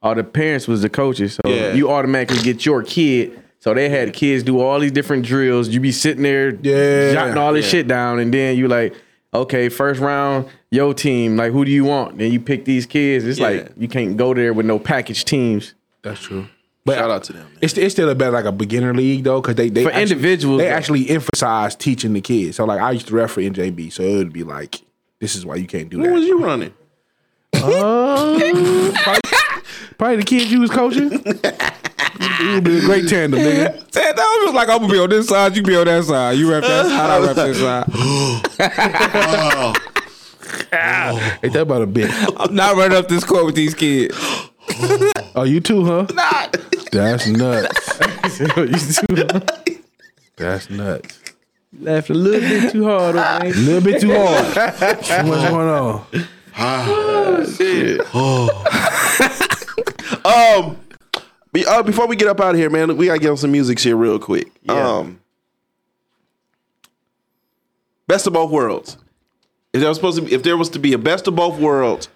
all the parents was the coaches, so
Yeah.
you automatically get your kid. So they had kids do all these different drills. You be sitting there,
Yeah.
jotting all this
Yeah.
shit down, and then you like, okay, first round, your team. Like, who do you want? Then you pick these kids. It's
Yeah.
like you can't go there with no package teams.
That's true. But
Shout out to them. Man.
It's, it's still a better like a beginner league though, because they they
For individuals,
they
though.
actually emphasize teaching the kids. So like I used to ref for NJB, so it would be like this is why you can't do
Who was
that.
you running?
Probably the kids you was coaching. it would be a great tandem, nigga.
That was just like I'm gonna be on this side, you be on that side. You rap that side, I rap this side.
Ain't that about a bit?
I'm not running up this court with these kids.
Oh, you too, huh? Not. That's nuts. That's nuts.
Laughed a little bit too hard over there.
A little bit too hard. Too much going on.
Um, be, uh, before we get up out of here, man, we gotta get on some music shit real quick. Um, best of both worlds. If there was supposed to, be, if there was to be a best of both worlds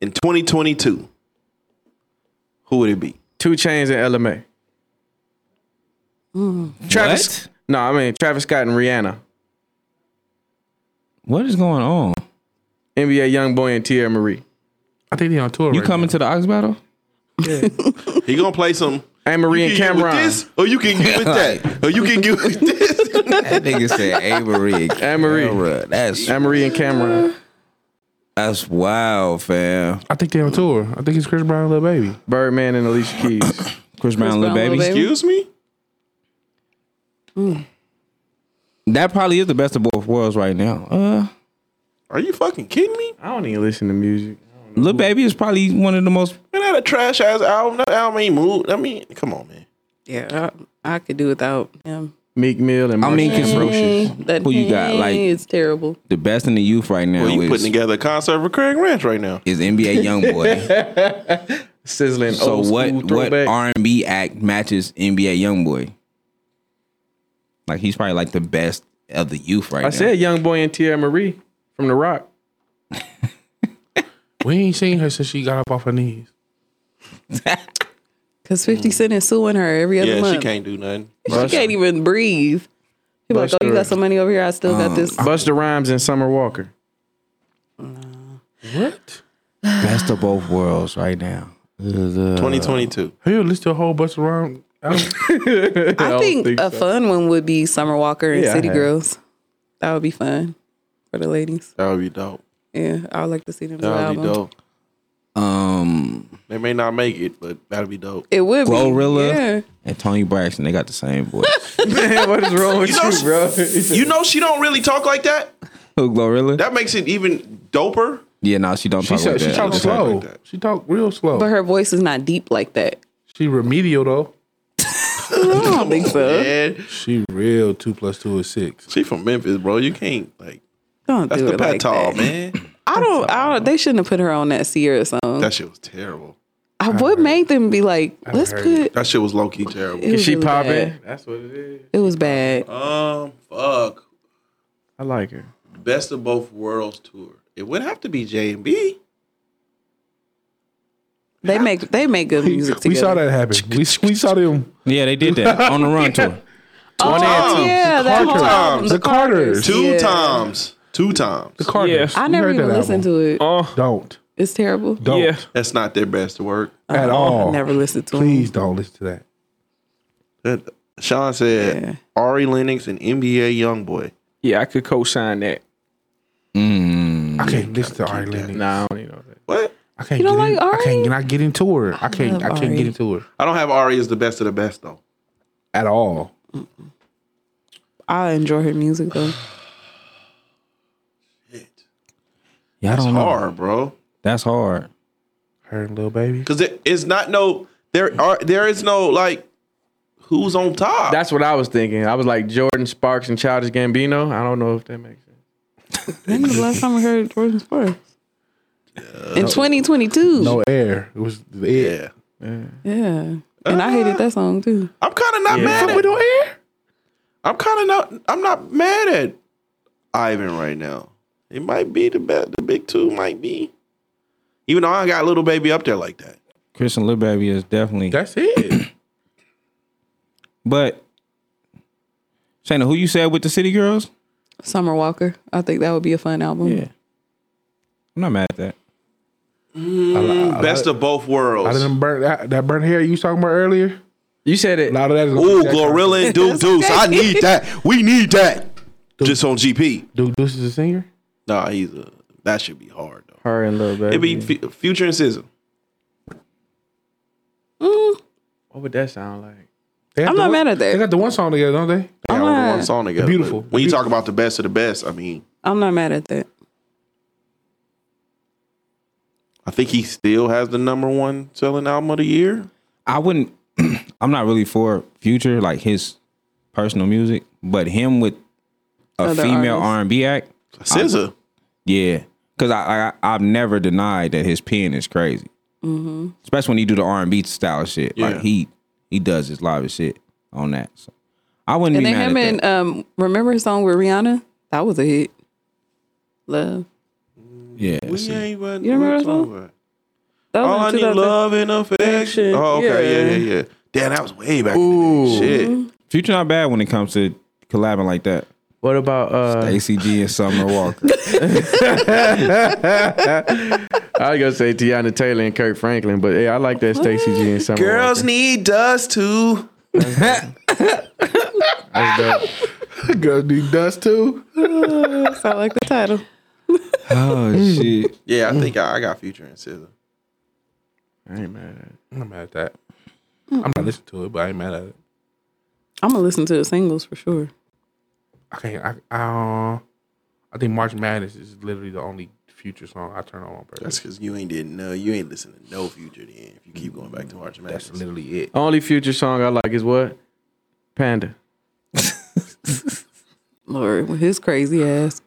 in 2022, who would it be?
Two Chains and LMA. Travis.
What?
No, I mean Travis Scott and Rihanna.
What is going on?
NBA YoungBoy and Tierra Marie.
I think they on tour.
You
right
coming to the Ox Battle?
He gonna play some.
Anne Marie and
You can get with
Cameron.
this, or you can get with that, or you can get with this.
That nigga said Avery.
Amory.
Bruh, That's
Anne Marie and Cameron.
that's wild, fam.
now. I think they on tour. I think it's Chris Brown, and Lil Baby.
Birdman and Alicia Keys.
Chris
Brown,
Brown, little
Lil
baby.
Baby.
Excuse me.
That probably is the best of both worlds right now. Uh,
Are you fucking kidding me?
I don't even listen to music.
Lil Baby is probably one of the most.
Man, that a trash ass album. That album ain't moved. I mean, come on, man.
Yeah, I, I could do without him.
Meek Mill and
I mean,
Marcus
can-
Ambrosius.
That
Who you got, like-
it's terrible.
The best in the youth right now
Well, you putting
is,
together a concert for Craig Ranch right now.
is NBA YoungBoy.
sizzling.
so
old
what?
school
What
throwback.
R and B act matches NBA YoungBoy? Like he's probably like the best of the youth right now.
I said, Young Boy and Tierra Marie from The Rock.
We ain't seen her since she got up off her knees.
Cause Fifty Cent is suing her every other
Yeah,
month.
she can't do nothing.
She can't even breathe. People like,
Busta-
oh, you got some money over here. I still got this.
Buster Rhymes and Summer Walker.
What?
best of both worlds right now.
2022.
Have you listened to a whole bunch of rhyme? albums?
I think, a fun one would be Summer Walker and
Yeah, I
City
have.
Girls. That would be fun for the ladies.
That would be dope.
Yeah, I would like to see them do an
That would be
album.
dope.
Um,
They may not make it, but that'd be dope.
It would be.
Glorilla
Yeah.
and Tony Braxton, they got the same voice.
Man, what is wrong with
You know,
you, bro?
you know she don't really talk like that.
Who Glorilla?
That makes it even doper.
yeah, no, she don't
She
talk
said
like
she
that.
talked
Just like-
slow.
that.
She talked real slow.
But her voice is not deep like that.
she remedial though.
I don't think so.
Yeah,
She real two plus two is six.
she from Memphis, bro. You can't like
Don't
that's
do
the
it like
patall,
that.
man.
I don't. I don't. They shouldn't have put her on that Sierra song.
That shit was terrible.
I, what made them be like, let's
heard
put.
That shit was low key terrible.
It was
she
really
popping?
bad.
That's what it is.
It was bad.
Um, fuck.
I like her.
Best of both worlds tour. It would have to be J and B.
They make they make good music together.
We saw that happen. We, we saw them.
Yeah, they did that on the run tour.
and
Oh
two.
yeah,
The
that whole
Carters.
album,
The Carters.
Two
Yeah.
times. Two times.
The Cardinals.
I never even listened to it.
Oh,
Don't.
It's terrible.
Don't.
yeah.
That's not their best work.
At
I
all.
Uh-huh. never listened to
Please
them.
don't listen to that.
That, Sean said
Yeah.
Ari Lennox and NBA YoungBoy.
Yeah, I could co-sign that.
I can't listen to Ari Lennox.
Nah, I don't even know that.
What?
I can't
You don't
get in,
like
I
Ari?
can't get, I get into her. I can't
love
I, can't
Ari.
get into her
I don't have Ari as the best of the best though.
at all.
I enjoy her music though.
Yeah, I
That's
don't know.
hard, bro.
That's hard.
Her and little baby.
Because there is not no there are there is no like who's on top.
That's what I was thinking. I was like Jordan Sparks and Childish Gambino. I don't know if that makes sense.
When was the last time I heard Jordan Sparks? In 2022.
No air. It was the air.
yeah.
Yeah. And I hated that song too.
I'm kind of not mad at. I'm kind of not. I'm not mad at Ivan right now. It might be the best. The big two might be. Even though I got little baby up there like that.
Christian Lil Baby is definitely.
That's it.
but Shana, who you said with the City Girls?
Summer Walker. I think that would be a fun album.
I'm not mad at that.
Best of both
a lot of
worlds.
them burnt that, that burnt hair you was talking about earlier.
You said it.
A lot of that is
Ooh, Glorilla and Duke Deuce. I need that. We need that. Just on GP.
Duke Deuce is a singer.
Nah, he's a. That should be hard though.
Her and Lil Baby.
It'd be Fu- Future and SZA.
what would that sound like?
They got
I'm
the
not
one-
made at that.
They got the one song together, don't they?
They got
I'm
only one
not-
song together.
Beautiful.
but When you talk about the best of the best, I mean,
I'm not mad at that.
I think he still has the number one selling album of the year.
I wouldn't. I'm not really for Future, like his personal music, but him with a
Other
female
artists.
R and B act.
SZA.
Yeah, because I, I I've never denied that his pen is crazy,
Mm-hmm.
especially when he do the R and B style shit.
Yeah.
Like he he does his live shit on that. So I wouldn't
And
be
then
mad
him
at
and
that.
um remember his song with Rihanna? That was a hit. Love.
yeah,
We ain't run-
You remember that song?
what's over?
That was
All I
in
need
2000
love and affection.
Affection,
Oh, okay, yeah, yeah, yeah. Damn, that was way back. in the day.
Mm-hmm.
Shit.
Future not bad when it comes to collabing like that.
What about uh
ACG and Summer Walker.
I was gonna say Tiana Taylor and Kirk Franklin, but yeah, I like that Stacey G and Summer.
Girls need dust too.
Girl, do dust too.
Sound like the title.
oh shit!
Yeah, I think I, I got future and scissor.
Walker. I ain't mad at it.
I'm not mad at that. I'm not listening to it, but I ain't mad at it.
I'm gonna listen to the singles for sure.
I can't. I I, uh, I think March Madness is literally the only future song I turn on on
That's
purpose.
because you ain't did no, you ain't listening to no future then. If you keep going back to March
That's,
Madness,
literally it.
Only future song I like is what? Panda.
Lord, with his crazy ass.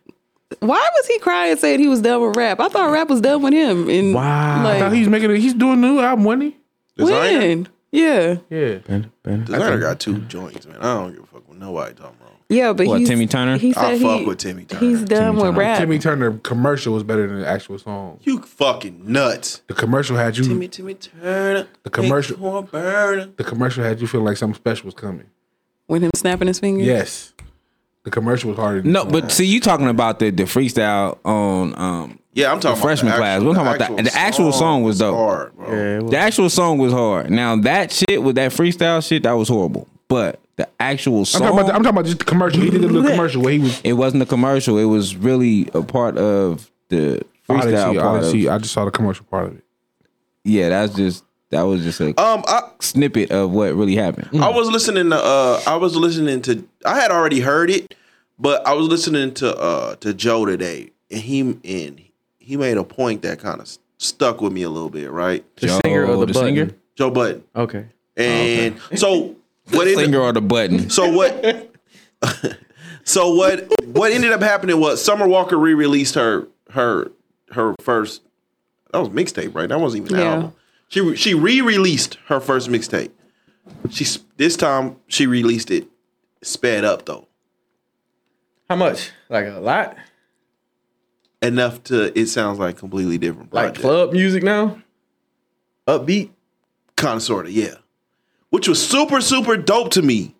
Why was he crying saying he was done with rap? I thought rap was done with him. And
Wow.
I thought
Like,
he's making. A, he's doing a new album, wasn't he?
designer,
when? Yeah.
Yeah.
Panda. Panda.
designer got two joints, man. I don't give a fuck what nobody talking about.
Yeah, but
What,
he's,
Timmy Turner?
He said
I
he,
fuck with Timmy Turner.
He's done
Timmy
with
Turner.
rap.
Timmy Turner commercial was better than the actual song.
You fucking nuts.
The commercial had you.
Timmy, Timmy Turner.
The commercial-
big corn burner.
The commercial had you feeling like something special was coming.
With him snapping his fingers.
Yes. The commercial was harder. Than
No,
the
but see, you talking about the the freestyle on um
Yeah, I'm talking
The freshman
about
class. We're talking about that. The actual song was dope.
Hard, bro.
Yeah, well,
the actual song was hard. Now that shit with that freestyle shit that was horrible, but the actual
I'm
song
talking, about the, I'm talking about just the commercial. He did a little commercial where he was.
it wasn't a commercial. It was really a part of the
I, didn't
freestyle
see, I,
part.
didn't
Of,
see, I just saw the commercial part of it.
yeah, that's just that was just a
Um, I,
snippet of what really happened.
I was listening to uh I was listening to I had already heard it, but I was listening to uh to Joe today and he and he made a point that kind of stuck with me a little bit, right?
the singer
Joe,
or the,
the
button?
singer?
Joe Button.
Okay.
Oh,
And so what ended,
Finger or the button.
so what so what what ended up happening was Summer Walker re-released her her her first that was mixtape, right? That wasn't even an
Yeah.
album. She re- she re-released her first mixtape. She s- this time she released it sped up though.
How much? Like a lot?
Enough to it sounds like completely different
Like
project.
club music now? Upbeat?
kind of sort of, yeah. Which was super super dope to me.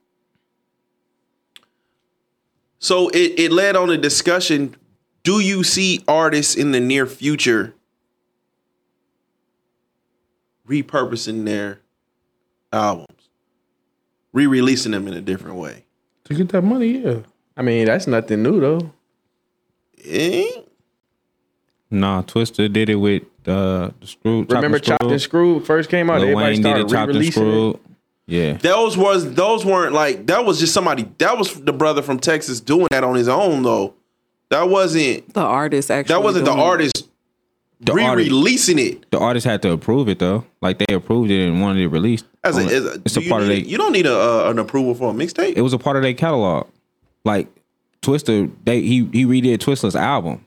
So it it led on a discussion, do you see artists in the near future repurposing their albums, re-releasing them in a different way?
To get that money, yeah.
I mean, that's nothing new though.
Eh?
Nah, Twister did it with uh, the screw. Chopped
Remember
Screw.
Chopped and Screwed first came out?
Lil
everybody
Wayne did
started
it. Chopped and
re-releasing it.
screwed. Yeah,
Those was those weren't like that was just somebody that was the brother from Texas doing that on his own though. That wasn't
The artist actually.
That wasn't the
doing it.
artist
The
re-releasing it
the artist had to approve it though. Like they approved it and wanted it released.
as a,
On-
as a,
it's
do
a
you
part of
need-
their
You don't need a, uh, an approval for a mixtape.
it was a part of their catalog. Like Twister, they he he redid Twister's album.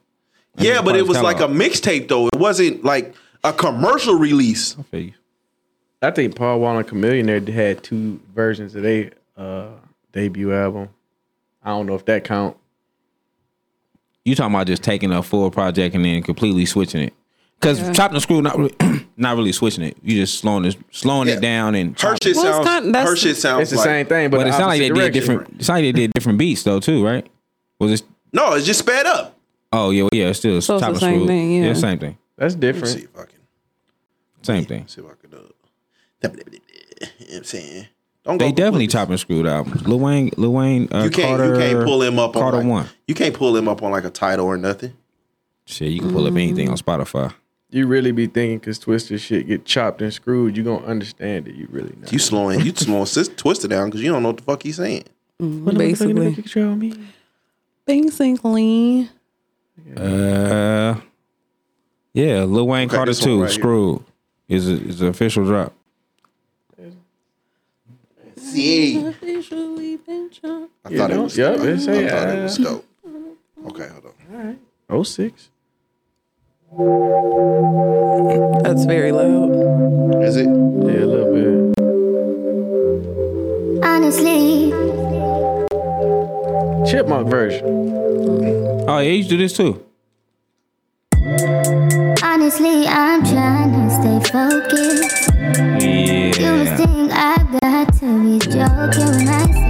Yeah,
was
but
part
it
of
was
his
like a
catalog.
mixtape though. It wasn't like a commercial release.
I feel you.
I think Paul Wallen Millionaire had two versions of their uh, debut album. I don't know if that count.
You talking about just taking a full project and then completely switching it? Because chopping the screw, not really, not really switching it. You just slowing it, slowing
Yeah.
it down and.
Her shit
Well, it's
sounds.
kind- that's-
her shit sounds.
It's the
like,
same thing, but,
but it sounded like they did
different.
different. It sounded like they did different beats though too, right? Was it?
No, it's just sped up.
Oh yeah, well, yeah. It's still
So it's the
chopping
same
screw.
thing, yeah.
same thing.
Let's
That's
see
different.
if I can.
Same thing.
See if I can. Uh, you know what I'm saying. Don't go
They
completely-
definitely chopping screwed albums. Lil Wayne, Lil Wayne, uh,
You can't.
Carter,
you can't pull him up
Carter
on. Like,
one.
You can't pull him up on like a title or nothing.
Shit, you can pull up anything on Spotify.
You really be thinking because Twisted shit get chopped and screwed, you gonna understand it. You really not.
You slowing. You slowing. Sis twisted down because you don't know what the fuck he's saying.
Basically.
control me.
Basically.
Uh, yeah, Lil Wayne
Okay,
Carter
this one
two
right here.
screwed is a, is an official drop.
See. I thought it
don't-
was.
yeah,
I, I
it's- yeah.
thought it was dope. Okay, hold on.
Oh six.
That's very loud.
Is it?
Yeah, a little
Honestly,
bit. Chipmunk version.
Oh, yeah, you used to do this too.
honestly, I'm trying to stay focused. You would
Yeah,
think I got to be joking when I say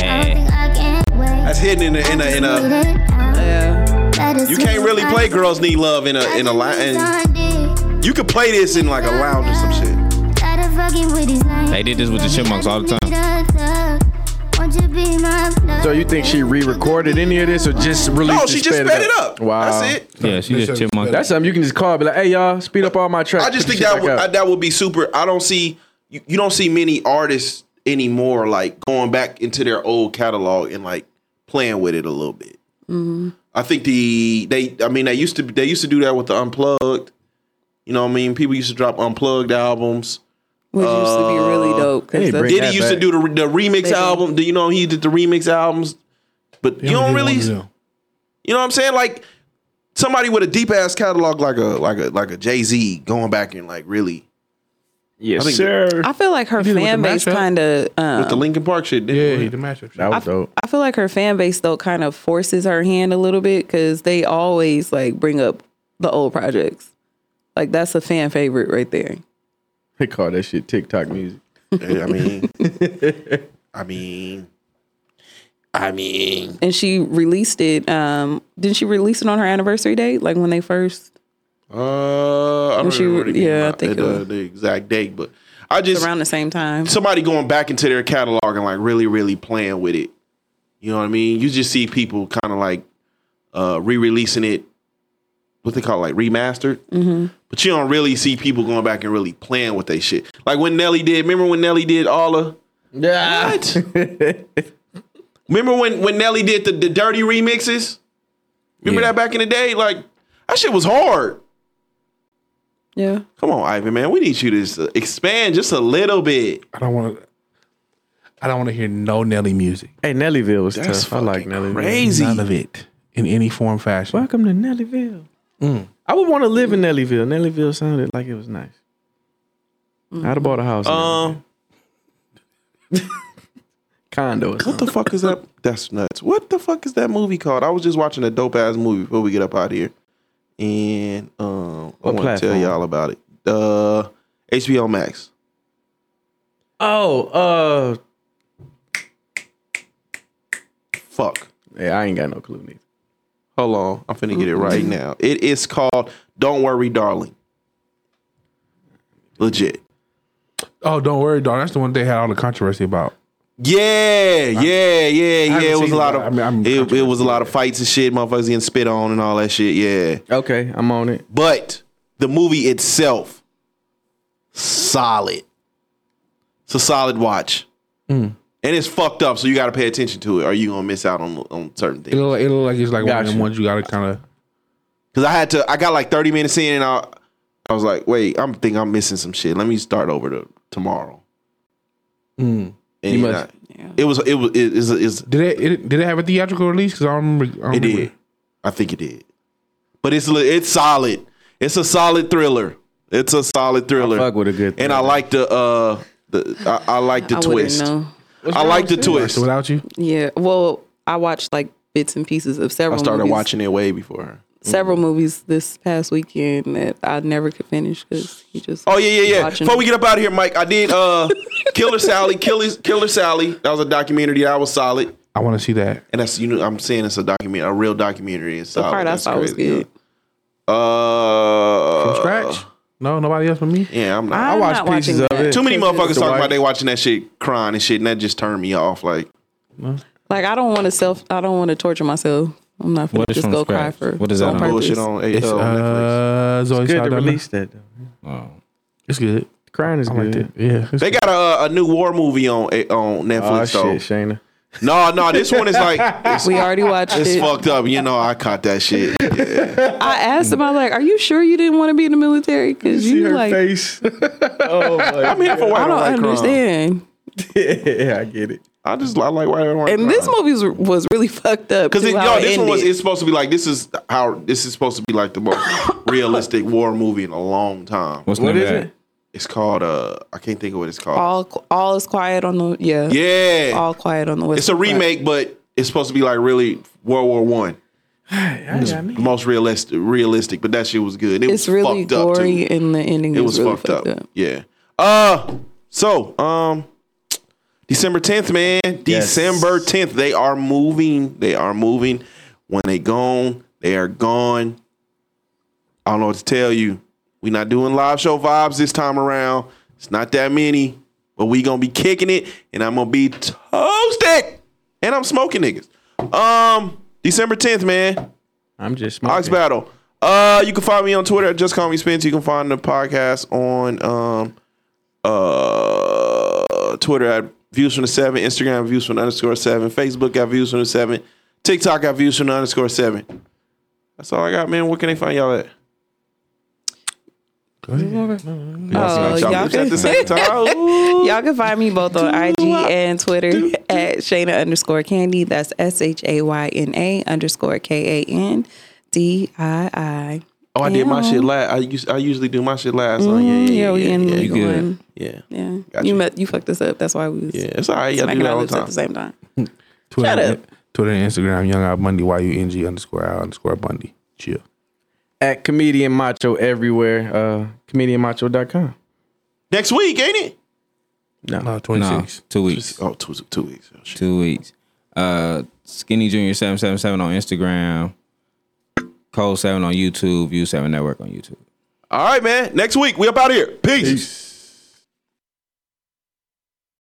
I don't think I can wait.
That's hidden in a in a in a.
Get it out.
Yeah.
Let it
You can't really
slip
play
like-
"Girls Need Love" in a in a
Like
line.
it's
And
Sunday.
you could play this in like a lounge or some shit.
Tired of fucking with these lines.
They did this with the Chipmunks all the time.
Won't you be my love?
So you think she re-recorded any of this or just released?
No,
it
Oh, she just sped it up.
Wow,
that's it.
yeah, she just chipmunk.
That's
That's
something you can just call and be like, "Hey y'all, speed up all my tracks."
I just
Put
think
the shit
that would
back
I,
out.
that would be super. I don't see you, you don't see many artists anymore like going back into their old catalog and like playing with it a little bit.
Mm-hmm.
I think the they I mean they used to they used to do that with the unplugged. You know what I mean? People used to drop unplugged albums.
Which used to be
Uh,
really dope.
Hey,
Cause that's-
bring
Diddy
that
used to
back.
do the, the remix
They do.
album. Do you know he did the remix albums? But you don't really you know what I'm saying? Like somebody with a deep ass catalog like a like a like a Jay-Z going back and like really
Yes,
think-
sir.
I feel like her
did it with
fan
the
base
mashup.
kind of.
with the
Um,
Linkin Park shit. didn't
Yeah,
he?
he the mashup.
That
shit.
was dope.
I feel like her fan base though kind of forces her hand a little bit because they always like bring up the old projects. Like that's a fan favorite right there.
They call that shit TikTok music.
I mean, I mean, I mean,
And she released it. Um, didn't she release it on her anniversary date? Like when they first
uh, I don't
When she-
remember the-
yeah, I think it
the,
was-
uh, the exact date, but I just
around the same time.
somebody going back into their catalog and like really, really playing with it. You know what I mean? You just see people kind of like uh, re-releasing it, what they call it, like remastered. But you don't really see people going back and really playing with their shit. Like when Nelly did. Remember when Nelly did all of
Yeah.
what? Remember when when Nelly did the, the dirty remixes? Remember
Yeah.
that back in the day? Like that shit was hard.
Yeah.
Come on, Ivan, man. We need you to s- expand just a little bit.
I don't want to. I don't want to hear no Nelly music.
Hey, Nellyville was
That's
tough. I like
fucking
Nellyville.
Crazy.
None of it in any form, fashion.
Welcome to Nellyville. I would want to live in Nellyville. Nellyville sounded like it was nice.
Mm.
I'd have bought a house. in
Um,
Nellyville. condo. Or
what the fuck is that? That's nuts. What the fuck is that movie called? I was just watching a dope ass movie before we get up out of here, and um, I
What
want to tell
platform?
y'all about it. Uh, HBO Max.
oh,
Fuck.
uh, yeah, I ain't got no clue neither.
Hold on, I'm finna get it right
Mm-hmm.
now. It is called "Don't Worry, Darling." Legit.
Oh, don't worry, darling. That's the one they had all the controversy about.
Yeah, yeah, yeah, yeah. It was
seen
a
it,
lot
but
of
I mean, I'm
it, it was a
controversial,
lot of fights and shit. Motherfuckers getting spit on and all that shit. Yeah,
Okay, I'm on it.
but the movie itself, solid. It's a solid watch, and it's fucked up. So you got to pay attention to it, or you gonna miss out on on certain
It
things.
look, it look like it's like one of
Gotcha.
them ones you gotta kind of.
Cause I had to, I got like 30 minutes in and I, I was like, wait, I'm think I'm missing some shit. Let me start over to tomorrow. And
You
I-
must-
it was, it was, it is, is
Did it, it? Did it have a theatrical release? Because I don't remember. I don't
it
remember.
did. I think it did. But it's, li- it's solid. It's a solid thriller. It's a solid thriller.
fuck with a good
And I
thriller.
like the, uh, the, I, I like the
I
twist.
wouldn't know.
I like the twist.
So without you,
Yeah. Well, I watched like bits and pieces of
I
several
started
movies,
watching it way before her.
several movies this past weekend that I never could finish because he just
Oh yeah, yeah, yeah.
watching-
Before we get up out of here, Mike, I did uh Killer Sally, Killer, Killer Sally. That was a documentary that was solid.
I want to see that.
And that's you know I'm saying it's a documentary, a real documentary. It's
the
solid.
part I
That's
saw was
crazy.
good.
Uh,
From scratch? No, nobody else but me.
Yeah, I'm not.
I'm
watched
not watching
pieces of
that.
it.
Too many motherfuckers
The
talking
wife-
about they watching that shit, crying and shit, and that just turned me off. Like,
Like I don't want to self. I don't want to torture myself. I'm not gonna
What is
just
from
go
scratch?
cry for
What is that
on
on?
purpose.
bullshit on,
It's
uh, on Netflix.
uh, Zoe
Oh, Good to
Saldana.
release that. Though.
Oh.
It's good.
Crying is
I liked it.
good.
Yeah, it's
They got a, a new war movie on on
Oh
Netflix.
shit,
though.
Shayna.
No, no, this one is like it's,
We already watched
it's
it.
fucked up. You know, I caught that shit.
I asked him. I was like, "Are you sure you didn't want to be in the military? Because
See
you
her
like,
face. oh my!
I'm here for white
I
on
don't
white crime.
understand."
yeah, I get it.
I just I like white on white.
And
crime.
this movie was, was really fucked up
Because
too, how
yo,
it
this one was
ended.
it's supposed to be like this is how this is supposed to be like the most realistic war movie in a long time.
What's
What
the name
is
of that?
it?
It's called uh I can't think of what it's called.
all all is quiet on the yeah
yeah,
all quiet on the west.
it's a
Front.
remake, but it's supposed to be like really World War One,
Yeah, I mean,
the most realistic. Realistic, but that shit was good. It
It's
was
really
fucked up too.
gory and the ending
It
is
was
really
fucked, up. Yeah. Uh, so um, December tenth, man. December tenth. They are moving. They are moving. When they gone, they are gone. I don't know what to tell you. We're not doing live show vibes this time around. It's not that many, but we gonna be kicking it, and I'm gonna be toasted, and I'm smoking niggas. Um, December tenth, man.
I'm just
Ox
smoking.
Battle. Uh, you can find me on Twitter at Just Call Me Spence. You can find the podcast on um uh Twitter at views from the seven. Instagram views from the underscore seven. Facebook got views from the seven. TikTok got views from the underscore seven. That's all I got, man. Where can they find y'all at?
Oh, y'all
Y'all at the
can,
same time. Ooh.
y'all can find me both on IG and Twitter at Shayna underscore Candy. That's S H A Y N A underscore K A N D I I.
Oh, I did my shit last. I us- I usually do my shit last. on yeah, yeah,
Mm, Yeah, we
yeah,
in
yeah,
league
yeah,
good.
one.
yeah.
Yeah,
Gotcha.
you met, you fucked us up. That's why we was
Yeah, it's all right. Y'all do
smacking
that
our
all the
lips at
time.
the same time.
Twitter,
Shut up.
Twitter and Instagram, Young Out Bundy, Y U N G underscore Al underscore Bundy. Chill.
At comedian macho everywhere. Uh, comedianmacho.com.
Next week, ain't it?
No,
No,
26.
two weeks.
Oh, two two weeks. Oh, shit.
Two weeks. Uh, Skinny Junior seven seven seven on Instagram. Cole seven on YouTube. View seven network on YouTube.
All right, man. Next week, we up out of here. Peace.